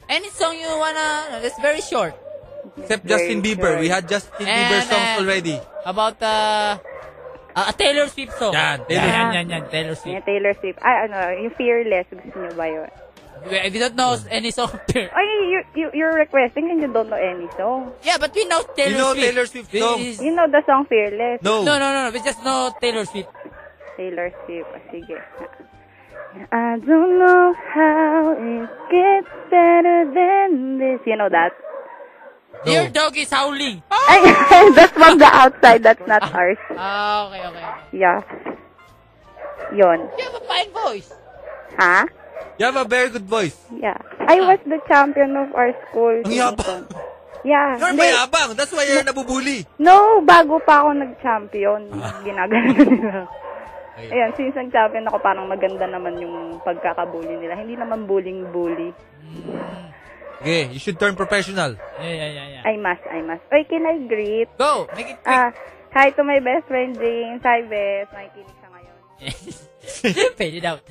S2: Any song you wanna? That's very short.
S1: Except Justin Bieber. We had Justin Bieber
S2: And,
S1: songs
S2: uh,
S1: already.
S2: About uh, uh, a Taylor Swift song.
S1: Yan, Taylor
S2: yan,
S1: Swift.
S2: yan, yan, Taylor Swift.
S19: Yeah, Taylor Swift. Ay, ano, yung Fearless. Gusto niyo ba yun?
S2: If you don't know any song,
S19: Ay, you, you, you're requesting and you don't know any song.
S2: yeah, but we know Taylor
S1: You know
S2: Swift.
S1: Taylor Swift
S2: We-
S1: song?
S2: is-
S19: You know the song Fearless?
S1: No.
S2: No, no, no, no. We just know Taylor Swift.
S19: Taylor Swift. O, Sige. I don't know how it gets better than this. You know that?
S2: Your dog is howling.
S19: Ay, that's from the outside. That's not ours.
S2: Ah, okay, okay.
S19: Yeah. Yon.
S2: You have a fine voice.
S19: Ha?
S1: You have a very good voice.
S19: Yeah. I was the champion of our school.
S1: Ang yabang.
S19: Yeah.
S1: You're
S19: Hindi.
S1: mayabang. That's why you're nabubuli. Ah.
S19: No, bago pa ako nag-champion, ginagano nila.
S1: Ayun.
S19: Ayan, since nag-champion ako, parang maganda naman yung pagkakabully nila. Hindi naman bullying-bully.
S1: Okay, you should turn professional.
S2: Yeah, yeah, yeah, yeah.
S19: I must, I must. Oy, can I greet?
S2: Go, make it quick.
S19: Ah, hi to my best friend James. Hi, Beth. Nakikinig siya ngayon.
S2: Fade it out.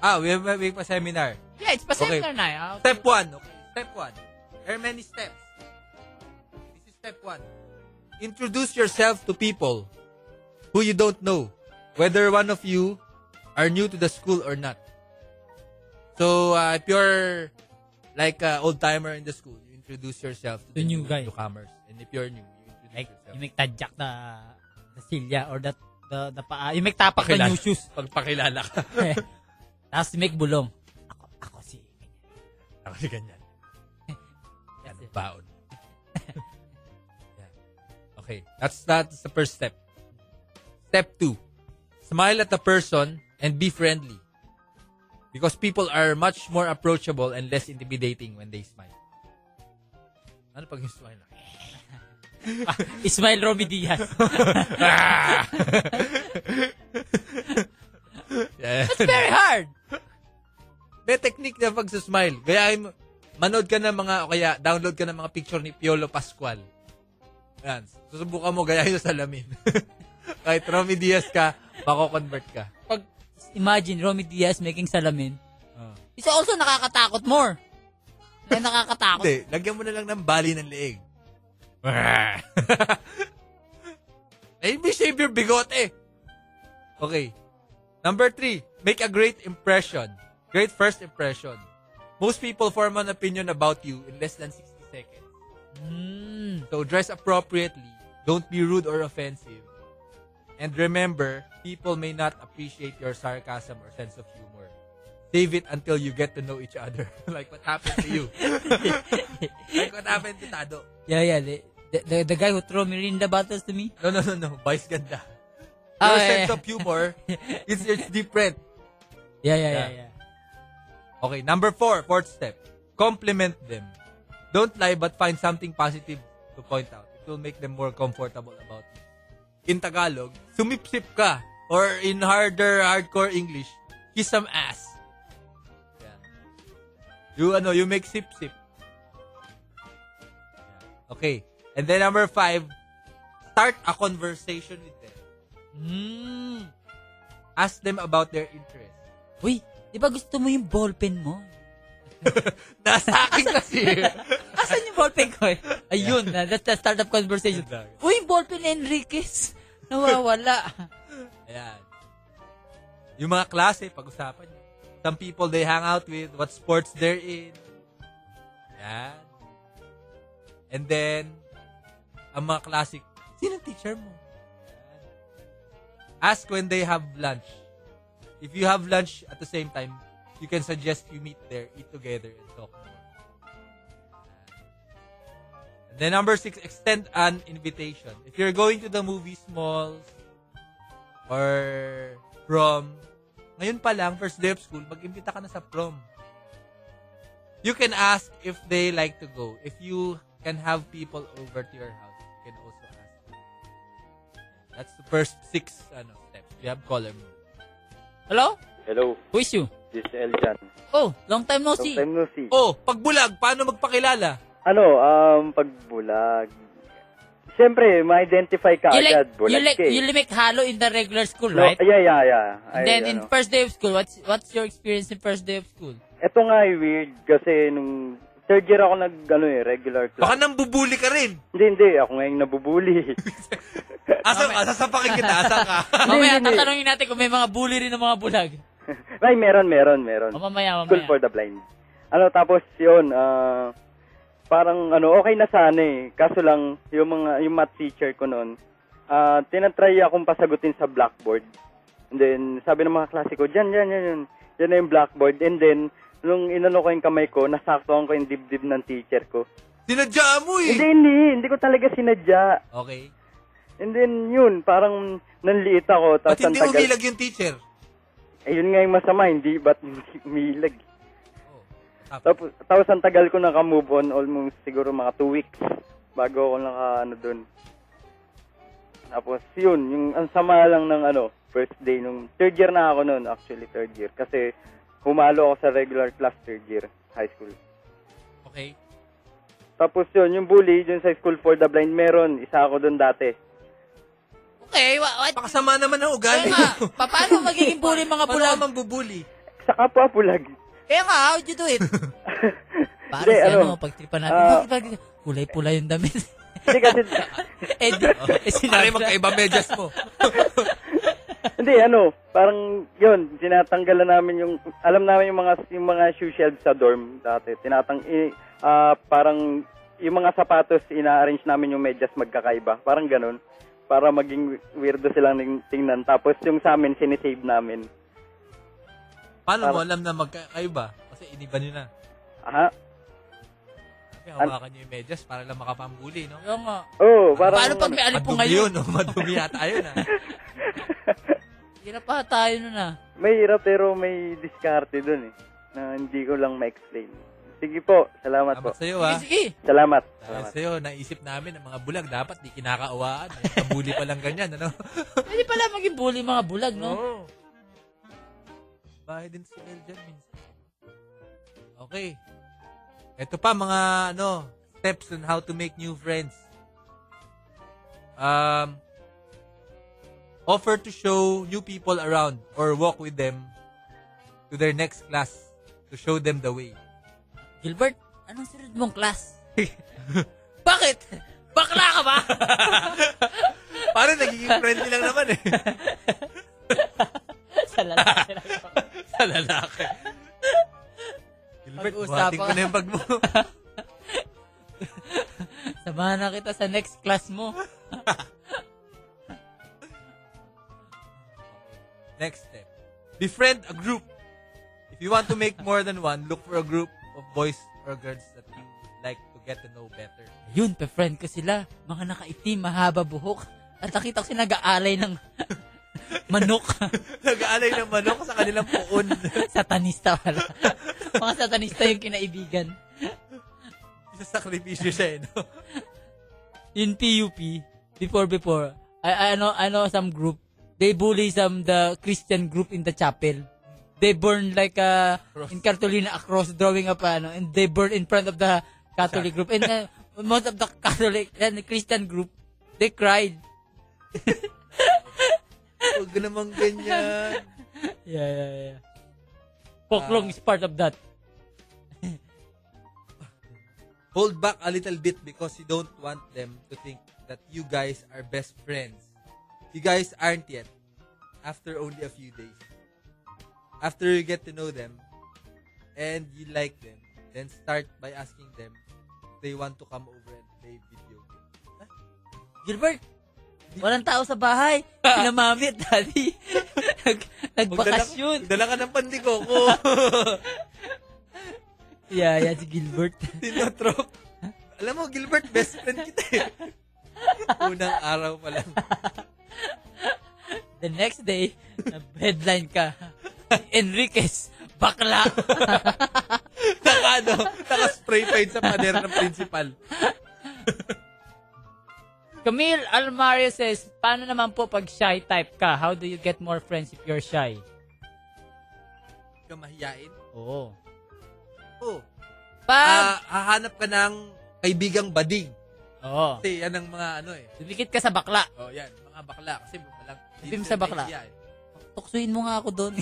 S20: Ah, we have, we have a seminar.
S17: Yeah, it's pa-seminar na. ah.
S20: Step one. Okay. Step one. There are many steps. This is step one. Introduce yourself to people who you don't know, whether one of you are new to the school or not. So, uh, if you're like an old timer in the school, you introduce yourself to the, new newcomers. And if you're new, you introduce
S17: Like,
S20: yourself.
S17: yung nagtadyak na na silya or that the, the paa. Yung magtapak na
S1: Pakilala.
S17: new shoes.
S1: Pagpakilala ka.
S17: Tapos yung make bulong. Ako, ako si...
S1: Ako si ganyan. Ano baon? Yeah. Okay. That's that's the first step. Step two. Smile at the person and be friendly. Because people are much more approachable and less intimidating when they smile. Ano pag yung smile?
S17: Ismael Romy Diaz.
S1: That's
S17: very hard.
S1: May technique na pagsusmile. Kaya mo, manood ka ng mga, o kaya download ka ng mga picture ni Piolo Pascual. Yan. Susubukan mo gayahin sa salamin. Kahit Romy Diaz ka, mako-convert ka.
S17: Pag imagine Romy Diaz making salamin. It's also nakakatakot more. Kaya nakakatakot.
S1: Hindi, lagyan mo na lang ng bali ng leeg. Maybe shave your bigote. Okay. Number three, make a great impression. Great first impression. Most people form an opinion about you in less than 60 seconds. So dress appropriately. Don't be rude or offensive. And remember, people may not appreciate your sarcasm or sense of humor. Save it until you get to know each other. like what happened to you. like what happened to Tado.
S17: Yeah, yeah. The, the- the, the guy who throw Mirinda bottles to me?
S1: No, no, no, no. Vice ganda. Your
S17: Ah, yeah,
S1: sense
S17: yeah.
S1: of humor, it's, it's different.
S17: Yeah, yeah, yeah, yeah.
S1: Okay, number four, fourth step. Compliment them. Don't lie but find something positive to point out. It will make them more comfortable about it. In Tagalog, sumipsip ka. Or in harder, hardcore English, kiss some ass. Yeah. You ano, you make sip-sip. Okay. And then number five, start a conversation with them. Ask them about their interest.
S17: Hmm. Uy, di ba gusto mo yung ballpen mo?
S1: Nasa akin kasi.
S17: Asan yung ballpen ko? Ayun, na that's the startup conversation. Uy, yung ballpen ni Enriquez. Nawawala.
S1: Ayan. Yung mga klase, pag-usapan nyo. Some people they hang out with, what sports they're in. Ayan. And then, ang mga classic, sino teacher mo? Ayan. Ask when they have lunch. If you have lunch at the same time, you can suggest you meet there, eat together, and talk more. And then number six, extend an invitation. If you're going to the movies, malls, or prom, ngayon pa lang, first day of school, mag-imbita ka na sa prom. You can ask if they like to go. If you can have people over to your house, you can also ask. That's the first six ano, steps. We have caller mo.
S17: Hello?
S21: Hello.
S17: Who is you?
S21: This is Eljan.
S17: Oh, long time no see.
S21: Long time no see.
S1: Oh, pagbulag, paano magpakilala?
S21: Ano, um, pagbulag. Siyempre, ma-identify ka
S17: you like,
S21: agad. Bulag
S17: you like,
S21: ka eh.
S17: you like halo in the regular school,
S21: No,
S17: right?
S21: Yeah, yeah, yeah.
S17: And
S21: Ay,
S17: then in
S21: ano.
S17: first day of school, what's what's your experience in first day of school?
S21: Ito nga ay weird kasi nung third year ako nag, ano eh, regular class. Baka
S1: nang bubuli ka rin.
S21: Hindi, hindi. Ako nga yung nabubuli.
S1: asa, asa sa kita, asa ka.
S17: Mamaya, tatanungin natin kung may mga bully rin ng mga bulag.
S21: Ay, meron, meron, meron.
S17: O Oh, mamaya,
S21: School
S17: mamaya.
S21: for the blind. Ano, tapos yun, ah, parang ano, okay na sana eh. Kaso lang, yung mga, yung math teacher ko noon, ah, tinatry akong pasagutin sa blackboard. And then, sabi ng mga klase ko, dyan, dyan, dyan, dyan. Dyan na yung blackboard. And then, nung inano ko yung kamay ko, nasaktuhan ko yung dibdib ng teacher ko.
S1: Sinadya mo eh!
S21: Hindi, hindi. Hindi ko talaga sinadya.
S1: Okay.
S21: And then, yun, parang nanliit ako.
S1: Ba't
S21: Tapos ang
S1: hindi
S21: tagal-
S1: umilag yung teacher?
S21: Ayun nga yung masama, hindi ba't hindi umilag?
S1: Oh,
S21: Tapos, tapos ang tagal ko naka-move on, almost siguro mga two weeks bago ako naka ano dun. Tapos yun, yung ang sama lang ng ano, first day nung third year na ako noon, actually third year kasi humalo ako sa regular class third year high school.
S1: Okay.
S21: Tapos yun, yung bully dun sa school for the blind meron, isa ako dun dati.
S17: Okay, what?
S1: Pakasama naman ang ugali.
S17: Paano magiging bully mga bulag?
S1: Paano bubuli?
S21: sa kapwa bulag.
S2: Kaya nga, how'd you do it? Para
S21: Hindi,
S2: sa
S21: ano,
S2: ano, pagtripan natin.
S21: ah,
S2: Bakit bakit- Kulay-pula yung damit.
S21: Hindi kasi...
S2: eh, di, eh, sinabi
S1: magkaiba medyas mo.
S21: Hindi, ano, parang yun, tinatanggalan namin yung, alam namin yung mga, yung mga shoe shelves sa dorm dati. Tinatang, i, ah, parang yung mga sapatos, ina-arrange namin yung medyas magkakaiba. Parang ganun. Para maging wi- weirdo silang ning- tingnan. Tapos yung sa amin, sinisave namin.
S1: Paano mo alam na magkakaiba? Kasi iniba nyo na.
S21: Aha.
S1: Kaya hawakan nyo yung medyas para lang makapambuli, no?
S2: Oo nga.
S21: Oo,
S2: parang- Paano pag may alipong
S1: Madumi
S2: ngayon?
S1: yun, no? Madumi yata yun, ah.
S2: Hirap pa tayo nun ah.
S21: May hirap pero may diskarte dun eh. Na hindi ko lang ma-explain. Sige po, salamat, po.
S1: sa'yo, ah.
S2: Sige,
S21: Salamat.
S1: Dahil
S21: salamat.
S1: sa'yo, naisip namin ang mga bulag, dapat di kinakaawaan. Eh, Kabuli pa lang ganyan, ano?
S2: Pwede pala maging bully mga bulag, no?
S1: Bahay din si El dyan minsan. Okay. Ito pa mga ano, steps on how to make new friends. Um, offer to show new people around or walk with them to their next class to show them the way.
S2: Gilbert, anong sunod mong class? Bakit? Bakla ka ba?
S1: Parang nagiging friendly lang naman eh.
S2: Sa lalaki.
S1: Sa lalaki. Gilbert,
S2: Pag-uusapan
S1: buhatin ko na yung bag mo.
S2: Samahan na kita sa next class mo.
S1: Next step. Befriend a group. If you want to make more than one, look for a group of boys or girls that you would like to get to know better.
S2: Yun, pe-friend ko sila. Mga nakaitim, mahaba buhok. At nakita ko sila nag-aalay ng manok.
S1: nag-aalay ng manok sa kanilang puon.
S2: satanista pala. Mga satanista yung kinaibigan.
S1: Isa sakripisyo siya eh, no?
S2: In PUP, before before, I, I know, I know some group, they bully some the Christian group in the chapel. They burn like a, in cartolina a cross drawing up ano, and they burn in front of the Catholic group. And uh, most of the Catholic and Christian group, they cried.
S1: Huwag namang ganyan.
S2: Yeah, yeah, yeah. Poklong is part of that.
S1: Hold back a little bit because you don't want them to think that you guys are best friends. You guys aren't yet. After only a few days. After you get to know them and you like them, then start by asking them if they want to come over and play video games.
S2: Gilbert, walang tao sa bahay. Sila mami at daddy. Nag, nagbakasyon.
S1: Dala ka ng pandikoko.
S2: yeah, yeah, si Gilbert.
S1: Tinotrop. Alam mo, Gilbert, best friend kita eh. Unang araw pa lang.
S2: The next day, headline ka. Enriquez, bakla.
S1: naka ano, naka spray paint sa pader ng principal.
S2: Camille Almario says, paano naman po pag shy type ka? How do you get more friends if you're shy?
S1: Ikaw mahiyain.
S2: Oo.
S1: Oo. Ah,
S2: Pag-
S1: hahanap ka ng kaibigang bading.
S2: Oo.
S1: Kasi yan ang mga ano eh.
S2: Dumikit ka sa bakla.
S1: Oo, yan. Mga bakla. Kasi walang...
S2: Sabi mo sa bakla. Tuksuin mo nga ako doon.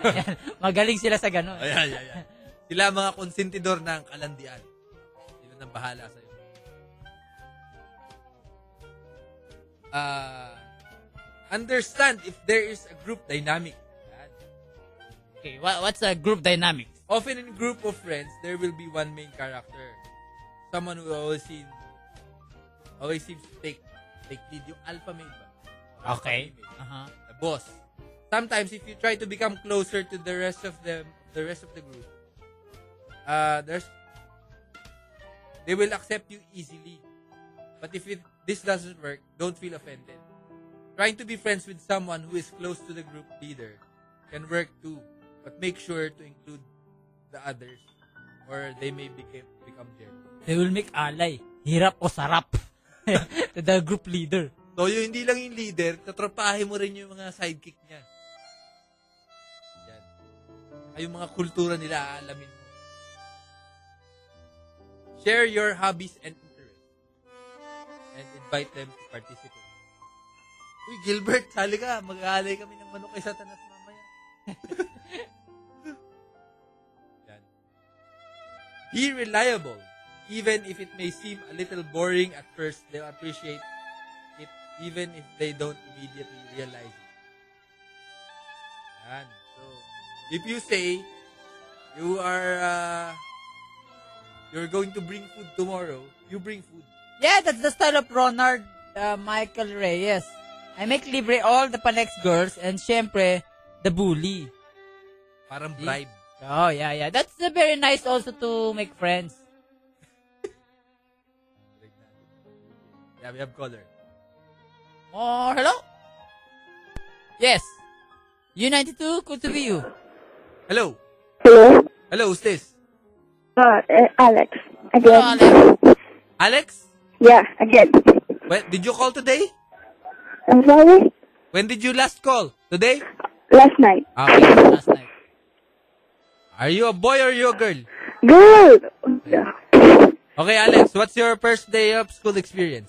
S2: Yan, Magaling sila sa gano'n.
S1: Ayan, ayan, ayan. Sila mga konsentidor ng kalandian. Sila nang bahala sa'yo. Ah... understand if there is a group dynamic. Yan.
S2: Okay, wha- what's a group dynamic?
S1: Often in group of friends, there will be one main character. Someone who always seems always seems to take take lead. Yung alpha male ba?
S2: Okay. Uh-huh.
S1: uh The boss. Sometimes if you try to become closer to the rest of them, the rest of the group, uh, there's they will accept you easily. But if it, this doesn't work, don't feel offended. Trying to be friends with someone who is close to the group leader can work too, but make sure to include the others or they may become become jealous.
S2: They will make alay. Hirap o sarap. to the group leader.
S1: So, yun, hindi lang yung leader, tatrapahin mo rin yung mga sidekick niya. Yan. Ay, yung mga kultura nila, aalamin mo. Share your hobbies and interests. And invite them to participate. Uy, Gilbert, sali ka. Mag-aalay kami ng manok kay Satanas mamaya. Be reliable. Even if it may seem a little boring at first, they'll appreciate it even if they don't immediately realize it. Yan. So, if you say you are uh, you're going to bring food tomorrow, you bring food.
S2: Yeah, that's the style of Ronald uh, Michael Reyes. I make libre all the Panex girls and syempre, the bully.
S1: Parang bribe.
S2: Oh, yeah, yeah. That's uh, very nice also to make friends.
S1: Yeah, we have caller.
S2: Oh, hello? Yes. U92, good to be you.
S1: Hello.
S12: Hello?
S1: Hello, who's this?
S12: Uh, uh, Alex. Again.
S1: Oh, Alex?
S12: Yeah, again.
S1: When, did you call today?
S12: I'm sorry.
S1: When did you last call? Today?
S12: Last night.
S1: Ah, Okay, last night. Are you a boy or you a girl?
S12: Girl!
S1: Okay, Alex, what's your first day of school experience?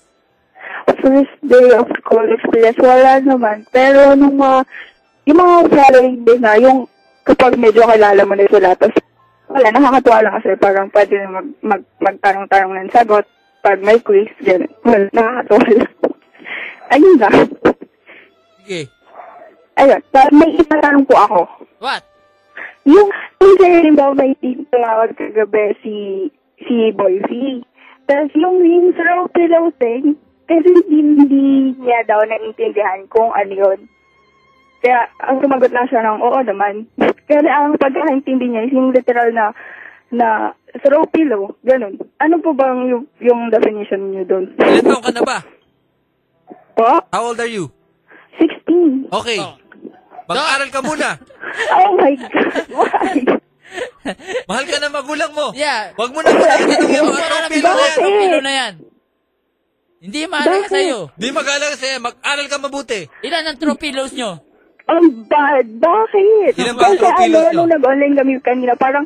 S12: First day of school experience, wala naman. Pero nung mga, yung mga following day na, yung kapag medyo kilala mo na sila, tapos wala, nakakatuwa lang kasi parang pwede na mag, mag, magtarong-tarong ng sagot pag may quiz, gano'n. Wala, nakakatuwa lang. Ayun na.
S1: Sige.
S12: Ayun, pa- may itatanong po ako.
S2: What?
S12: Yung, kasi ba may team tawag kagabi si, si Boy V. Tapos yung, yung sa rope piloting, kasi hindi niya daw naintindihan kung ano yun. Kaya ang sumagot lang siya ng oo naman. Kaya ang pagkakaintindi niya is yung literal na na throw pillow, ganun. Ano po bang yung, yung definition niyo doon?
S1: Ilan taon ka na ba?
S12: Po?
S1: How old are you?
S12: 16.
S1: Okay.
S2: Oh.
S1: Mag-aral ka muna.
S12: Oh my God. Why?
S1: Mahal ka na magulang mo.
S2: Yeah.
S1: Wag mo na muna itanong yung mga
S2: Wala na
S1: pilo na yan.
S2: Ang pilo na yan. Hindi mahalaga
S12: Bakit?
S2: sa'yo.
S1: Di mag-aral sa'yo. Mag-aral ka mabuti.
S2: Ilan ang true pillows nyo?
S12: Ang bad. Bakit?
S1: Ilan ba ang
S12: Kasi
S1: throw
S12: ano,
S1: pillows
S12: nung nag-online kami kanina, parang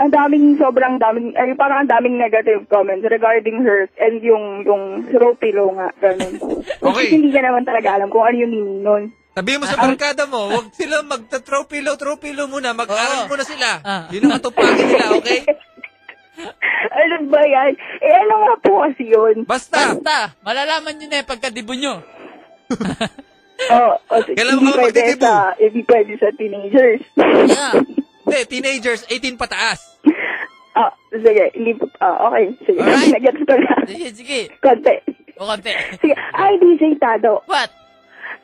S12: ang daming, sobrang daming, ay parang ang daming negative comments regarding her and yung, yung throw pillow nga, ganun. okay. Hindi ka naman talaga alam kung ano yung meaning nun.
S1: Sabihin mo
S12: Ah,
S1: sa barkada mo, wag sila magta-tropilo, tropilo muna.
S2: Oh.
S1: Mag-aral muna sila.
S2: Ah.
S1: Yun ang katupagin nila, okay?
S12: Ano ba yan? Eh, ano nga po kasi yun?
S1: Basta!
S2: Basta, Ah, malalaman nyo na yung pagkadibo nyo.
S12: Oo. Oh, Kailan mo pwede
S1: eh.
S12: sa, hindi pwede sa teenagers.
S1: Yeah. Hindi, teenagers, 18 pataas.
S12: Ah, sige. Hindi po, ah, okay. Sige. Nag-gets ko na.
S2: Sige, sige.
S12: Konti.
S2: O konti.
S12: Sige. Ay, DJ Tado.
S2: What?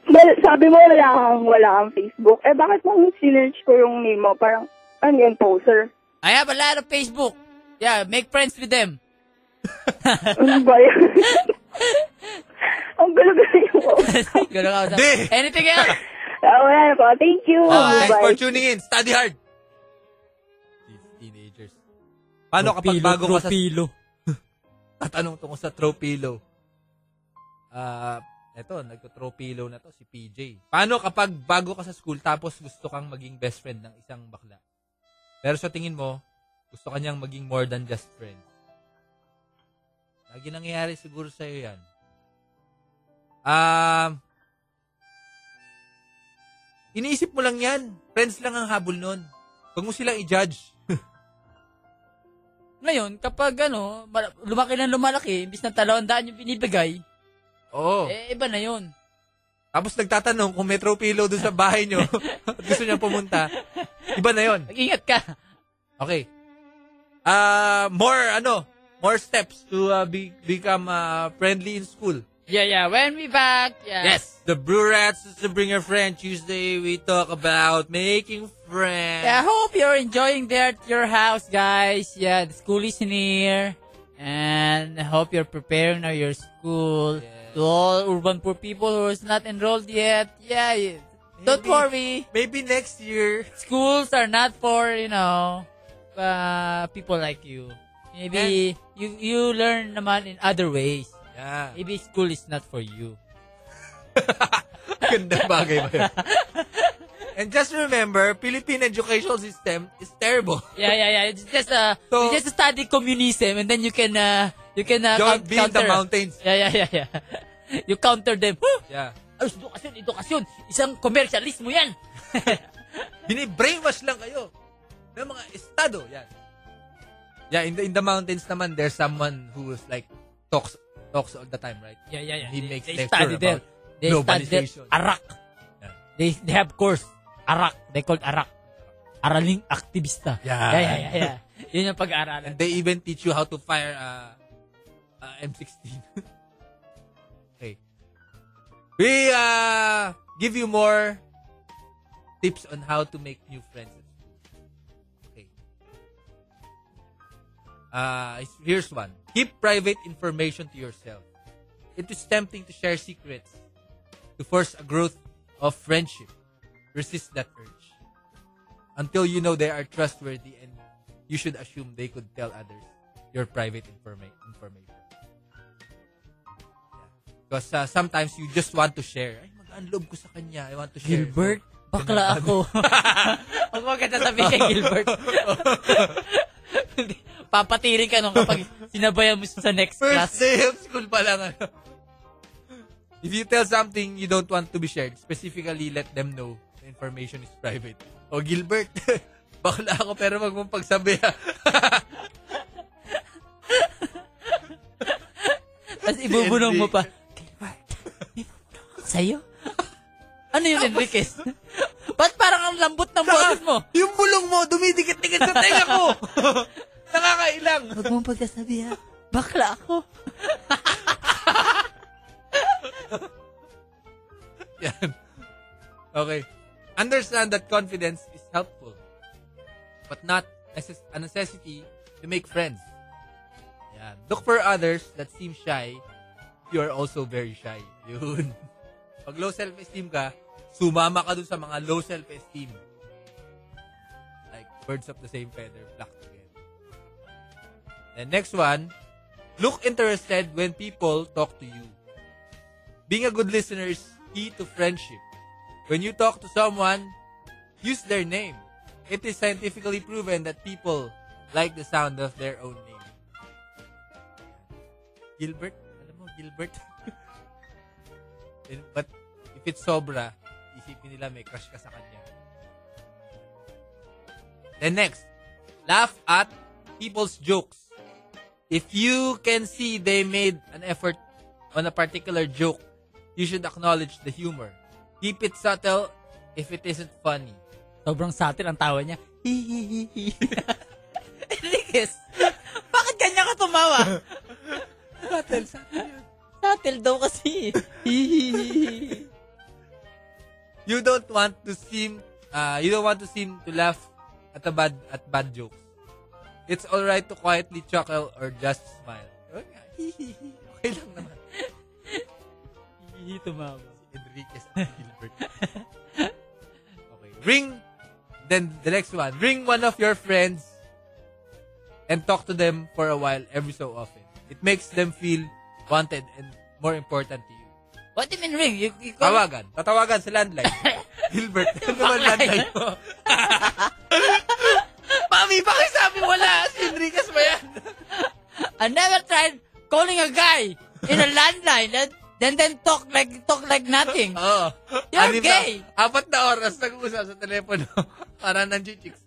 S12: Well, sabi mo wala kang, wala kang Facebook. Eh, bakit mo sinerch ko yung name mo? Parang, ano yan, poser?
S2: I have a lot of Facebook. Yeah, make friends with them.
S12: Ano ba yan? Ang gulo-gulo yung
S2: Ganun ka.
S1: Di.
S2: Anything else?
S12: Ah, wala na po. Thank you.
S1: Oh,
S2: Ah,
S1: thanks
S12: ah. Bye.
S1: for tuning in. Study hard. These teenagers. Paano kapag
S4: Tropilo,
S1: bago ka sa...
S4: tropilo.
S1: Tatanong tungkol sa tropilo. Ah, eto, nagto-tropilo na to si PJ. Paano kapag bago ka sa school tapos gusto kang maging best friend ng isang bakla? Pero sa tingin mo, gusto kanyang maging more than just friend. Lagi nangyayari siguro sa'yo yan. Um, iniisip mo lang yan. Friends lang ang habol nun. Huwag mo silang i-judge.
S2: Ngayon, kapag ano, mal- lumaki na lumalaki, imbis na dalawang daan yung binibigay,
S1: Oo.
S2: eh, iba na yun.
S1: Tapos nagtatanong kung may tropilo doon sa bahay nyo at gusto niya pumunta. Iba na yon.
S2: Mag-ingat ka.
S1: Okay. Uh, more, ano, more steps to uh, be, become uh, friendly in school.
S2: Yeah, yeah. When we back, yeah.
S1: Yes. The Brewerettes is to bring your friend. Tuesday, we talk about making friends.
S2: Yeah, I hope you're enjoying there at your house, guys. Yeah, the school is near. And I hope you're preparing now your school. To all urban poor people who is not enrolled yet. Yeah, yeah. don't worry.
S1: Maybe next year.
S2: Schools are not for, you know, uh, people like you. Maybe you you learn naman in other ways.
S1: Yeah.
S2: Maybe school is not for you.
S1: Ganda bagay ba yun? And just remember, Philippine educational system is terrible.
S2: Yeah, yeah, yeah. It's just uh, you just study communism and then you can uh, you can uh,
S1: Don't
S2: coun-
S1: be in the
S2: counter.
S1: mountains.
S2: Yeah, yeah, yeah, yeah. you counter them. Huh?
S1: Yeah.
S2: Ay, edukasyon, edukasyon. Isang commercialismo yan.
S1: Binibrainwash lang kayo ng mga estado. Yan. Yeah, in the, in the mountains naman, there's someone who is like, talks talks all the time, right?
S2: Yeah, yeah, yeah.
S1: He makes
S2: They
S1: lecture
S2: study
S1: about
S2: there. They study there.
S1: globalization.
S2: Arak. They, they have course. Arak. They called Arak. Araling aktivista.
S1: Yeah.
S2: Yeah, yeah, yeah. yeah. Yun yung
S1: And
S2: pag-aaralan.
S1: they even teach you how to fire a uh, M16. okay. We uh, give you more tips on how to make new friends. Okay. Uh, is- here's one. Keep private information to yourself. It is tempting to share secrets to force a growth of friendship. Resist that urge until you know they are trustworthy and you should assume they could tell others your private informa- information. Because uh, sometimes you just want to share. Ay, magaan loob ko sa kanya. I want to share.
S2: Gilbert, bakla
S1: Ganun. Oh.
S2: ako. Huwag mo ka sasabihin kay Gilbert. Papatirin ka nung kapag sinabayan mo siya sa next class.
S1: First day of school pa lang. ano. If you tell something you don't want to be shared, specifically let them know the information is private. O Gilbert, bakla ako pero wag mong pagsabi ha.
S2: Tapos ibubunong mo pa. Sa'yo? Ano yun, Enriquez? Ba't parang ang lambot ng boses mo?
S1: Yung bulong mo, dumidikit-dikit sa tenga ko! Nakakailang!
S2: Huwag mong pagkasabi ha. Bakla ako.
S1: Yan. Okay. Understand that confidence is helpful, but not necess- a necessity to make friends. Yan. Look for others that seem shy. You are also very shy. Yun. Pag low self-esteem ka, sumama ka dun sa mga low self-esteem. Like, birds of the same feather flock together. And next one, look interested when people talk to you. Being a good listener is key to friendship. When you talk to someone, use their name. It is scientifically proven that people like the sound of their own name. Gilbert? Alam mo, Gilbert? And- But if it's sobra, isipin nila may crush ka sa kanya. Then next, laugh at people's jokes. If you can see they made an effort on a particular joke, you should acknowledge the humor. Keep it subtle if it isn't funny.
S2: Sobrang satir ang tawa niya. Hihihihi. Enriquez, bakit ganyan ka tumawa?
S1: Satil,
S2: satil Satil daw kasi. Hihihihi.
S1: You don't want to seem uh, you don't want to seem to laugh at a bad at bad jokes. It's alright to quietly chuckle or just smile. Oh, Okay lang naman.
S2: Hihihi tumawa.
S1: Enriquez at Gilbert. Okay. Ring, then the next one. Ring one of your friends and talk to them for a while every so often. It makes them feel wanted and more important to you.
S2: What do you mean ring? You, you call
S1: Tawagan. Tatawagan sa landline. Gilbert, ano naman landline mo? Mami, bakit sabi wala? Si Enriquez ba yan?
S2: I never tried calling a guy in a landline and then then talk like talk like nothing.
S1: Oh.
S2: You're
S1: Anim na-
S2: gay.
S1: apat na oras nag-uusap sa telepono. Para nandiyo chicks.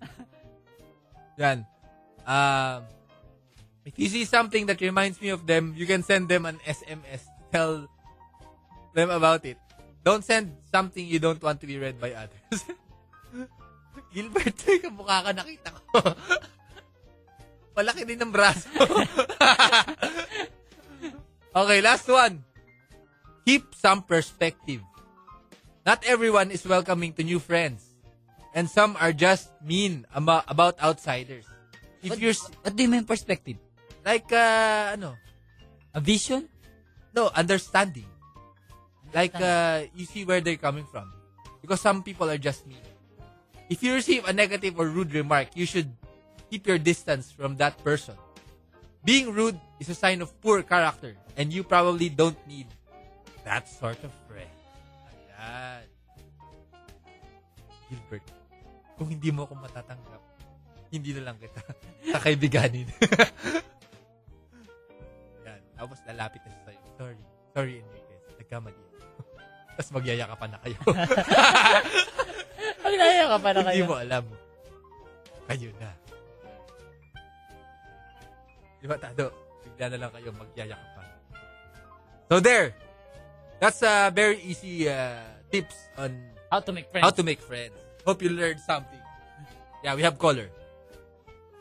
S1: Yan. Um, if you see something that reminds me of them, you can send them an SMS. Tell them about it. Don't send something you don't want to be read by others. Gilbert, kamukha ka nakita ko. Malaki din ng braso. okay, last one. Keep some perspective. Not everyone is welcoming to new friends. And some are just mean ama- about outsiders. If you're s-
S2: What do you mean perspective?
S1: like, uh, ano?
S2: A vision?
S1: No, understanding. Like, uh, you see where they're coming from. Because some people are just mean. If you receive a negative or rude remark, you should keep your distance from that person. Being rude is a sign of poor character, and you probably don't need that sort of friend. Ayan. Gilbert, kung hindi mo ako matatanggap, hindi na lang kita kakaibiganin. Yan. Tapos lalapit na siya sa'yo. Sorry. Sorry, Enriquez. Nagkamali. Tapos magyayakapan na kayo.
S2: Maglaya ka pa na
S1: Hindi
S2: kayo.
S1: mo alam. Kayo na. Di ba, Tado? Bigla na lang kayo magyayakapan. So there. That's a very easy uh, tips on
S2: how to make friends.
S1: How to make friends. Hope you learned something. Yeah, we have caller.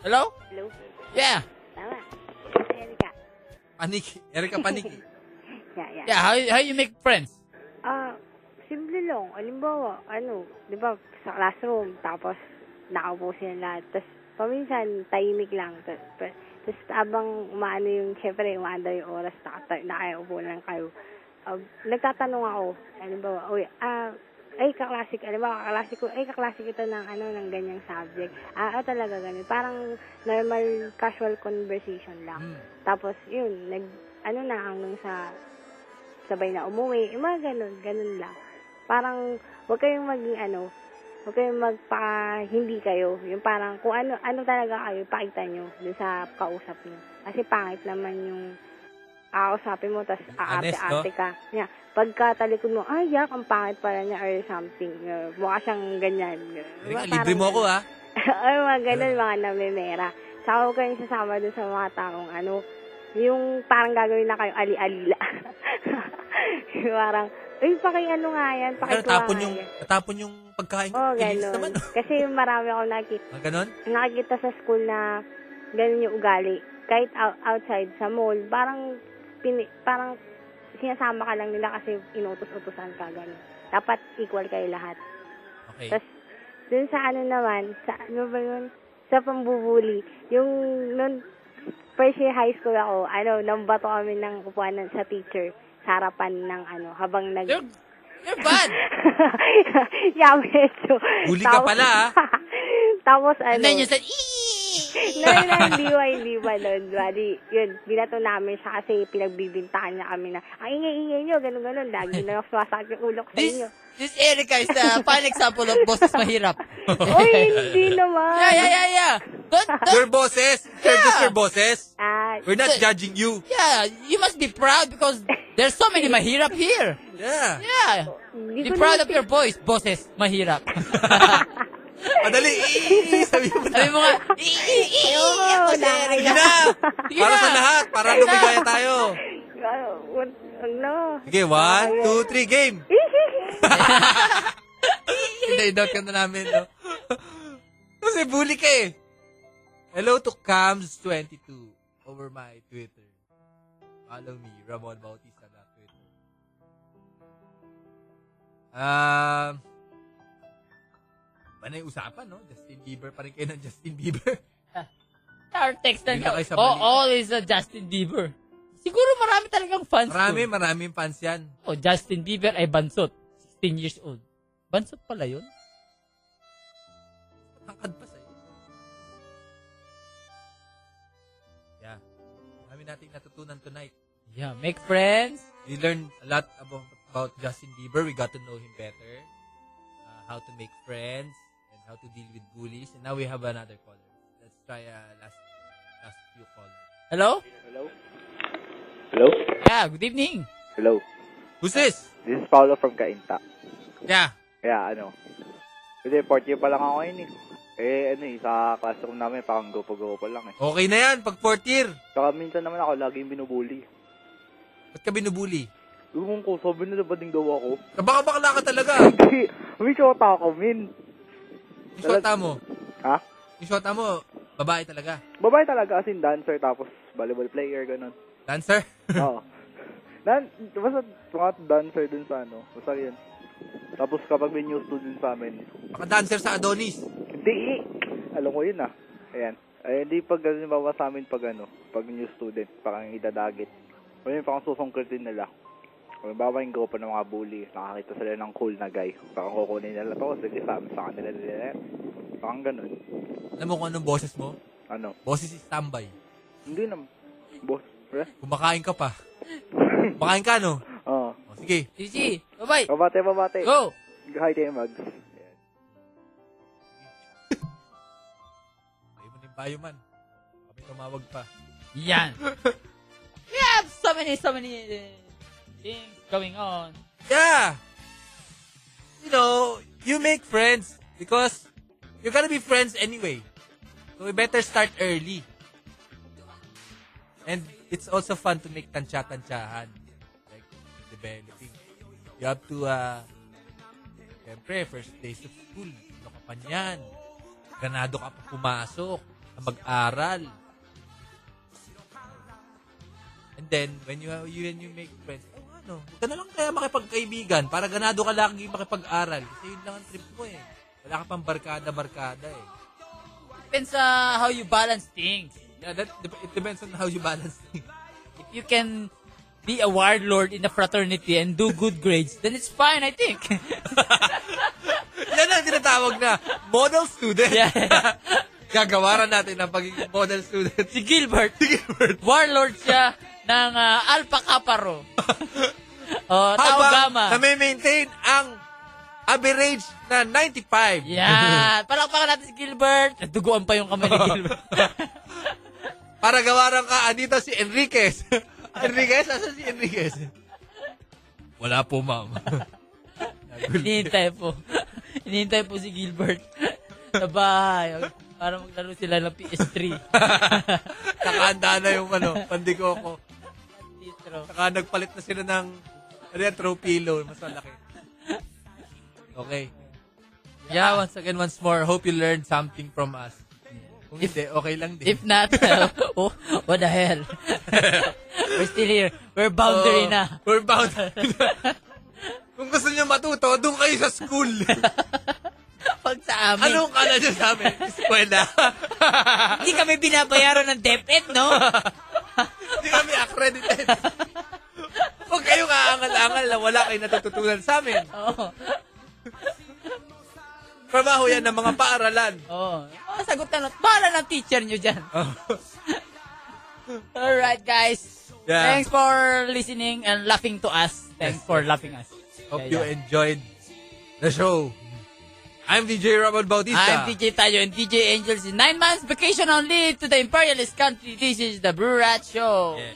S2: Hello?
S22: Hello?
S2: Yeah.
S22: Tama. Erika.
S1: Panik. Erika, panik. eh.
S22: Yeah, yeah.
S2: Yeah, how, how you make friends?
S22: Ah, simple lang. Alimbawa, ano, di ba, sa classroom, tapos nakaupo sila lahat. Tapos, paminsan, tahimik lang. Tapos, pa- tapos abang umaano yung, syempre, umaanda yung oras, nakata- nakaupo lang kayo. Ah, nagtatanong ako, alimbawa, uy, ah, ay, kaklasik, alimbawa, kaklasik ko, ay, kaklasik ito ng, ano, ng ganyang subject. Ah, ah, talaga ganun. Parang normal, casual conversation lang. Tapos, yun, nag, ano na, hanggang sa sabay na umuwi. Yung mga ganun, ganun lang. Parang, huwag kayong maging ano, huwag kayong magpa, hindi kayo. Yung parang, kung ano, ano talaga kayo, pakita nyo dun sa kausap nyo. Kasi pangit naman yung aakausapin mo, tas
S19: honest,
S22: aarte-arte
S19: no?
S22: ka. Yeah. Pagka talikod mo, ay, yak, ang pangit pala niya or something. Uh, mukha siyang ganyan. Diba,
S1: Erika, libre mo ako, ah. ha?
S22: Ay, mga ganun,
S1: Ah.
S22: mga namimera. Tsaka huwag kayong sasama dun sa mga taong ano, yung parang gagawin na kayo ali-alila. Yung parang, uy, paki ano nga yan, paki
S1: Ano, tapon yung, tapon yung pagkain.
S22: Oo,
S1: Bilis
S22: ganun.
S1: naman.
S22: Kasi marami akong nakikita,
S1: Ah, ganon?
S22: nakikita sa school na ganun yung ugali. Kahit ou- outside sa mall, parang, pini- parang sinasama ka lang nila kasi inutos-utosan ka, ganun. Dapat equal kayo lahat.
S1: Okay.
S22: Tas, dun sa ano naman, sa ano ba yun? Sa pambubuli. Yung, nun, first year high school ako, ano, nambato kami ng upuan ng- sa teacher sa harapan ng ano, habang nag... You're,
S2: bad!
S22: yeah, medyo.
S1: Bully ka pala, ah.
S22: Tapos ano...
S2: And then you said,
S22: No, no, hindi ba, hindi ba nun. Bali, yun, binato namin siya kasi pinagbibintahan niya kami na, ang ingay-ingay niyo, ganun-ganun, lagi na lang sumasakit yung ulok sa inyo.
S4: This Erica is the fine example of boses mahirap.
S22: Uy, hindi naman.
S4: Yeah, yeah, yeah, yeah.
S1: Your bosses. Sir, just your bosses.
S22: Ah,
S1: We're not judging you.
S4: Yeah, you must be proud because there's so many mahirap here.
S1: Yeah.
S4: Yeah. Be proud of your voice, boses mahirap.
S1: Madali. Sabi mo na.
S4: Sabi mo nga,
S22: Ayoko na.
S1: Sige na. Para sa lahat. Para lumigaya tayo.
S22: Ano?
S1: Sige, one, two, three, game. Hindi, doubt ka na namin, no? Kasi bully ka eh. Hello to Cams22 over my Twitter. Follow me, Ramon Bautista na Twitter. Um, ba na yung usapan, no? Justin Bieber pa rin kayo ng Justin Bieber.
S2: Our text na
S1: Bigla kayo sa
S2: Oh,
S1: bali.
S2: always a Justin Bieber. Siguro marami talagang fans.
S1: Marami,
S2: dun.
S1: maraming fans yan.
S2: Oh, Justin Bieber ay bansot. 16 years old. Bansot pala yun?
S1: Tangkad pa sa'yo. Yeah. Marami nating natutunan tonight.
S2: Yeah, make friends.
S1: We learned a lot about, about Justin Bieber. We got to know him better. Uh, how to make friends and how to deal with bullies. And now we have another caller. Let's try uh, last last few callers.
S2: Hello?
S1: Hello?
S7: Hello?
S2: Yeah, good evening.
S7: Hello?
S1: Who's this?
S7: This is Paolo from Kainta.
S1: Yeah.
S7: Yeah, ano. Kasi fourth year pa lang ako ngayon eh. Eh, ano eh, sa classroom namin, parang gopo-gopo lang eh.
S1: Okay na yan, pag fourth year.
S7: Saka minsan naman ako, laging binubuli.
S1: Ba't ka binubuli?
S7: Ewan ko, sabi nila ba daw ako?
S1: Kabaka-bakla ka talaga.
S7: May shota ako, min.
S1: Yung shota mo.
S7: Ha?
S1: Yung shota mo, babae talaga.
S7: Babae talaga, as in dancer, tapos volleyball player, ganun.
S1: Dancer?
S7: Oo. Dan, basta mga dancer dun sa ano, basta yun. Tapos kapag may new student sa amin,
S1: Baka dancer sa Adonis.
S7: Hindi. Alam ko yun ah. Ayan. Ay, hindi Eh, pag halimbawa sa amin pag ano, pag new student, parang idadagit. O yun, parang susungkitin nila. Halimbawa yung grupo ng mga bully, nakakita sila ng cool na guy. Parang kukunin nila to, sige sa amin sa kanila nila. Parang ganun.
S1: Alam mo kung anong boses mo?
S7: Ano?
S1: Boses is tambay.
S7: Hindi naman. Boss, pre.
S1: Kumakain ka pa. Kumakain ka, no?
S7: Oo.
S1: O, sige.
S2: Gigi, bye-bye.
S7: Babate, babate.
S2: Go!
S7: Hi, Tim Mags.
S1: Ayaw mo na yung bayo man. Kami tumawag pa.
S2: Yan. We have so many, so many uh, things going on.
S1: Yeah! You know, you make friends because you're gonna be friends anyway. So we better start early. And it's also fun to make tansya-tansyahan. Like, developing. You have to, uh, siyempre, first days of school, ano ka pa niyan? Ganado ka pa pumasok, na mag-aral. And then, when you, you, when you make friends, oh, ano, huwag ka na lang kaya makipagkaibigan para ganado ka lagi makipag-aral. Kasi yun lang ang trip mo eh. Wala ka pang barkada-barkada eh.
S2: Depends uh, how you balance things.
S1: Yeah, that dep- it depends on how you balance things.
S2: If you can be a ward lord in a fraternity and do good grades, then it's fine, I think.
S1: Yan ang tinatawag na model student.
S2: Yeah.
S1: Gagawaran natin ang pagiging model student.
S2: Si Gilbert. Si Gilbert. Warlord siya ng uh, Alpha Caparo. oh, Tau
S1: Habang
S2: Gamma.
S1: nami-maintain ang average na 95.
S2: Yan. Palakpakan natin si Gilbert. Naduguan pa yung kamay ni Gilbert.
S1: Para gawaran ka, andito si Enriquez. Enriquez? Asan si Enriquez? Wala po, ma'am.
S2: Hinihintay po. Hinihintay po si Gilbert sa bahay. Para maglaro sila ng PS3.
S1: Nakahanda na yung ano, pandikoko. Saka nagpalit na sila ng retro pillow. Mas malaki. Okay. Yeah, once again, once more, hope you learned something from us. Kung hindi, okay lang din.
S2: If not, oh, what the hell? We're still here. We're boundary
S1: Oo,
S2: na.
S1: We're boundary Kung gusto niyo matuto, doon kayo sa school.
S2: Pag sa amin.
S1: Anong kala niyo sa amin? Eskwela.
S2: Hindi kami binabayaran ng DepEd, no?
S1: Hindi kami accredited. Huwag kayong aangal-angal na wala kayong natututunan sa amin.
S2: Oo.
S1: Trabaho yan ng mga paaralan.
S2: Oo. Oh, sagutan na. Bahala ng teacher nyo dyan.
S1: Oh.
S2: Alright, guys.
S1: Yeah.
S2: Thanks for listening and laughing to us. Thanks
S1: Yes,
S2: for
S1: yes,
S2: laughing us.
S1: Hope
S2: Yeah,
S1: you
S2: yeah.
S1: enjoyed the show. I'm DJ Robert Bautista.
S2: I'm DJ Tayo and DJ Angels in 9 months vacation on leave to the imperialist country. This is the Brew Rat Show.
S1: Yeah.